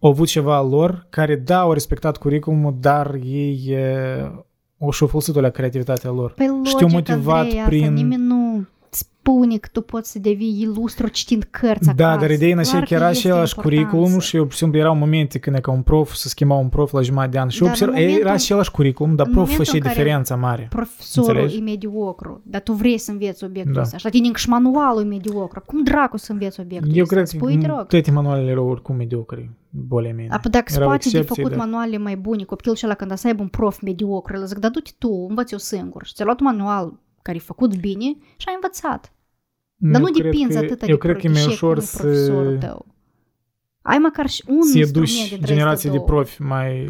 [SPEAKER 3] au avut ceva al lor, care da, au respectat curriculumul, dar ei e, o și-au folosit o la creativitatea lor.
[SPEAKER 2] Păi
[SPEAKER 3] Și
[SPEAKER 2] logic,
[SPEAKER 3] te-au motivat
[SPEAKER 2] Andrei, asta
[SPEAKER 3] prin-
[SPEAKER 2] nimeni nu spune că tu poți să devii ilustru citind cărți
[SPEAKER 3] Da,
[SPEAKER 2] acasă.
[SPEAKER 3] dar ideea în așa
[SPEAKER 2] Clar
[SPEAKER 3] că
[SPEAKER 2] că
[SPEAKER 3] era
[SPEAKER 2] este
[SPEAKER 3] același
[SPEAKER 2] importanță.
[SPEAKER 3] curriculum și, eu, pur și simplu, erau momente când ca un prof se schimba un prof la jumătate de an și
[SPEAKER 2] Dar
[SPEAKER 3] eu
[SPEAKER 2] în
[SPEAKER 3] observ,
[SPEAKER 2] momentul-
[SPEAKER 3] era același curriculum, dar
[SPEAKER 2] în
[SPEAKER 3] prof
[SPEAKER 2] momentul
[SPEAKER 3] făcea
[SPEAKER 2] în care-
[SPEAKER 3] diferența mare.
[SPEAKER 2] Profesorul
[SPEAKER 3] Înțelegi?
[SPEAKER 2] e mediocru, dar tu vrei să înveți obiectul
[SPEAKER 3] Da.
[SPEAKER 2] ăsta. Și la tine încă și manualul e mediocru. Cum dracu să înveți obiectul
[SPEAKER 3] Eu
[SPEAKER 2] ăsta?
[SPEAKER 3] cred că
[SPEAKER 2] Spui, te rog.
[SPEAKER 3] toate manualele erau oricum mediocre, bolea mea.
[SPEAKER 2] Apoi dacă se
[SPEAKER 3] Erau
[SPEAKER 2] poate de
[SPEAKER 3] excepții,
[SPEAKER 2] făcut
[SPEAKER 3] da.
[SPEAKER 2] manuale mai bune, copilul și ăla când a să aibă un prof mediocru, el zic, da du-te tu, învăț eu singur. Și ți-a luat manual care e făcut bine și ai învățat. Dar
[SPEAKER 3] Eu
[SPEAKER 2] nu
[SPEAKER 3] cred
[SPEAKER 2] depinzi
[SPEAKER 3] că-
[SPEAKER 2] atât de
[SPEAKER 3] Eu cred că e mai
[SPEAKER 2] profișec
[SPEAKER 3] ușor
[SPEAKER 2] cum e profesorul
[SPEAKER 3] să
[SPEAKER 2] tău. Ai măcar și un
[SPEAKER 3] să
[SPEAKER 2] instrument
[SPEAKER 3] educi
[SPEAKER 2] dintre
[SPEAKER 3] generații de
[SPEAKER 2] astea două.
[SPEAKER 3] profi mai...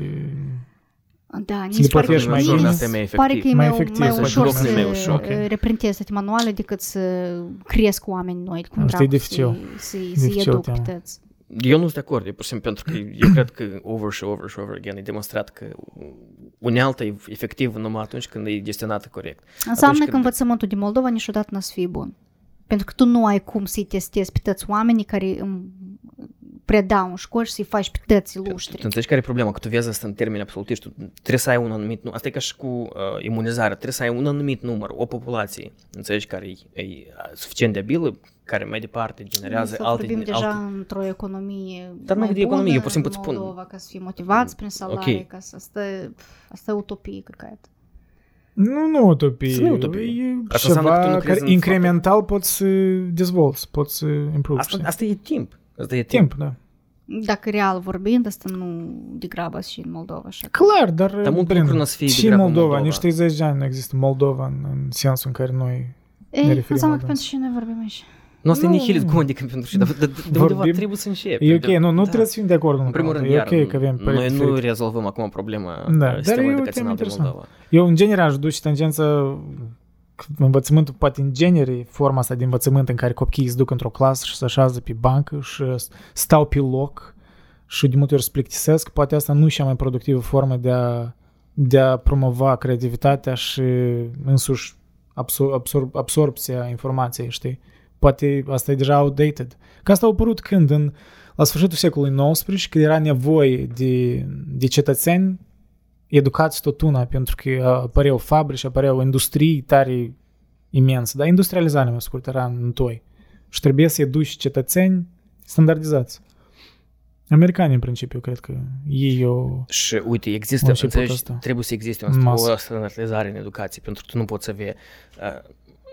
[SPEAKER 2] Da, mi
[SPEAKER 3] le
[SPEAKER 2] se pare că
[SPEAKER 3] plătești mai
[SPEAKER 2] mie
[SPEAKER 3] bine.
[SPEAKER 2] mi
[SPEAKER 3] Asta
[SPEAKER 2] se
[SPEAKER 5] e mai
[SPEAKER 2] pare că
[SPEAKER 5] efectiv.
[SPEAKER 2] e
[SPEAKER 3] Mai
[SPEAKER 2] mai, mai,
[SPEAKER 3] efectiv,
[SPEAKER 5] să
[SPEAKER 2] ușor
[SPEAKER 5] lucrezi mai
[SPEAKER 2] să
[SPEAKER 5] ușor.
[SPEAKER 2] okay. reprintezi toate manuale decât să cresc oameni noi, cum
[SPEAKER 3] Nu știu, e
[SPEAKER 2] dracu,
[SPEAKER 3] dificil.
[SPEAKER 2] să-i- să-i
[SPEAKER 3] E
[SPEAKER 2] să-i
[SPEAKER 3] dificil
[SPEAKER 2] educ
[SPEAKER 3] tema.
[SPEAKER 2] pe tăți.
[SPEAKER 1] Eu nu sunt de acord, eu pur și simplu pentru că eu cred că over și over și over again e demonstrat că unealta e efectivă numai atunci când e gestionată corect.
[SPEAKER 2] Înseamnă
[SPEAKER 1] când-
[SPEAKER 2] că învățământul din Moldova niciodată n-o să fie bun. Pentru că tu nu ai cum să-i testezi pe tăți oamenii care îmi predau în școli și să-i faci pe tăți
[SPEAKER 1] Tu, tu
[SPEAKER 2] luștri.
[SPEAKER 1] înțelegi care e problema? Că tu vezi asta în termeni absolutiști, tu trebuie să ai un anumit număr. Asta e ca și cu uh, imunizarea, trebuie să ai un anumit număr, o populație, înțelegi, care e, e a, suficient de abilă, care mai departe generează
[SPEAKER 2] Să
[SPEAKER 1] alte...
[SPEAKER 2] vorbim deja
[SPEAKER 1] alte...
[SPEAKER 2] într-o economie
[SPEAKER 1] Dar nu
[SPEAKER 2] mai
[SPEAKER 1] e de economie,
[SPEAKER 2] bună
[SPEAKER 1] eu pur și simplu
[SPEAKER 2] în
[SPEAKER 1] îți spun.
[SPEAKER 2] Moldova, ca să fie motivați prin salarii,
[SPEAKER 1] Ok.
[SPEAKER 2] ca să asta, e- asta e utopie, cred că.
[SPEAKER 3] Nu, nu utopie.
[SPEAKER 1] Să nu utopie.
[SPEAKER 3] E
[SPEAKER 1] Asta înseamnă că tu nu
[SPEAKER 3] ceva
[SPEAKER 1] crezi
[SPEAKER 3] care
[SPEAKER 1] în
[SPEAKER 3] incremental poți să dezvolți, poți să improve.
[SPEAKER 1] Asta,
[SPEAKER 3] știi?
[SPEAKER 1] asta e timp. Asta e timp.
[SPEAKER 3] Timp, da.
[SPEAKER 2] Dacă real vorbind, asta nu degrabă și în Moldova. Așa. că-
[SPEAKER 3] Clar, dar...
[SPEAKER 1] Dar mult
[SPEAKER 3] blin,
[SPEAKER 1] lucru nu o să fie
[SPEAKER 3] Și
[SPEAKER 1] degrabă în
[SPEAKER 3] Moldova,
[SPEAKER 1] Moldova.
[SPEAKER 3] nici 30 de ani nu există Moldova în, în sensul în care noi Ne
[SPEAKER 2] Ei,
[SPEAKER 3] referim
[SPEAKER 2] înseamnă
[SPEAKER 3] la
[SPEAKER 2] că pentru ce noi vorbim aici.
[SPEAKER 1] Nu, asta e
[SPEAKER 3] Nu.
[SPEAKER 1] nihilist, cum adică pentru și de, de, de undeva
[SPEAKER 3] Vorbim.
[SPEAKER 1] trebuie să începi.
[SPEAKER 3] E ok,
[SPEAKER 1] De-
[SPEAKER 3] nu, nu
[SPEAKER 1] da.
[SPEAKER 3] trebuie să fim de acord.
[SPEAKER 1] În primul
[SPEAKER 3] unul
[SPEAKER 1] rând,
[SPEAKER 3] cu altul.
[SPEAKER 1] iar,
[SPEAKER 3] E ok că avem păreri
[SPEAKER 1] noi nu
[SPEAKER 3] diferite.
[SPEAKER 1] rezolvăm acum problema
[SPEAKER 3] Da,
[SPEAKER 1] da,
[SPEAKER 3] dar e
[SPEAKER 1] sistemului
[SPEAKER 3] o temă
[SPEAKER 1] educațional din
[SPEAKER 3] interesantă.
[SPEAKER 1] Moldova.
[SPEAKER 3] Eu în general aș duce tangența învățământul poate în genere forma asta de învățământ în care copiii se duc într-o clasă și se așează pe bancă și s- stau pe loc și de multe ori se plictisesc, poate asta nu e cea mai productivă formă de a, de a promova creativitatea și însuși absor- absor- absorpția informației, știi? Poate asta e deja outdated. Că asta a apărut când? În, la sfârșitul secolului XIX, când era nevoie de, de cetățeni educați tot una, pentru că uh, apăreau fabrici, apăreau industrii tare imense, dar industrializarea, mai scurt, era în toi. Și trebuie să educi cetățeni standardizați. Americani, în principiu, cred că ei o...
[SPEAKER 1] Și uite,
[SPEAKER 3] Am
[SPEAKER 1] există,
[SPEAKER 3] început
[SPEAKER 1] înțelegi,
[SPEAKER 3] asta.
[SPEAKER 1] trebuie să existe
[SPEAKER 3] În
[SPEAKER 1] o,
[SPEAKER 3] masă.
[SPEAKER 1] o standardizare în educație, pentru că tu nu poți să vei uh,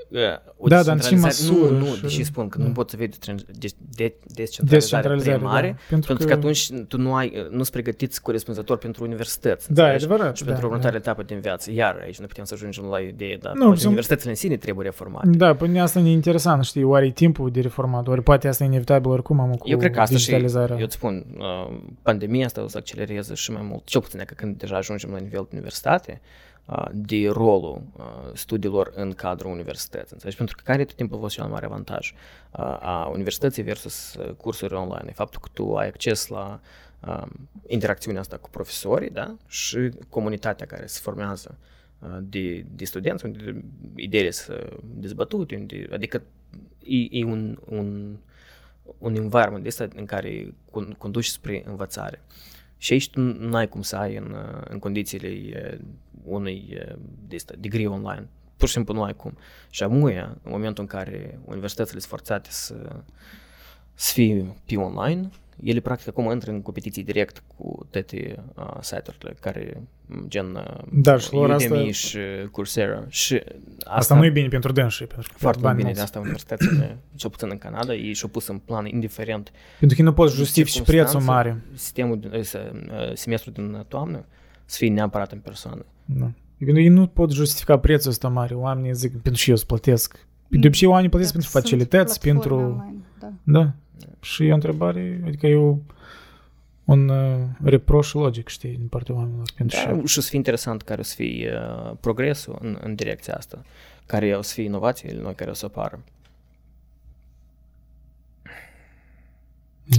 [SPEAKER 1] uh, o
[SPEAKER 3] Da, dar în ce
[SPEAKER 1] descentralizare-
[SPEAKER 3] măsură
[SPEAKER 1] Nu, nu,
[SPEAKER 3] și-
[SPEAKER 1] deși spun că
[SPEAKER 3] da.
[SPEAKER 1] nu poți să vei descentra- de- de- descentralizare
[SPEAKER 3] Descentralizare,
[SPEAKER 1] prea
[SPEAKER 3] da.
[SPEAKER 1] mare,
[SPEAKER 3] Pentru
[SPEAKER 1] pentru
[SPEAKER 3] că-
[SPEAKER 1] că atunci tu nu ai, uh, nu-ți pregătiți corespunzător pentru universități.
[SPEAKER 3] Da, e
[SPEAKER 1] înțelegi?
[SPEAKER 3] adevărat,
[SPEAKER 1] Și
[SPEAKER 3] da,
[SPEAKER 1] pentru
[SPEAKER 3] da.
[SPEAKER 1] următoarea etapă din viață. Iar aici nu putem să ajungem la idee, dar
[SPEAKER 3] Nu,
[SPEAKER 1] poate
[SPEAKER 3] sunt-
[SPEAKER 1] universitățile în sine trebuie reformate.
[SPEAKER 3] Da, până asta e interesant, știi, oare e timpul de reformat, ori poate asta e inevitabil oricum, am cu
[SPEAKER 1] Eu cred că asta și,
[SPEAKER 3] digitalizarea.
[SPEAKER 1] eu îți spun, uh, pandemia asta o să accelereze și mai mult, cel puțin că când deja ajungem la nivel de universitate, uh, de rolul uh, studiilor în cadrul universității. Înțelegi? Pentru că care e tot timpul a fost cel mai mare avantaj uh, a universității versus uh, cursuri online? E faptul că tu ai acces la uh, interacțiunea asta cu profesorii da? și comunitatea care se formează uh, de, de studenți, unde ideile sunt dezbătute, unde, adică e, e un, un un environment de ăsta în care con- conduci spre învățare. Și aici tu nu ai cum să ai în, uh, în condițiile uh, unui uh, de ăsta, degree online. Pur și simplu nu ai cum. Și amuia, în momentul în care universitățile sunt forțate să, să fie pe online, ele practic acum intră în competiții direct cu toate uh, site-urile care m, gen uh,
[SPEAKER 3] Da, și lor
[SPEAKER 1] Udemy
[SPEAKER 3] asta-
[SPEAKER 1] și uh, Coursera. Și asta,
[SPEAKER 3] Asta nu e bine pentru dânsii, pentru că
[SPEAKER 1] foarte
[SPEAKER 3] bani
[SPEAKER 1] bine de
[SPEAKER 3] mulți.
[SPEAKER 1] asta universitățile, cel puțin în Canada, ei și-au pus în plan, indiferent
[SPEAKER 3] Pentru că nu poți justifici prețul
[SPEAKER 1] circunstanțe,
[SPEAKER 3] mare.
[SPEAKER 1] Sistemul, din- ăsta, uh, semestrul din toamnă să fie neapărat în persoană.
[SPEAKER 3] Nu. Pentru ei nu pot justifica prețul ăsta mare. Oamenii zic, pentru ce eu să plătesc? De obicei oamenii plătesc
[SPEAKER 2] Dacă
[SPEAKER 3] pentru
[SPEAKER 2] sunt
[SPEAKER 3] facilități,
[SPEAKER 2] platforme
[SPEAKER 3] pentru...
[SPEAKER 2] online, da.
[SPEAKER 3] Da. Și e o întrebare, adică e o, un uh, reproș logic, știi, din partea oamenilor. Pentru
[SPEAKER 1] Da,
[SPEAKER 3] da.
[SPEAKER 1] și o să fie interesant care o să fie uh, progresul în, în direcția asta, care o să fie inovațiile noi care o să apară.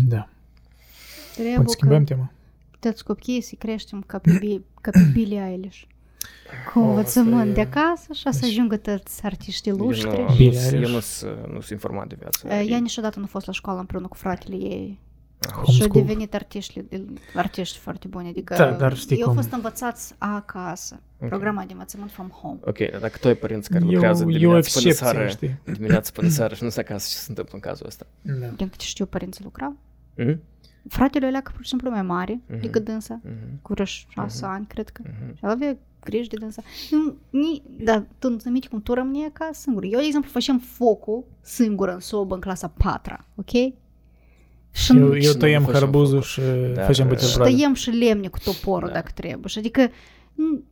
[SPEAKER 3] da. Poate
[SPEAKER 2] Trebuie
[SPEAKER 3] schimbăm
[SPEAKER 2] că
[SPEAKER 3] tema.
[SPEAKER 2] puteți copii să creștem ca pe, Bi- ca pe Billie Eilish. Cu
[SPEAKER 3] O,
[SPEAKER 2] învățământ
[SPEAKER 3] Oh, asta e- Deci-
[SPEAKER 2] de acasă și a să ajungă toți artiștii
[SPEAKER 1] Eu
[SPEAKER 2] luștri. Uh,
[SPEAKER 1] nu-
[SPEAKER 3] Bine,
[SPEAKER 1] nu-
[SPEAKER 3] Irish.
[SPEAKER 1] Eu nu sunt informat de viață.
[SPEAKER 2] Ea niciodată nu a fost la școală împreună cu fratele ei. Și au
[SPEAKER 3] Homeschool.
[SPEAKER 2] devenit artiști, artiști foarte buni, adică
[SPEAKER 3] Da, dar știi
[SPEAKER 2] ei au
[SPEAKER 3] cum.
[SPEAKER 2] fost învățați acasă, programa de învățământ from home.
[SPEAKER 1] Ok, dar dacă tu ai părinți care lucrează
[SPEAKER 3] Eu, eu
[SPEAKER 1] dimineața până
[SPEAKER 3] excepție,
[SPEAKER 1] seară,
[SPEAKER 3] știi?
[SPEAKER 1] dimineața până seară și nu sunt acasă, ce se întâmplă în cazul ăsta?
[SPEAKER 3] Da.
[SPEAKER 2] Din câte știu, părinții lucrau.
[SPEAKER 1] Mhm,
[SPEAKER 2] Fratele Oleacă, pur și simplu, mai mare
[SPEAKER 1] Mhm.
[SPEAKER 2] decât dânsa,
[SPEAKER 1] mhm,
[SPEAKER 2] cu vreo șase ani, cred că.
[SPEAKER 1] mhm.
[SPEAKER 2] Și el avea griji de dânsa. Nu, ni, dar tu nu mici cum tu rămâneai acasă singur. Eu, de exemplu, făceam focul singură în sobă în clasa patra, ok? Și
[SPEAKER 3] Eu,
[SPEAKER 1] Și
[SPEAKER 3] eu
[SPEAKER 1] nu
[SPEAKER 3] tăiem
[SPEAKER 1] facem
[SPEAKER 3] harbuzul
[SPEAKER 1] focul.
[SPEAKER 3] și
[SPEAKER 1] Dar,
[SPEAKER 3] facem
[SPEAKER 1] uh,
[SPEAKER 2] Și
[SPEAKER 3] buterbrade.
[SPEAKER 2] tăiem și lemne cu toporul
[SPEAKER 1] Da.
[SPEAKER 2] dacă trebuie. Și adică, m,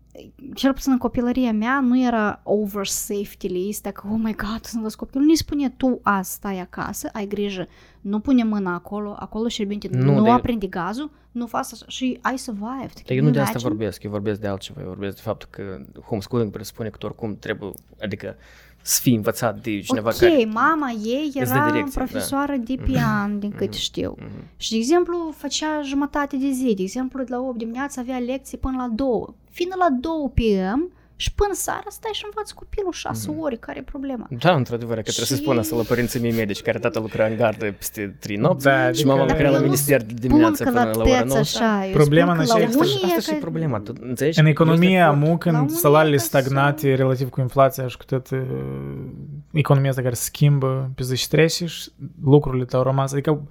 [SPEAKER 2] cel puțin în copilăria mea, nu era over safety list, că, oh my god, sunt văzut copilul. Nu-i spune tu azi stai acasă, ai grijă, nu pune mâna acolo, acolo șerbinte,
[SPEAKER 1] Nu,
[SPEAKER 2] nu, nu
[SPEAKER 1] dar-
[SPEAKER 2] aprinde gazul, nu faci așa și ai survived.
[SPEAKER 1] Dar eu nu de asta
[SPEAKER 2] Imagine.
[SPEAKER 1] vorbesc, eu vorbesc de altceva, eu vorbesc de faptul că homeschooling presupune că tu oricum trebuie, adică să fii învățat de cineva
[SPEAKER 2] ok,
[SPEAKER 1] care...
[SPEAKER 2] mama ei
[SPEAKER 1] dă
[SPEAKER 2] era
[SPEAKER 1] direcție, da.
[SPEAKER 2] profesoară de pian, din cât știu.
[SPEAKER 1] Mhm.
[SPEAKER 2] Și, de exemplu, făcea jumătate de zi. De exemplu, de la 8 dimineața avea lecții până la 2. Fiind la 2 PM și până seara stai și învați copilul 6
[SPEAKER 1] Mhm.
[SPEAKER 2] ore, care e problema?
[SPEAKER 1] Da, într-adevăr, că trebuie să
[SPEAKER 2] Și-
[SPEAKER 1] spun asta la părinții mei medici, care tata lucra în gardă peste 3 nopți
[SPEAKER 3] Da,
[SPEAKER 1] și
[SPEAKER 3] adică-
[SPEAKER 1] mama
[SPEAKER 3] Dar
[SPEAKER 1] lucra la
[SPEAKER 2] eu nu
[SPEAKER 1] minister de
[SPEAKER 2] Pun
[SPEAKER 1] dimineață
[SPEAKER 2] că
[SPEAKER 1] până
[SPEAKER 2] la
[SPEAKER 1] la ora 9.
[SPEAKER 2] tăți așa, eu
[SPEAKER 3] Problema
[SPEAKER 2] spun
[SPEAKER 3] în
[SPEAKER 2] că la
[SPEAKER 3] aceea este-
[SPEAKER 2] unii e
[SPEAKER 1] Asta și
[SPEAKER 2] că-
[SPEAKER 1] problema, tu înțelegi?
[SPEAKER 3] În
[SPEAKER 1] Eu sunt
[SPEAKER 3] economia,
[SPEAKER 1] de acord.
[SPEAKER 2] la
[SPEAKER 3] muncă,
[SPEAKER 2] unii
[SPEAKER 3] salariile
[SPEAKER 2] acasă.
[SPEAKER 3] stagnate relativ cu inflația și cu toată uh, economia asta care se schimbă pe zi și trece și lucrurile tău au rămas. Adică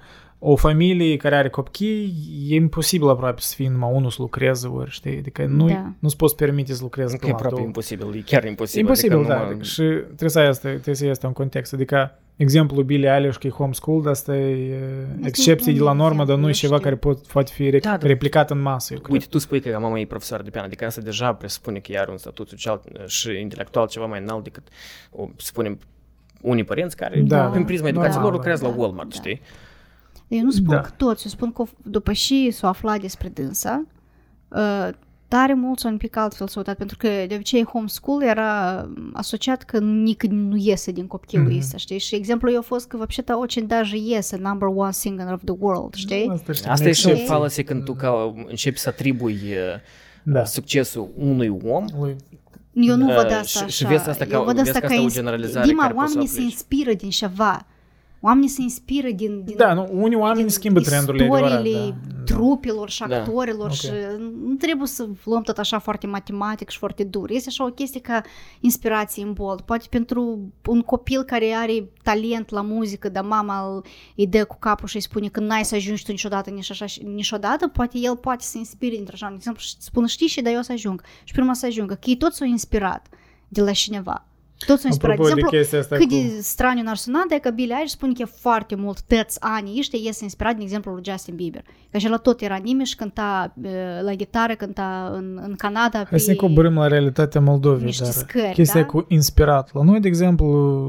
[SPEAKER 3] o familie care are copii, e imposibil aproape să fie numai unul să lucreze ori, știi? Adică nu,
[SPEAKER 2] Da.
[SPEAKER 3] nu-ți poți permite să lucrezi
[SPEAKER 1] Că
[SPEAKER 3] până
[SPEAKER 1] e
[SPEAKER 3] la
[SPEAKER 1] aproape
[SPEAKER 3] două.
[SPEAKER 1] imposibil, e chiar imposibil.
[SPEAKER 3] Imposibil,
[SPEAKER 1] adică
[SPEAKER 3] da.
[SPEAKER 1] numai-
[SPEAKER 3] Adică, și trebuie să ai asta, trebuie să ai asta în context. Adică, exemplu Billie Eilish că e homeschool, asta e uh,
[SPEAKER 2] nu
[SPEAKER 3] excepție
[SPEAKER 2] un
[SPEAKER 3] de la normă,
[SPEAKER 2] exemplu,
[SPEAKER 3] dar nu e
[SPEAKER 2] eu
[SPEAKER 3] ceva
[SPEAKER 2] știu.
[SPEAKER 3] care pot, poate fi rec-
[SPEAKER 1] Da, da.
[SPEAKER 3] replicat în masă, eu cred.
[SPEAKER 1] Uite, tu spui că mama e profesoară de pian, adică asta deja presupune că ea are un statut social uh, și intelectual ceva mai înalt decât, o, să spunem, unii părinți care,
[SPEAKER 3] Da.
[SPEAKER 1] prin prisma educației
[SPEAKER 3] Da.
[SPEAKER 1] lor, lucrează la
[SPEAKER 2] Da.
[SPEAKER 1] Walmart,
[SPEAKER 2] Da.
[SPEAKER 1] știi?
[SPEAKER 2] Eu nu spun
[SPEAKER 3] Da.
[SPEAKER 2] că toți, eu spun că după și s-o afla despre dânsa, uh, tare mult s-au un pic altfel s-au uitat, pentru că de obicei homeschool era um, asociat că nic nu iese din copilul
[SPEAKER 3] Mhm.
[SPEAKER 2] mm știi? Și exemplu eu a fost că, вообще-то, очень даже iese number one singer of the world, știi?
[SPEAKER 3] Asta, știi,
[SPEAKER 1] Asta e și un
[SPEAKER 2] Excepție.
[SPEAKER 1] fallacy când tu ca, începi să atribui uh,
[SPEAKER 3] Da.
[SPEAKER 1] succesul unui om
[SPEAKER 3] Lui
[SPEAKER 2] Eu nu
[SPEAKER 1] Da,
[SPEAKER 2] văd
[SPEAKER 1] și-
[SPEAKER 2] asta
[SPEAKER 1] și
[SPEAKER 2] așa.
[SPEAKER 1] vezi asta ca-
[SPEAKER 2] eu văd
[SPEAKER 1] vezi
[SPEAKER 2] asta
[SPEAKER 1] că
[SPEAKER 2] ca,
[SPEAKER 1] asta e o
[SPEAKER 2] ins-
[SPEAKER 1] generalizare
[SPEAKER 2] Dima,
[SPEAKER 1] care poți să o
[SPEAKER 2] oamenii se
[SPEAKER 1] aplici.
[SPEAKER 2] inspiră din ceva. Oamenii se inspiră din, din
[SPEAKER 3] Da, nu, unii oameni schimbă trendurile adevărat,
[SPEAKER 2] istoriile
[SPEAKER 3] da.
[SPEAKER 2] trupelor și
[SPEAKER 1] Da.
[SPEAKER 2] actorilor
[SPEAKER 3] Ok.
[SPEAKER 2] și nu trebuie să luăm tot așa foarte matematic și foarte dur. Este așa o chestie ca inspirație în bold. Poate pentru un copil care are talent la muzică, dar mama îl- îi dă cu capul și îi spune că n-ai să ajungi tu niciodată, nici așa, și- niciodată, poate el poate să inspire dintr așa, de exemplu, și spune știi și dar eu o să ajung. Și prima să ajungă, că ei toți s-au inspirat de la cineva. Toți s-au inspirat.
[SPEAKER 3] Apropo
[SPEAKER 2] De
[SPEAKER 3] de,
[SPEAKER 2] exemplu,
[SPEAKER 3] chestia asta
[SPEAKER 2] cât
[SPEAKER 3] cu...
[SPEAKER 2] de straniu n-ar suna, dacă Billie Eilish spune că e foarte mult tăți ani ăștia iese inspirat, de exemplu, lui Justin Bieber. Că și la tot era nimic, cânta eh, la gitară, cânta în, în Canada
[SPEAKER 3] Hai să ne coborâm la realitatea Moldovei,
[SPEAKER 2] niște
[SPEAKER 3] dar
[SPEAKER 2] scări,
[SPEAKER 3] chestia
[SPEAKER 2] da?
[SPEAKER 3] cu inspirat. La noi, de exemplu,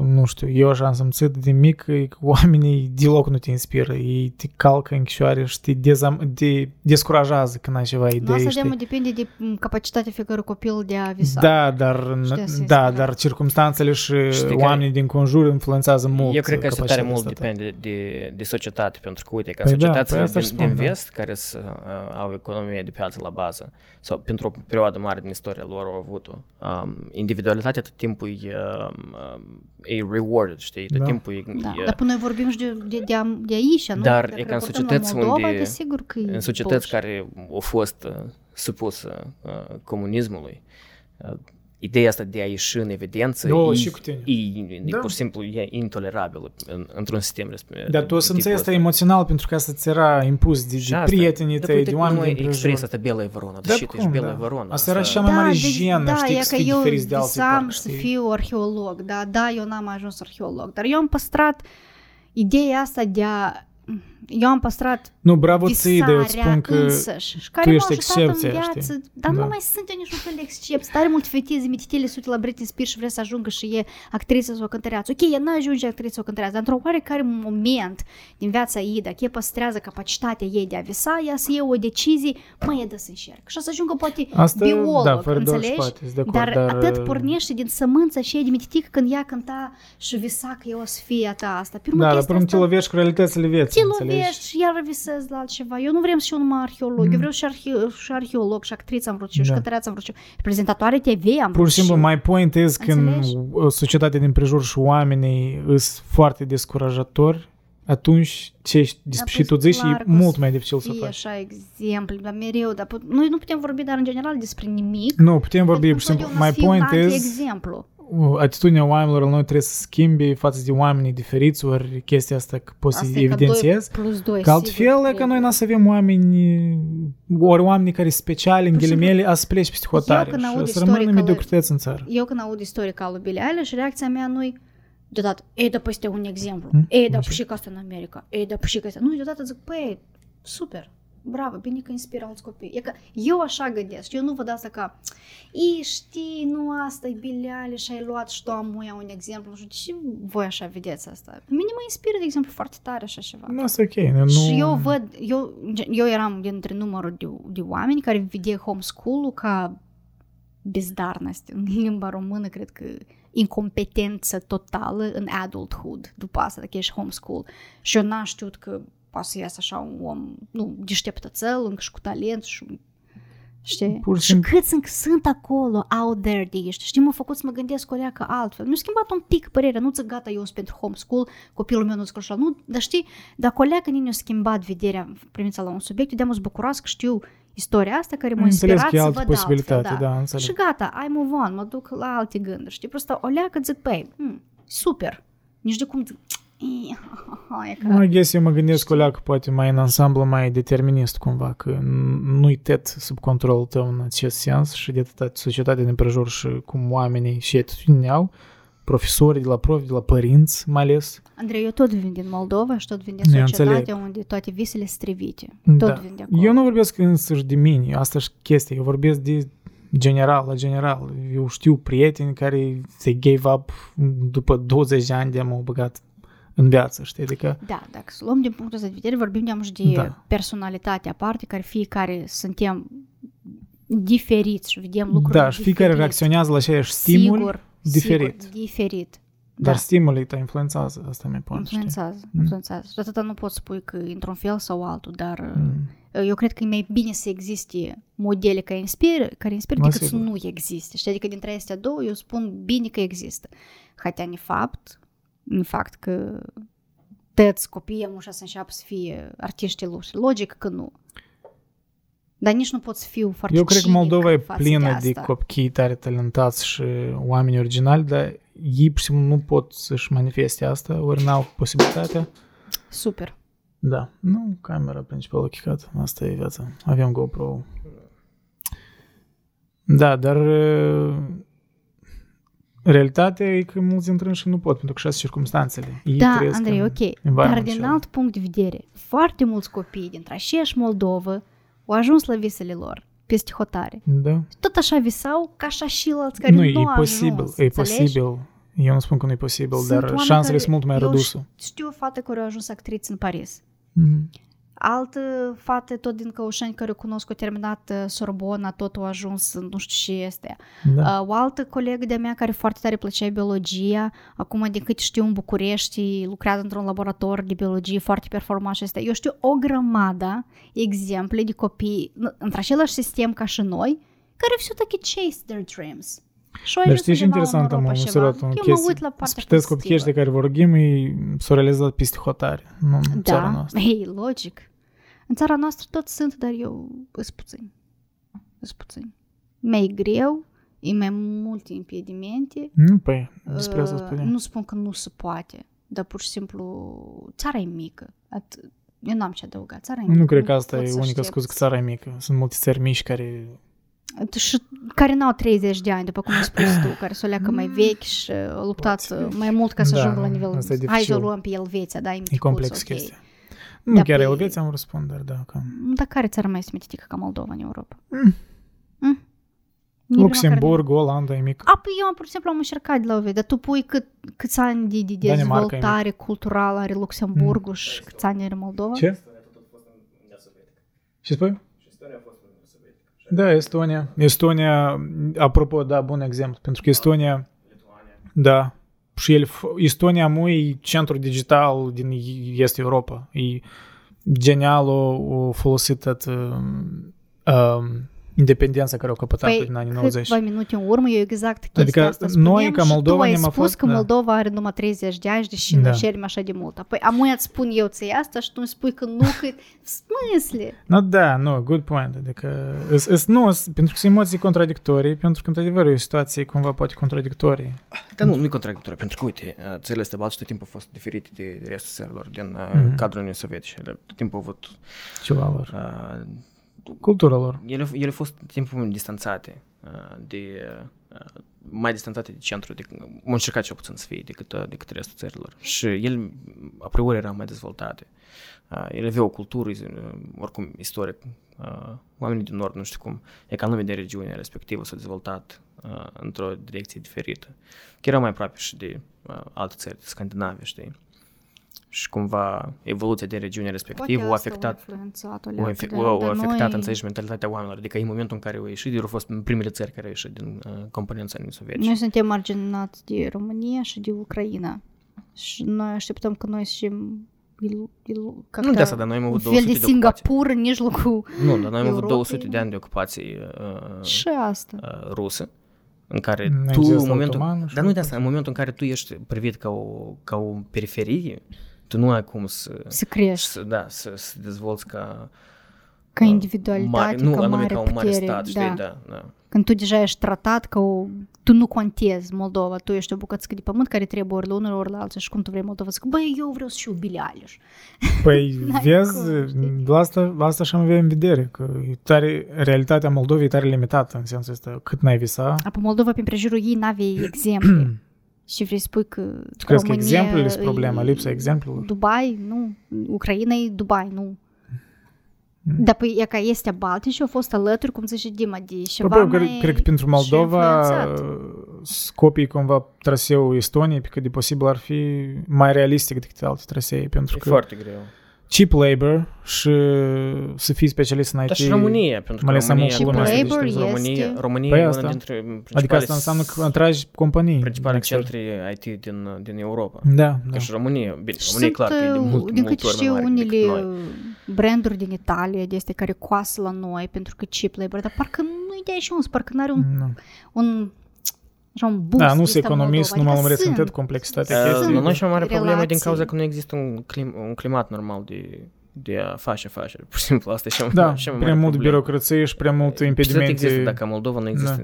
[SPEAKER 3] nu știu, eu așa am simțit de mic e că oamenii deloc nu te inspiră, ei te calcă în picioare și te, dezam, te descurajează când ai ceva
[SPEAKER 2] Nu, asta
[SPEAKER 3] idei,
[SPEAKER 2] de mult
[SPEAKER 3] știi?
[SPEAKER 2] depinde de m, capacitatea fiecărui copil de a visa.
[SPEAKER 3] Da, dar,
[SPEAKER 2] Știi, să se
[SPEAKER 3] da,
[SPEAKER 2] inspire.
[SPEAKER 3] dar circumstanțele și
[SPEAKER 1] Știi care-
[SPEAKER 3] oamenii din conjur influențează mult.
[SPEAKER 1] Eu cred că asta tare
[SPEAKER 3] capacitatea
[SPEAKER 1] mult
[SPEAKER 3] asta da. ta.
[SPEAKER 1] depinde de, de societate, pentru că, uite, ca
[SPEAKER 3] Păi da,
[SPEAKER 1] societățile
[SPEAKER 3] păi asta
[SPEAKER 1] din,
[SPEAKER 3] și
[SPEAKER 1] din
[SPEAKER 3] spun, da.
[SPEAKER 1] vest, care să, uh, au economie de piață la bază, sau pentru o perioadă mare din istoria lor au avut-o, um, individualitatea tot timpul e, um, um, e rewarded, știi, tot
[SPEAKER 3] Da.
[SPEAKER 1] timpul e...
[SPEAKER 2] Da,
[SPEAKER 1] e
[SPEAKER 2] dar până noi vorbim și de, de, de, a, de aici, nu?
[SPEAKER 1] Dar
[SPEAKER 2] Dacă
[SPEAKER 1] e ca în
[SPEAKER 2] raportăm la
[SPEAKER 1] societăți
[SPEAKER 2] Moldova,
[SPEAKER 1] unde-
[SPEAKER 2] desigur că e
[SPEAKER 1] în
[SPEAKER 2] bullshit.
[SPEAKER 1] societăți care au fost uh, supusă uh, comunismului, uh, ideea asta de a ieși în evidență
[SPEAKER 3] Da,
[SPEAKER 1] e,
[SPEAKER 3] și cu tine.
[SPEAKER 1] e, e,
[SPEAKER 3] Da.
[SPEAKER 1] pur și simplu e intolerabilă în, într-un sistem. resp-
[SPEAKER 3] Dar tu o
[SPEAKER 1] de
[SPEAKER 3] să
[SPEAKER 1] tipul
[SPEAKER 3] înțelegi
[SPEAKER 1] ăsta.
[SPEAKER 3] asta emoțional pentru că asta ți era impus de,
[SPEAKER 1] Și
[SPEAKER 3] de
[SPEAKER 1] asta.
[SPEAKER 3] prietenii
[SPEAKER 1] Dar
[SPEAKER 3] tăi,
[SPEAKER 1] uite
[SPEAKER 3] de
[SPEAKER 1] că
[SPEAKER 3] oameni
[SPEAKER 1] nu e
[SPEAKER 3] din prejur.
[SPEAKER 1] expresia asta белая ворона. Да, А
[SPEAKER 3] Da,
[SPEAKER 1] shit, ești
[SPEAKER 3] cum,
[SPEAKER 1] белая
[SPEAKER 3] da.
[SPEAKER 1] ворона.
[SPEAKER 3] Asta era cea
[SPEAKER 2] Da,
[SPEAKER 3] mai mare
[SPEAKER 2] deci-
[SPEAKER 3] jenă,
[SPEAKER 2] da,
[SPEAKER 3] știi,
[SPEAKER 2] e
[SPEAKER 3] că să
[SPEAKER 2] că
[SPEAKER 3] fii
[SPEAKER 2] eu
[SPEAKER 3] diferit de alții.
[SPEAKER 2] visam
[SPEAKER 3] parcă,
[SPEAKER 2] și să
[SPEAKER 3] știi?
[SPEAKER 2] fiu arheolog, da, da, eu n-am ajuns arheolog, dar eu am păstrat ideea asta de a... Eu am păstrat
[SPEAKER 3] Nu, bravo ți dar eu îți
[SPEAKER 2] visarea
[SPEAKER 3] spun că...
[SPEAKER 2] însăși, și care m-a
[SPEAKER 3] ești
[SPEAKER 2] ajutat în
[SPEAKER 3] excepția,
[SPEAKER 2] viață,
[SPEAKER 3] știi?
[SPEAKER 2] dar nu
[SPEAKER 3] Da.
[SPEAKER 2] mai sunt eu niciun fel de excepție. Tare mult feteze, mititele sute la Britney Spears și vrea să ajungă și e actriță sau cântăreață. Ok, ea n-ajunge actriță sau cântăreață, dar într-o oarecare moment din viața ei, dacă ea păstrează capacitatea ei de a visa, ea să ia o decizie, mai e de să încerc. Și o să ajungă poate
[SPEAKER 3] Asta,
[SPEAKER 2] biolog,
[SPEAKER 3] da, fără doar și
[SPEAKER 2] înțelegi?
[SPEAKER 3] poate, sunt de acord,
[SPEAKER 2] dar,
[SPEAKER 3] dar,
[SPEAKER 2] atât
[SPEAKER 3] uh,
[SPEAKER 2] pornește din sămânța și ei de mititică când ea cânta și visa că eu o să fie a ta asta. Prima
[SPEAKER 3] Da, dar
[SPEAKER 2] chestie
[SPEAKER 3] până te
[SPEAKER 2] asta-
[SPEAKER 3] lovești cu realitățile vieții,
[SPEAKER 2] Ți
[SPEAKER 3] înțelegi?
[SPEAKER 2] lovești și iar visez la altceva. Eu nu vreau să fiu numai arheolog, eu vreau și, arhe- și arheolog, și actriță am vrut și eu, și
[SPEAKER 3] Mm. Da.
[SPEAKER 2] cântăreață am vrut și eu, și prezentatoare TV am
[SPEAKER 3] Pur
[SPEAKER 2] vrut
[SPEAKER 3] și simplu,
[SPEAKER 2] eu.
[SPEAKER 3] my point is când
[SPEAKER 2] Înțelegi?
[SPEAKER 3] uh, societatea din prejur și oamenii sunt foarte descurajatori atunci ce ești despășit tu
[SPEAKER 2] pus
[SPEAKER 3] zici și
[SPEAKER 2] Da, clar
[SPEAKER 3] e
[SPEAKER 2] că o
[SPEAKER 3] mult
[SPEAKER 2] să
[SPEAKER 3] mai dificil să
[SPEAKER 2] Fie
[SPEAKER 3] faci.
[SPEAKER 2] așa exemple, dar mereu, dar pot- noi nu putem vorbi dar în general despre nimic.
[SPEAKER 3] Nu, putem vorbi, pur și
[SPEAKER 2] Pentru că
[SPEAKER 3] simplu,
[SPEAKER 2] întotdeauna
[SPEAKER 3] my
[SPEAKER 2] să fie un
[SPEAKER 3] point
[SPEAKER 2] alt
[SPEAKER 3] is,
[SPEAKER 2] exemplu.
[SPEAKER 3] uh, atitudinea oamenilor la noi trebuie să se schimbe față de oamenii diferiți, ori chestia asta că poți să
[SPEAKER 2] Asta e ca doi
[SPEAKER 3] evidențiezi.
[SPEAKER 2] plus doi,
[SPEAKER 3] Că
[SPEAKER 2] sigur,
[SPEAKER 3] altfel e că
[SPEAKER 2] trebuie.
[SPEAKER 3] noi n să avem oameni, ori oameni care sunt speciali, în
[SPEAKER 2] Pur și simplu,
[SPEAKER 3] ghilimele, a să pleci peste hotare
[SPEAKER 2] când
[SPEAKER 3] și
[SPEAKER 2] aud
[SPEAKER 3] o să rămână
[SPEAKER 2] istoricăle-
[SPEAKER 3] mediocrități în țară.
[SPEAKER 2] Eu când aud istorica lui Billie Eilish, reacția mea nu-i deodată, ei, dar păi este un exemplu,
[SPEAKER 3] Mm,
[SPEAKER 2] ei, dar
[SPEAKER 3] așa.
[SPEAKER 2] și că asta în America, ei, dar și că asta. Nu, deodată zic, păi, super, bravo, bine că inspiră alți copii. E că eu așa gândesc, eu nu văd asta ca, ei, știi, nu asta e Billie Eilish, ai luat și tu amuia un exemplu, nu știu, și voi așa vedeți asta. Pe mine mă inspiră, de exemplu, foarte tare așa ceva.
[SPEAKER 3] Nu, asta e ok. Nu,
[SPEAKER 2] Și eu văd, eu, eu eram dintre numărul de, de oameni care vede homeschool-ul ca бездарность, în limba română, cred că incompetență totală în adulthood, după asta, dacă ești homeschool. Și eu n-am știut că poate să iasă așa un om, nu, deșteptățel, încă și cu talent și Știi?
[SPEAKER 3] Pur și
[SPEAKER 2] și
[SPEAKER 3] simplu-
[SPEAKER 2] câți încă sunt acolo, out there de ești. Știi, m-a făcut să mă gândesc o leacă altfel. Mi-a schimbat un pic părerea, nu ți gata, eu sunt pentru homeschool, copilul meu nu scroșa. Nu, dar știi, dacă o leacă ne-a schimbat vederea în privința la un subiect, eu de-am sunt bucuroasă că știu istoria asta care m-a
[SPEAKER 3] Am înțeles
[SPEAKER 2] inspirat
[SPEAKER 3] că e
[SPEAKER 2] să
[SPEAKER 3] altă
[SPEAKER 2] văd altfel.
[SPEAKER 3] posibilitate,
[SPEAKER 2] Da.
[SPEAKER 3] da, înțeleg.
[SPEAKER 2] Și gata, I move on, mă duc la alte gânduri, știi? Просто o leacă zic, păi, hmm, super, nici de cum zic, "Ii, ha, ha, ha", e ca...
[SPEAKER 3] Nu, I guess eu mă gândesc o leacă poate mai în ansamblu, mai determinist cumva, că n- nu-i tet sub controlul tău în acest sens și de atâta societatea din prejur și cum oamenii și atitudinea au, profesori de la profi, de la părinți mai ales.
[SPEAKER 2] Andrei, eu tot vin din Moldova și tot vin din
[SPEAKER 3] Eu
[SPEAKER 2] societatea
[SPEAKER 3] înțeleg.
[SPEAKER 2] unde toate visele strivite.
[SPEAKER 3] Da.
[SPEAKER 2] Tot vin de acolo.
[SPEAKER 3] Eu nu vorbesc însăși de mine, asta și chestia, eu vorbesc de general, la general. Eu știu prieteni care se gave up după 20 de ani de m-au băgat în viață, știi, adică
[SPEAKER 2] Da, dacă să luăm din punctul ăsta de vedere, vorbim de și de
[SPEAKER 3] Da.
[SPEAKER 2] personalitate aparte, care fiecare suntem diferiți și vedem lucruri
[SPEAKER 3] da, și fiecare reacționează la aceeași stimul,
[SPEAKER 2] sigur,
[SPEAKER 3] diferit.
[SPEAKER 2] Sigur, diferit.
[SPEAKER 3] dar
[SPEAKER 2] da.
[SPEAKER 3] stimulii te influențează, asta mi-e pun, știi?
[SPEAKER 2] Influențează,
[SPEAKER 3] Mm.
[SPEAKER 2] influențează. Și atâta nu pot spui că e într-un fel sau altul, dar uh,
[SPEAKER 3] Mm.
[SPEAKER 2] eu cred că e mai bine să existe modele care inspiră, care inspiră
[SPEAKER 3] Mă
[SPEAKER 2] decât
[SPEAKER 3] sigur.
[SPEAKER 2] să nu existe. Știi, adică dintre astea două eu spun bine că există. Hatea în fapt, în fapt că tăți copiii am ușa să înceapă să fie artiști luși. Logic că nu. Dar nici nu pot să fiu foarte
[SPEAKER 3] Eu cred că
[SPEAKER 2] cinic
[SPEAKER 3] Moldova e
[SPEAKER 2] față
[SPEAKER 3] plină de,
[SPEAKER 2] asta.
[SPEAKER 3] copii tare talentați și oameni originali, dar ei pur și simplu nu pot să-și manifeste asta, ori n-au posibilitatea.
[SPEAKER 2] Super.
[SPEAKER 3] Da, nu, camera principală a chicat, asta e viața. Avem GoPro. Da, dar e, realitatea e că mulți dintre ei nu pot, pentru că și astea circumstanțele. Ei
[SPEAKER 2] da,
[SPEAKER 3] trăiesc
[SPEAKER 2] Andrei,
[SPEAKER 3] în da.
[SPEAKER 2] ok. Dar
[SPEAKER 3] environment
[SPEAKER 2] din
[SPEAKER 3] celălalt.
[SPEAKER 2] alt punct de vedere, foarte mulți copii dintre aceeași Moldovă au ajuns la visele lor peste hotare.
[SPEAKER 3] Da.
[SPEAKER 2] tot așa visau ca așa și la alți care nu,
[SPEAKER 3] Nu, e
[SPEAKER 2] au
[SPEAKER 3] posibil,
[SPEAKER 2] ajuns,
[SPEAKER 3] e
[SPEAKER 2] înțelegi?
[SPEAKER 3] posibil. Eu nu spun că nu e posibil,
[SPEAKER 2] Sunt
[SPEAKER 3] dar
[SPEAKER 2] oameni
[SPEAKER 3] șansele
[SPEAKER 2] care-
[SPEAKER 3] sunt mult mai
[SPEAKER 2] eu
[SPEAKER 3] reduse.
[SPEAKER 2] Știu o fată care a ajuns actriță în Paris.
[SPEAKER 3] Mhm.
[SPEAKER 2] Altă fată tot din Căușeni care o cunosc, a terminat uh, Sorbona, tot a ajuns în nu știu ce este.
[SPEAKER 3] Da.
[SPEAKER 2] Uh, O altă colegă de-a mea care foarte tare plăcea biologia, acum de cât știu în București, lucrează într-un laborator de biologie foarte performant și este. Eu știu o grămadă exemple de copii n- într-același sistem ca și noi, care все-таки chase their dreams. Și au
[SPEAKER 3] Dar
[SPEAKER 2] ajuns
[SPEAKER 3] știi ce
[SPEAKER 2] undeva
[SPEAKER 3] interesant
[SPEAKER 2] în
[SPEAKER 3] am
[SPEAKER 2] Europa ceva.
[SPEAKER 3] observat
[SPEAKER 2] Eu
[SPEAKER 3] un
[SPEAKER 2] mă uit la
[SPEAKER 3] chestie.
[SPEAKER 2] partea
[SPEAKER 3] Spitesc copii
[SPEAKER 2] pozitivă.
[SPEAKER 3] ăștia care vorbim, ei s-au realizat peste hotare. Nu, în țara
[SPEAKER 2] Da,
[SPEAKER 3] noastră.
[SPEAKER 2] ei, logic. În țara noastră toți sunt, dar eu sunt puțin. Sunt puțin. Mai e greu, e mai multe impedimente.
[SPEAKER 3] Nu, păi, despre asta
[SPEAKER 2] Uh,
[SPEAKER 3] spuneam.
[SPEAKER 2] Nu spun că nu se poate, dar pur și simplu țara e mică. At- eu n-am ce adăuga, țara e mică.
[SPEAKER 3] Nu cred că asta
[SPEAKER 2] poți
[SPEAKER 3] e
[SPEAKER 2] să
[SPEAKER 3] unica
[SPEAKER 2] aștepți.
[SPEAKER 3] scuză că țara e mică. Sunt multe țări mici care...
[SPEAKER 2] Și care n-au 30 de ani, după cum ai spus tu, care s-o leacă mai vechi și uh, au luptat
[SPEAKER 3] Poate
[SPEAKER 2] uh,
[SPEAKER 3] fi.
[SPEAKER 2] mai mult ca să
[SPEAKER 3] Da,
[SPEAKER 2] ajungă la nivelul...
[SPEAKER 3] asta e
[SPEAKER 2] Hai să
[SPEAKER 3] dificil.
[SPEAKER 2] o luăm pe Elveția, da, e,
[SPEAKER 3] E
[SPEAKER 2] micuț,
[SPEAKER 3] complex
[SPEAKER 2] ok.
[SPEAKER 3] chestia. Nu
[SPEAKER 2] Da,
[SPEAKER 3] chiar
[SPEAKER 2] păi-
[SPEAKER 3] Elveția am răspund, dar da, cam...
[SPEAKER 2] Ну, Dar care țară mai este mititică ca Moldova în Europa?
[SPEAKER 3] Mm.
[SPEAKER 2] Mm? Nici măcar
[SPEAKER 3] Luxemburg, Olanda e mic.
[SPEAKER 2] nu- A, păi eu, pur și simplu, am încercat de la UV, dar tu pui cât, câți ani de, de
[SPEAKER 3] Danemarca e
[SPEAKER 2] dezvoltare culturală are Luxemburgul și câți ani are Moldova?
[SPEAKER 3] Ce? Ce spui? Da, Estonia. Estonia, apropo, da, bun exemplu, pentru că Estonia... Da. Și el, f- Estonia mu e centru digital din Est Europa. E genial o, o folosit at, um, um, independența care o căpătat
[SPEAKER 2] Păi,
[SPEAKER 3] în anii 90.
[SPEAKER 2] câteva minute în urmă, eu exact chestia
[SPEAKER 3] Adică
[SPEAKER 2] asta
[SPEAKER 3] noi,
[SPEAKER 2] spuneam
[SPEAKER 3] ca
[SPEAKER 2] și
[SPEAKER 3] Moldova,
[SPEAKER 2] tu ai
[SPEAKER 3] ne-am
[SPEAKER 2] spus
[SPEAKER 3] aflat-
[SPEAKER 2] că
[SPEAKER 3] da.
[SPEAKER 2] Moldova are numai 30 de ani, deși
[SPEAKER 3] Da.
[SPEAKER 2] da. nu cerem așa de mult. Apoi amuia îți spun eu ție asta și tu îmi spui că nu, că... В смысле?
[SPEAKER 3] Nu, da, nu, good point. Adică, îs, îs, nu, îs, pentru că sunt emoții contradictorii, pentru că, într-adevăr, e o situație cumva poate contradictorie.
[SPEAKER 1] Dar nu, nu-i contradictorie, pentru că, uite, uh, țările astea baltice tot timpul au fost diferite de restul țărilor din uh,
[SPEAKER 3] Mhm.
[SPEAKER 1] cadrul Uniunii Sovietice. Ele Tot timpul au avut...
[SPEAKER 3] Ceva lor.
[SPEAKER 1] uh,
[SPEAKER 3] Cultura lor.
[SPEAKER 1] Ele, ele au fost tot timpul distanțate uh, de... uh, mai distanțate de centru, de, au încercat cel puțin să fie decât, uh, decât restul țărilor. Și ele, a priori, erau mai dezvoltate. Uh, Ele aveau o cultură, iz- uh, oricum, istoric. Uh, Oamenii din nord, nu știu cum, economia din regiunea respectivă s-a dezvoltat uh, într-o direcție diferită. Că erau mai aproape și de uh, alte țări, scandinave, știi? Și cumva evoluția din regiunea respectivă a afectat
[SPEAKER 2] influențat-o,
[SPEAKER 1] o, infe- o, o afectat, înțelegi, mentalitatea oamenilor. Adică în momentul în care au ieșit, au fost primele țări care au ieșit din uh, componența Uniunii Sovietice.
[SPEAKER 2] Noi suntem marginați de România și de Ucraina. Și noi așteptăm că noi suntem ilu- ilu-
[SPEAKER 1] Nu de
[SPEAKER 2] как-то
[SPEAKER 1] asta, dar noi am
[SPEAKER 2] un
[SPEAKER 1] avut
[SPEAKER 2] fel
[SPEAKER 1] 200
[SPEAKER 2] de
[SPEAKER 1] de ocupații.
[SPEAKER 2] Singapur în mijlocul
[SPEAKER 1] Nu, dar noi am avut
[SPEAKER 2] Europei.
[SPEAKER 1] 200 de ani de ocupații uh,
[SPEAKER 2] și asta.
[SPEAKER 1] uh, rusă, în care
[SPEAKER 3] Nu
[SPEAKER 1] tu,
[SPEAKER 3] există
[SPEAKER 1] în momentul,
[SPEAKER 3] otomană și
[SPEAKER 1] dar nu de
[SPEAKER 3] alte
[SPEAKER 1] asta, în momentul în care tu ești privit ca o, ca o periferie, tu nu ai cum să,
[SPEAKER 2] Să crești
[SPEAKER 1] să, da, să, să dezvolți ca,
[SPEAKER 2] ca
[SPEAKER 1] uh,
[SPEAKER 2] individualitate,
[SPEAKER 1] mare, nu,
[SPEAKER 2] ca
[SPEAKER 1] anume
[SPEAKER 2] mare
[SPEAKER 1] ca un mare
[SPEAKER 2] putere.
[SPEAKER 1] stat,
[SPEAKER 2] da.
[SPEAKER 1] știi, da, da.
[SPEAKER 2] Când tu deja ești tratat ca o... Tu nu contezi Moldova, tu ești o bucățică de pământ care trebuie ori la unul, ori la altul și cum tu vrei Moldova să zic, băi, eu vreau să fiu Billie Eilish.
[SPEAKER 3] Păi,
[SPEAKER 2] N-ai
[SPEAKER 3] vezi,
[SPEAKER 2] cum, știi?
[SPEAKER 3] la asta, la asta și-am avea în vedere, că e tare, realitatea Moldovei e tare limitată, în sensul ăsta, cât n-ai visa.
[SPEAKER 2] Apoi Moldova, prin prejurul ei, n-avei exemple. și vrei să spui că
[SPEAKER 3] Tu crezi că
[SPEAKER 2] România
[SPEAKER 3] exemplele sunt
[SPEAKER 2] e-
[SPEAKER 3] problema, lipsa exemplelor?
[SPEAKER 2] Dubai, nu. Ucraina e Dubai, nu. Dar păi, e ca este Baltice, au fost alături, cum zice Dima, de ceva
[SPEAKER 3] Probabil,
[SPEAKER 2] mai
[SPEAKER 3] cred, cred că pentru Moldova
[SPEAKER 2] și influențat.
[SPEAKER 3] scopii cumva traseul Estoniei, pe cât de posibil ar fi mai realistic decât alte trasee, pentru
[SPEAKER 1] E
[SPEAKER 3] că
[SPEAKER 1] foarte greu.
[SPEAKER 3] cheap labor și să fii specialist în IT.
[SPEAKER 1] Dar și România, pentru că
[SPEAKER 3] mai ales am
[SPEAKER 1] România,
[SPEAKER 3] o
[SPEAKER 1] lumea se
[SPEAKER 2] problemă.
[SPEAKER 1] deșteaptă.
[SPEAKER 2] Labor
[SPEAKER 1] România,
[SPEAKER 2] este-
[SPEAKER 1] România
[SPEAKER 3] Păi
[SPEAKER 1] e
[SPEAKER 3] asta.
[SPEAKER 1] una dintre principale,
[SPEAKER 3] Adică asta înseamnă că atragi companii.
[SPEAKER 1] principale
[SPEAKER 3] în exterior.
[SPEAKER 1] centri IT din, din Europa.
[SPEAKER 3] Da, da.
[SPEAKER 1] Ca și România, bine,
[SPEAKER 2] Și
[SPEAKER 1] România e clar că e de
[SPEAKER 2] uh,
[SPEAKER 1] mult,
[SPEAKER 2] din
[SPEAKER 1] mult
[SPEAKER 2] câte
[SPEAKER 1] ori mai
[SPEAKER 2] știu,
[SPEAKER 1] mare
[SPEAKER 2] unele
[SPEAKER 1] decât noi.
[SPEAKER 2] branduri din Italia, de este care coasă la noi pentru că cheap labor, dar parcă nu-i de aici uns, parcă n-are un,
[SPEAKER 3] Nu.
[SPEAKER 2] un, așa un boost.
[SPEAKER 3] Da, nu
[SPEAKER 2] este
[SPEAKER 3] sunt economist, nu
[SPEAKER 2] Moldova, adică
[SPEAKER 3] m-am lămurit în tot
[SPEAKER 2] sunt.
[SPEAKER 3] complexitatea
[SPEAKER 1] Uh,
[SPEAKER 3] chestii.
[SPEAKER 1] La noi cea mai mare
[SPEAKER 2] relații.
[SPEAKER 1] problemă e din cauza că nu există un, clim, un climat normal de, de a face afaceri. Pur și simplu, asta e cea mai,
[SPEAKER 3] Da,
[SPEAKER 1] cea mai
[SPEAKER 3] prea
[SPEAKER 1] mare Păi,
[SPEAKER 3] mult
[SPEAKER 1] problemă.
[SPEAKER 3] birocrație și prea mult
[SPEAKER 1] Tot există,
[SPEAKER 3] impedimente. Da.
[SPEAKER 1] dacă în Moldova nu există...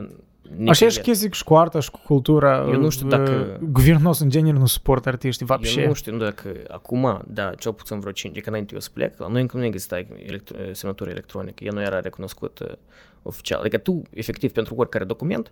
[SPEAKER 1] uh,
[SPEAKER 3] Așa
[SPEAKER 1] nicăieri.
[SPEAKER 3] și chestii și cu arta și cu cultura.
[SPEAKER 1] Eu nu știu dacă-
[SPEAKER 3] uh, Guvernul nostru, în general nu suportă artiștii,
[SPEAKER 1] Eu
[SPEAKER 3] вообще.
[SPEAKER 1] nu știu dacă acum, da, cel puțin vreo 5, de când înainte eu să plec, la noi încă nu exista electro- semnătură electronică, el nu era recunoscut uh, oficial. Adică tu, efectiv, pentru oricare document,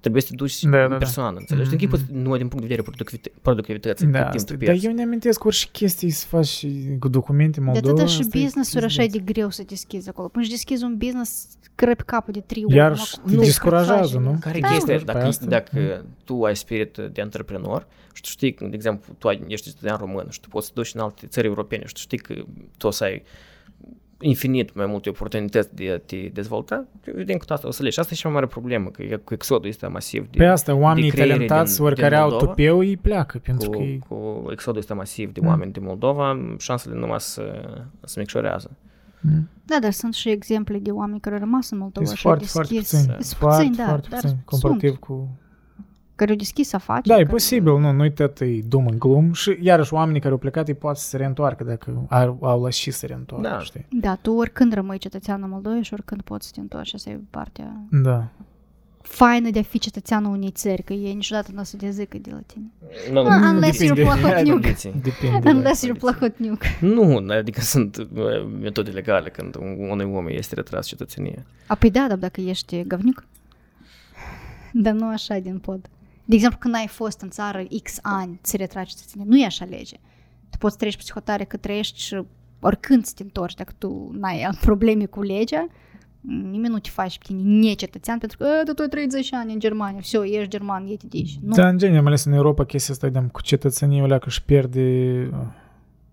[SPEAKER 1] trebuie să te duci
[SPEAKER 3] Da, da, da.
[SPEAKER 1] personal, înțelegi? Din chipul, nu din punct de vedere productivit- productivității,
[SPEAKER 3] Da,
[SPEAKER 1] cât timp
[SPEAKER 3] asta-
[SPEAKER 1] tu
[SPEAKER 3] dar
[SPEAKER 1] pierzi.
[SPEAKER 3] eu ne amintesc orice chestii să faci și cu documente în
[SPEAKER 2] De
[SPEAKER 3] Moldova.
[SPEAKER 2] atâta și
[SPEAKER 3] asta e
[SPEAKER 2] business-uri așa e de greu să deschizi acolo. Până își deschizi un business, crăpi capul de trei ori.
[SPEAKER 3] Iar
[SPEAKER 2] Acum,
[SPEAKER 3] și te
[SPEAKER 2] cum să
[SPEAKER 3] descurajează,
[SPEAKER 2] faci?
[SPEAKER 3] nu?
[SPEAKER 1] Care e
[SPEAKER 2] Da.
[SPEAKER 1] chestia?
[SPEAKER 3] Pe
[SPEAKER 1] Dacă,
[SPEAKER 3] Păi asta.
[SPEAKER 1] dacă tu ai spirit de antreprenor și tu știi, de exemplu, tu ai- ești studian român și tu poți să duci în alte țări europene și tu știi că tu o să ai infinit mai multe oportunități de a te dezvolta, evident că tu asta o să lești. Asta e cea mai mare problemă, că e- cu exodul ăsta masiv de,
[SPEAKER 3] Pe Păi asta, oamenii
[SPEAKER 1] de creierii
[SPEAKER 3] talentați,
[SPEAKER 1] din-
[SPEAKER 3] oricare
[SPEAKER 1] din
[SPEAKER 3] au
[SPEAKER 1] Moldova.
[SPEAKER 3] tupeu, ei pleacă, pentru că
[SPEAKER 1] cu,
[SPEAKER 3] ei-
[SPEAKER 1] cu exodul ăsta masiv de
[SPEAKER 3] Mm.
[SPEAKER 1] oameni din Moldova, șansele numai să, să micșorează.
[SPEAKER 3] Mm.
[SPEAKER 2] Da, dar sunt și exemple de oameni care au rămas în Moldova
[SPEAKER 3] Sunt
[SPEAKER 2] și au
[SPEAKER 3] foarte, foarte
[SPEAKER 2] deschis.
[SPEAKER 3] puțini.
[SPEAKER 2] Sunt
[SPEAKER 3] Foarte,
[SPEAKER 2] puțini, da,
[SPEAKER 3] foarte
[SPEAKER 2] dar
[SPEAKER 3] puțini,
[SPEAKER 2] sunt.
[SPEAKER 3] comparativ cu
[SPEAKER 2] Care au deschis afaceri.
[SPEAKER 3] Da, e
[SPEAKER 2] care-
[SPEAKER 3] posibil, nu, nu-i tot e dum în glum și iarăși oamenii care au plecat ei poate să se reîntoarcă dacă ar, au lăsat și să se reîntoarcă,
[SPEAKER 1] Da.
[SPEAKER 3] știi?
[SPEAKER 2] Da, tu oricând rămâi cetățean în Moldova și oricând poți să te întorci. Asta e partea
[SPEAKER 3] Da.
[SPEAKER 2] faină de a fi cetățeanul unei țări, că ei niciodată nu o să dezică de la tine.
[SPEAKER 1] Nu,
[SPEAKER 2] Ah,
[SPEAKER 1] nu,
[SPEAKER 2] unless
[SPEAKER 1] Da, depinde.
[SPEAKER 2] you're plahotniuc.
[SPEAKER 1] Condiții.
[SPEAKER 3] Depinde.
[SPEAKER 2] Unless you're plahotniuc.
[SPEAKER 1] Nu, dar adică sunt uh, metode legale când un- unui om este retras cetățenie.
[SPEAKER 2] A, păi da, dar dacă ești găvniuc. Dar nu așa din pod. De exemplu, când ai fost în țară X ani, ți retragi ține, nu e așa lege. Tu poți treci psihotare că trăiești și oricând să te întorci, dacă tu n-ai probleme cu legea, nimeni nu te face pe tine necetățean pentru că, "E, dar tu ai 30 ani în Germania, все, ești german, iei-te de aici. Nu,
[SPEAKER 3] Da, în general, mai ales în Europa, chestia asta, de cu cetățenia leacă și pierde uh,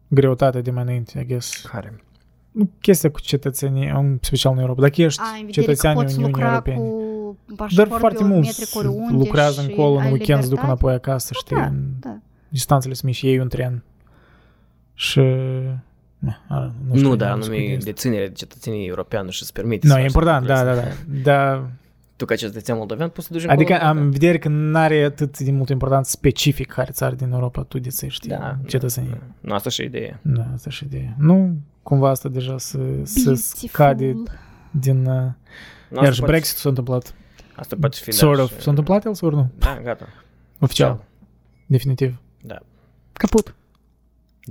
[SPEAKER 3] greutatea de mai înainte, I guess.
[SPEAKER 1] Care?
[SPEAKER 3] Nu, chestia cu cetățenie, în special în Europa. Dacă ești
[SPEAKER 2] ai în vedere că
[SPEAKER 3] cetățean în
[SPEAKER 2] poți
[SPEAKER 3] Uniunea
[SPEAKER 2] lucra
[SPEAKER 3] Europeană,
[SPEAKER 2] cu
[SPEAKER 3] dar
[SPEAKER 2] pașaportul
[SPEAKER 3] foarte mulți
[SPEAKER 2] biometric oriunde
[SPEAKER 3] lucrează
[SPEAKER 2] și
[SPEAKER 3] încolo în
[SPEAKER 2] ai
[SPEAKER 3] weekend, se duc
[SPEAKER 2] libertate.
[SPEAKER 3] înapoi acasă, știi,
[SPEAKER 2] da,
[SPEAKER 3] în
[SPEAKER 2] da.
[SPEAKER 3] distanțele sunt mici, iei un tren. Și Ah,
[SPEAKER 1] Nu, da,
[SPEAKER 3] știu, discut
[SPEAKER 1] anume
[SPEAKER 3] de asta.
[SPEAKER 1] deținere, cetățenii europeani își îți permite
[SPEAKER 3] Nu,
[SPEAKER 1] faci
[SPEAKER 3] e important, da,
[SPEAKER 1] lucrurile
[SPEAKER 3] da, da.
[SPEAKER 1] astea.
[SPEAKER 3] Dar
[SPEAKER 1] Tu ca cetățean moldovean poți să duci
[SPEAKER 3] Adică
[SPEAKER 1] încolo,
[SPEAKER 3] am vedere că nu are atât de multă importanță specific care țară din Europa tu dețești
[SPEAKER 1] Da,
[SPEAKER 3] cetățenie.
[SPEAKER 1] da. Nu, asta și ideea.
[SPEAKER 3] Da, asta și ideea. Nu, cumva asta deja să, să scade
[SPEAKER 2] Beautiful.
[SPEAKER 3] din... uh,
[SPEAKER 1] Nu,
[SPEAKER 3] Iar
[SPEAKER 1] asta
[SPEAKER 3] și
[SPEAKER 1] poate-
[SPEAKER 3] Brexit s-a întâmplat.
[SPEAKER 1] Asta poate fi, da,
[SPEAKER 3] Sort of.
[SPEAKER 1] și-
[SPEAKER 3] S-a întâmplat el sau nu?
[SPEAKER 1] Da, gata.
[SPEAKER 3] Oficial, definitiv.
[SPEAKER 1] Da.
[SPEAKER 2] Caput.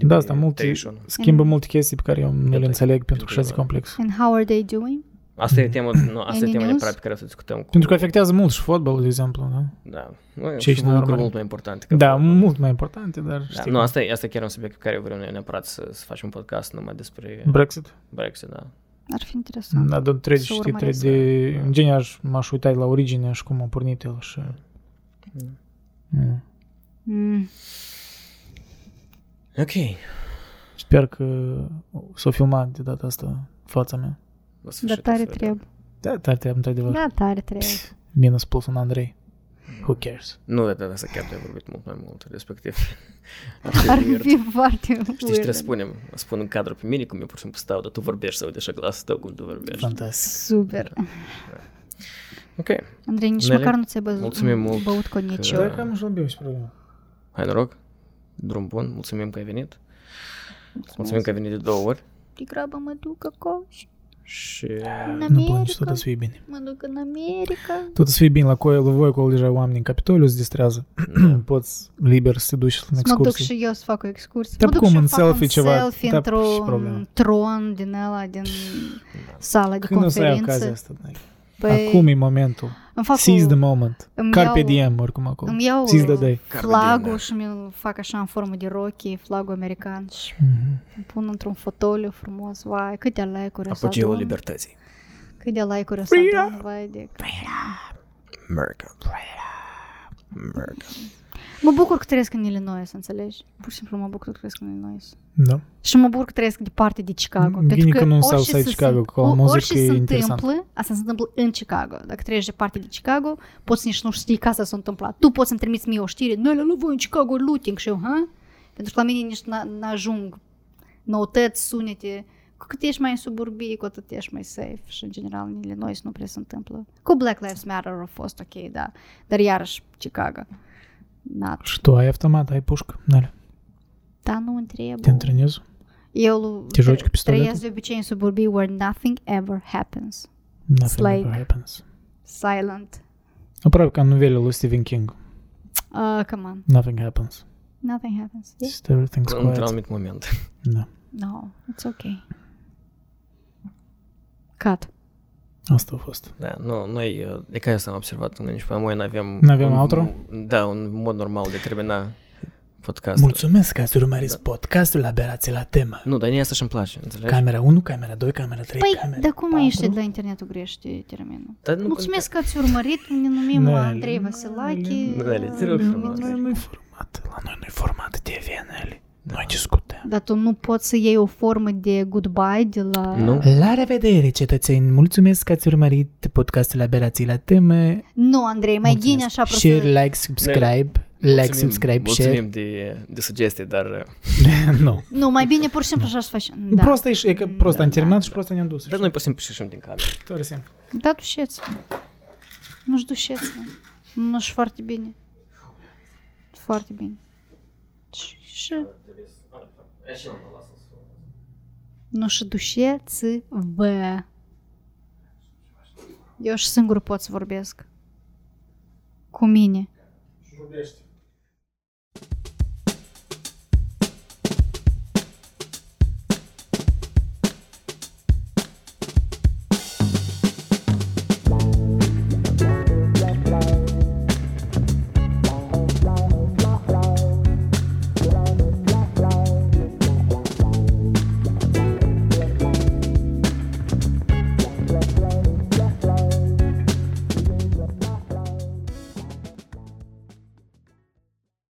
[SPEAKER 3] Da, asta multe,
[SPEAKER 1] 31.
[SPEAKER 3] schimbă multe chestii pe care eu nu
[SPEAKER 1] Eu
[SPEAKER 3] le
[SPEAKER 1] da,
[SPEAKER 3] înțeleg pentru că
[SPEAKER 1] eu
[SPEAKER 3] și
[SPEAKER 1] da.
[SPEAKER 3] e complex.
[SPEAKER 2] And how are they doing?
[SPEAKER 1] Asta e tema, nu, asta e
[SPEAKER 2] Any
[SPEAKER 1] tema
[SPEAKER 2] news?
[SPEAKER 1] neapărat pe care o să discutăm. Cu,
[SPEAKER 3] Mm. Pentru că afectează mult și fotbalul, de exemplu, da?
[SPEAKER 1] Da. Nu, e
[SPEAKER 3] Ce ești
[SPEAKER 1] un lucru
[SPEAKER 3] normal.
[SPEAKER 1] mult mai important. că
[SPEAKER 3] Da,
[SPEAKER 1] fotbal.
[SPEAKER 3] mult mai importante, dar
[SPEAKER 1] Da,
[SPEAKER 3] știi...
[SPEAKER 1] nu, asta, e- asta e chiar un subiect pe care vrem noi neapărat să, să facem un podcast numai despre
[SPEAKER 3] Brexit.
[SPEAKER 1] Brexit, da.
[SPEAKER 2] Ar fi interesant.
[SPEAKER 3] Da, dar trebuie să
[SPEAKER 2] Să
[SPEAKER 3] știi, trebuie
[SPEAKER 2] urmăresc.
[SPEAKER 3] de... În general, aș- m-aș uita la origine și cum a pornit el și... Mm.
[SPEAKER 2] Mm.
[SPEAKER 1] Ok,
[SPEAKER 3] Sper că s-o filmat de data asta fața mea.
[SPEAKER 1] la sfârșit.
[SPEAKER 2] Da
[SPEAKER 1] o
[SPEAKER 2] tare
[SPEAKER 1] să vedem.
[SPEAKER 2] trebuie.
[SPEAKER 3] Da, dar te-am într-adevăr.
[SPEAKER 2] Da tare trebuie.
[SPEAKER 3] Minus plus un Andrei. Who cares?
[SPEAKER 1] Nu, da, da, da, să chiar te-ai vorbit mult mai mult, respectiv.
[SPEAKER 2] Ar
[SPEAKER 1] weird.
[SPEAKER 2] fi foarte
[SPEAKER 1] Știi, ce trebuie să
[SPEAKER 2] weird.
[SPEAKER 1] spunem, spun în cadru pe mine cum eu pur și simplu stau, dar tu vorbești sau de așa glasul tău cum tu vorbești.
[SPEAKER 3] Fantastic.
[SPEAKER 2] Super.
[SPEAKER 1] Ok,
[SPEAKER 2] Andrei, nici
[SPEAKER 1] Nele,
[SPEAKER 2] măcar nu ți-ai băzut,
[SPEAKER 1] mulțumim mult
[SPEAKER 2] băut coniciu.
[SPEAKER 1] Dar cam
[SPEAKER 3] își lăbim și problemă.
[SPEAKER 1] hai noroc, drum bun, mulțumim că ai venit. Mulțumim că ai venit de două ori
[SPEAKER 2] Te grabă mă duc acolo și
[SPEAKER 1] și
[SPEAKER 2] în
[SPEAKER 3] Nu plângi, tot
[SPEAKER 2] America.
[SPEAKER 3] o să fie bine.
[SPEAKER 2] Mă duc în America.
[SPEAKER 3] Tot o să fie bine la coil lui voi, acolo deja oamenii în Capitoliu se distrează.
[SPEAKER 1] da,
[SPEAKER 3] Poți liber să te duci în
[SPEAKER 2] Să mă duc
[SPEAKER 3] excursii.
[SPEAKER 2] și eu să fac o excursie.
[SPEAKER 3] Da,
[SPEAKER 2] mă duc
[SPEAKER 3] cum,
[SPEAKER 2] și
[SPEAKER 3] în
[SPEAKER 2] fac
[SPEAKER 3] selfie
[SPEAKER 2] un
[SPEAKER 3] ceva,
[SPEAKER 2] selfie
[SPEAKER 3] da, și problema.
[SPEAKER 2] într-un tron din ăla, din sala de
[SPEAKER 3] Când o să ai
[SPEAKER 2] conferință.
[SPEAKER 3] ocazia asta? Nike?
[SPEAKER 2] А
[SPEAKER 3] Acum e momentul.
[SPEAKER 2] îmi fac
[SPEAKER 3] Seize
[SPEAKER 2] o-
[SPEAKER 3] the moment.
[SPEAKER 2] îmi
[SPEAKER 3] Carpe
[SPEAKER 2] iau-
[SPEAKER 3] diem, oricum acolo.
[SPEAKER 2] Îmi iau
[SPEAKER 3] Seize the day.
[SPEAKER 1] Carpe diem, da.
[SPEAKER 2] flagul și mi-l fac așa în formă de rochie, flagul american și îl pun într-un fotoliu frumos. Vai, câte like-uri o să
[SPEAKER 1] apogeul
[SPEAKER 2] adun.
[SPEAKER 1] libertății.
[SPEAKER 2] Câte like-uri o să adun, vai de...
[SPEAKER 1] America. America.
[SPEAKER 2] Mă bucur că trăiesc în Illinois, înțelegi? Pur și simplu mă bucur că trăiesc în Illinois.
[SPEAKER 3] Da.
[SPEAKER 2] Și mă bucur că trăiesc departe de Chicago.
[SPEAKER 3] Bine
[SPEAKER 2] pentru că
[SPEAKER 3] că nu în
[SPEAKER 2] orice
[SPEAKER 3] Southside
[SPEAKER 2] se
[SPEAKER 3] Chicago,
[SPEAKER 2] întâmplă-
[SPEAKER 3] că la
[SPEAKER 2] o-
[SPEAKER 3] muzică
[SPEAKER 2] orice
[SPEAKER 3] e
[SPEAKER 2] se
[SPEAKER 3] interesant.
[SPEAKER 2] întâmplă, asta se întâmplă în Chicago. Dacă trăiești departe de Chicago, poți nici nu știi că asta s-a întâmplat. Tu poți să-mi trimiți mie o știre, noi la voi în Chicago looting și eu, ha? Pentru că la mine nici n- n-ajung noutăți, sunete. Cu cât ești mai în suburbii, cu atât ești mai safe și în general în Illinois nu prea se întâmplă. Cu Black Lives Matter a fost ok, da, dar iarăși Chicago. Not.
[SPEAKER 3] Și tu ai automat, ai pușcă. Nale.
[SPEAKER 2] Da, nu întreb.
[SPEAKER 3] Te antrenezi?
[SPEAKER 2] Eu lu-
[SPEAKER 3] Te joci cu
[SPEAKER 2] tre-
[SPEAKER 3] pistoletul?
[SPEAKER 2] trăiesc de obicei în suburbii where nothing ever happens.
[SPEAKER 3] Nothing
[SPEAKER 2] like-
[SPEAKER 3] ever happens.
[SPEAKER 2] Silent.
[SPEAKER 3] Aproape ca în novelele lui Stephen King.
[SPEAKER 2] Uh, come on.
[SPEAKER 3] Nothing happens.
[SPEAKER 2] Da. Nothing happens. Yeah?
[SPEAKER 3] Just everything's
[SPEAKER 1] Într-un
[SPEAKER 3] quiet.
[SPEAKER 1] Păi, anumit moment.
[SPEAKER 3] Da.
[SPEAKER 2] No, it's okay. Cut.
[SPEAKER 3] Asta a fost.
[SPEAKER 1] Da, nu, noi, uh, de care am observat, noi nici pe noi n-avem...
[SPEAKER 3] N-avem
[SPEAKER 1] un-
[SPEAKER 3] outro?
[SPEAKER 1] Da, un mod normal de a termina podcastul.
[SPEAKER 5] Mulțumesc că ați urmărit podcastul Aberații la temă.
[SPEAKER 1] Nu, dar mie asta și-mi place, înțelegi?
[SPEAKER 5] Camera 1, camera 2, camera 3,
[SPEAKER 2] Păi,
[SPEAKER 5] camera...
[SPEAKER 2] dar cum mai ești la internetul grești termenul?
[SPEAKER 1] Dar nu
[SPEAKER 2] Mulțumesc că ați urmărit, ne numim
[SPEAKER 3] Da,
[SPEAKER 2] Andrei Vasilache.
[SPEAKER 1] Nele, te rog frumos.
[SPEAKER 2] Nele.
[SPEAKER 3] Nu-i
[SPEAKER 5] Format, la noi nu-i format de VNL. Noi discutăm.
[SPEAKER 2] Dar tu nu poți să iei o formă de goodbye de la...
[SPEAKER 1] Nu?
[SPEAKER 5] La revedere, cetățeni! Mulțumesc că ați urmărit podcastul Aberații la teme.
[SPEAKER 2] Nu, Andrei, mai gine așa
[SPEAKER 5] Share,
[SPEAKER 2] prost.
[SPEAKER 5] like, subscribe. Like, subscribe, share.
[SPEAKER 1] Mulțumim de, de sugestii, dar... uh,
[SPEAKER 5] Nu.
[SPEAKER 2] Nu, mai bine pur și simplu așa să faci. Da.
[SPEAKER 3] Просто e că просто am terminat și просто ne-am dus.
[SPEAKER 1] Dar noi putem să ieșim din cameră.
[SPEAKER 3] Tare simplu.
[SPEAKER 2] Da, dușeți Nu-și dușeți Nu-și foarte bine. Foarte bine. Și- Și... Nu-și dușeți-vă. Eu și singur pot să vorbesc. Cu mine.
[SPEAKER 3] Vorbește.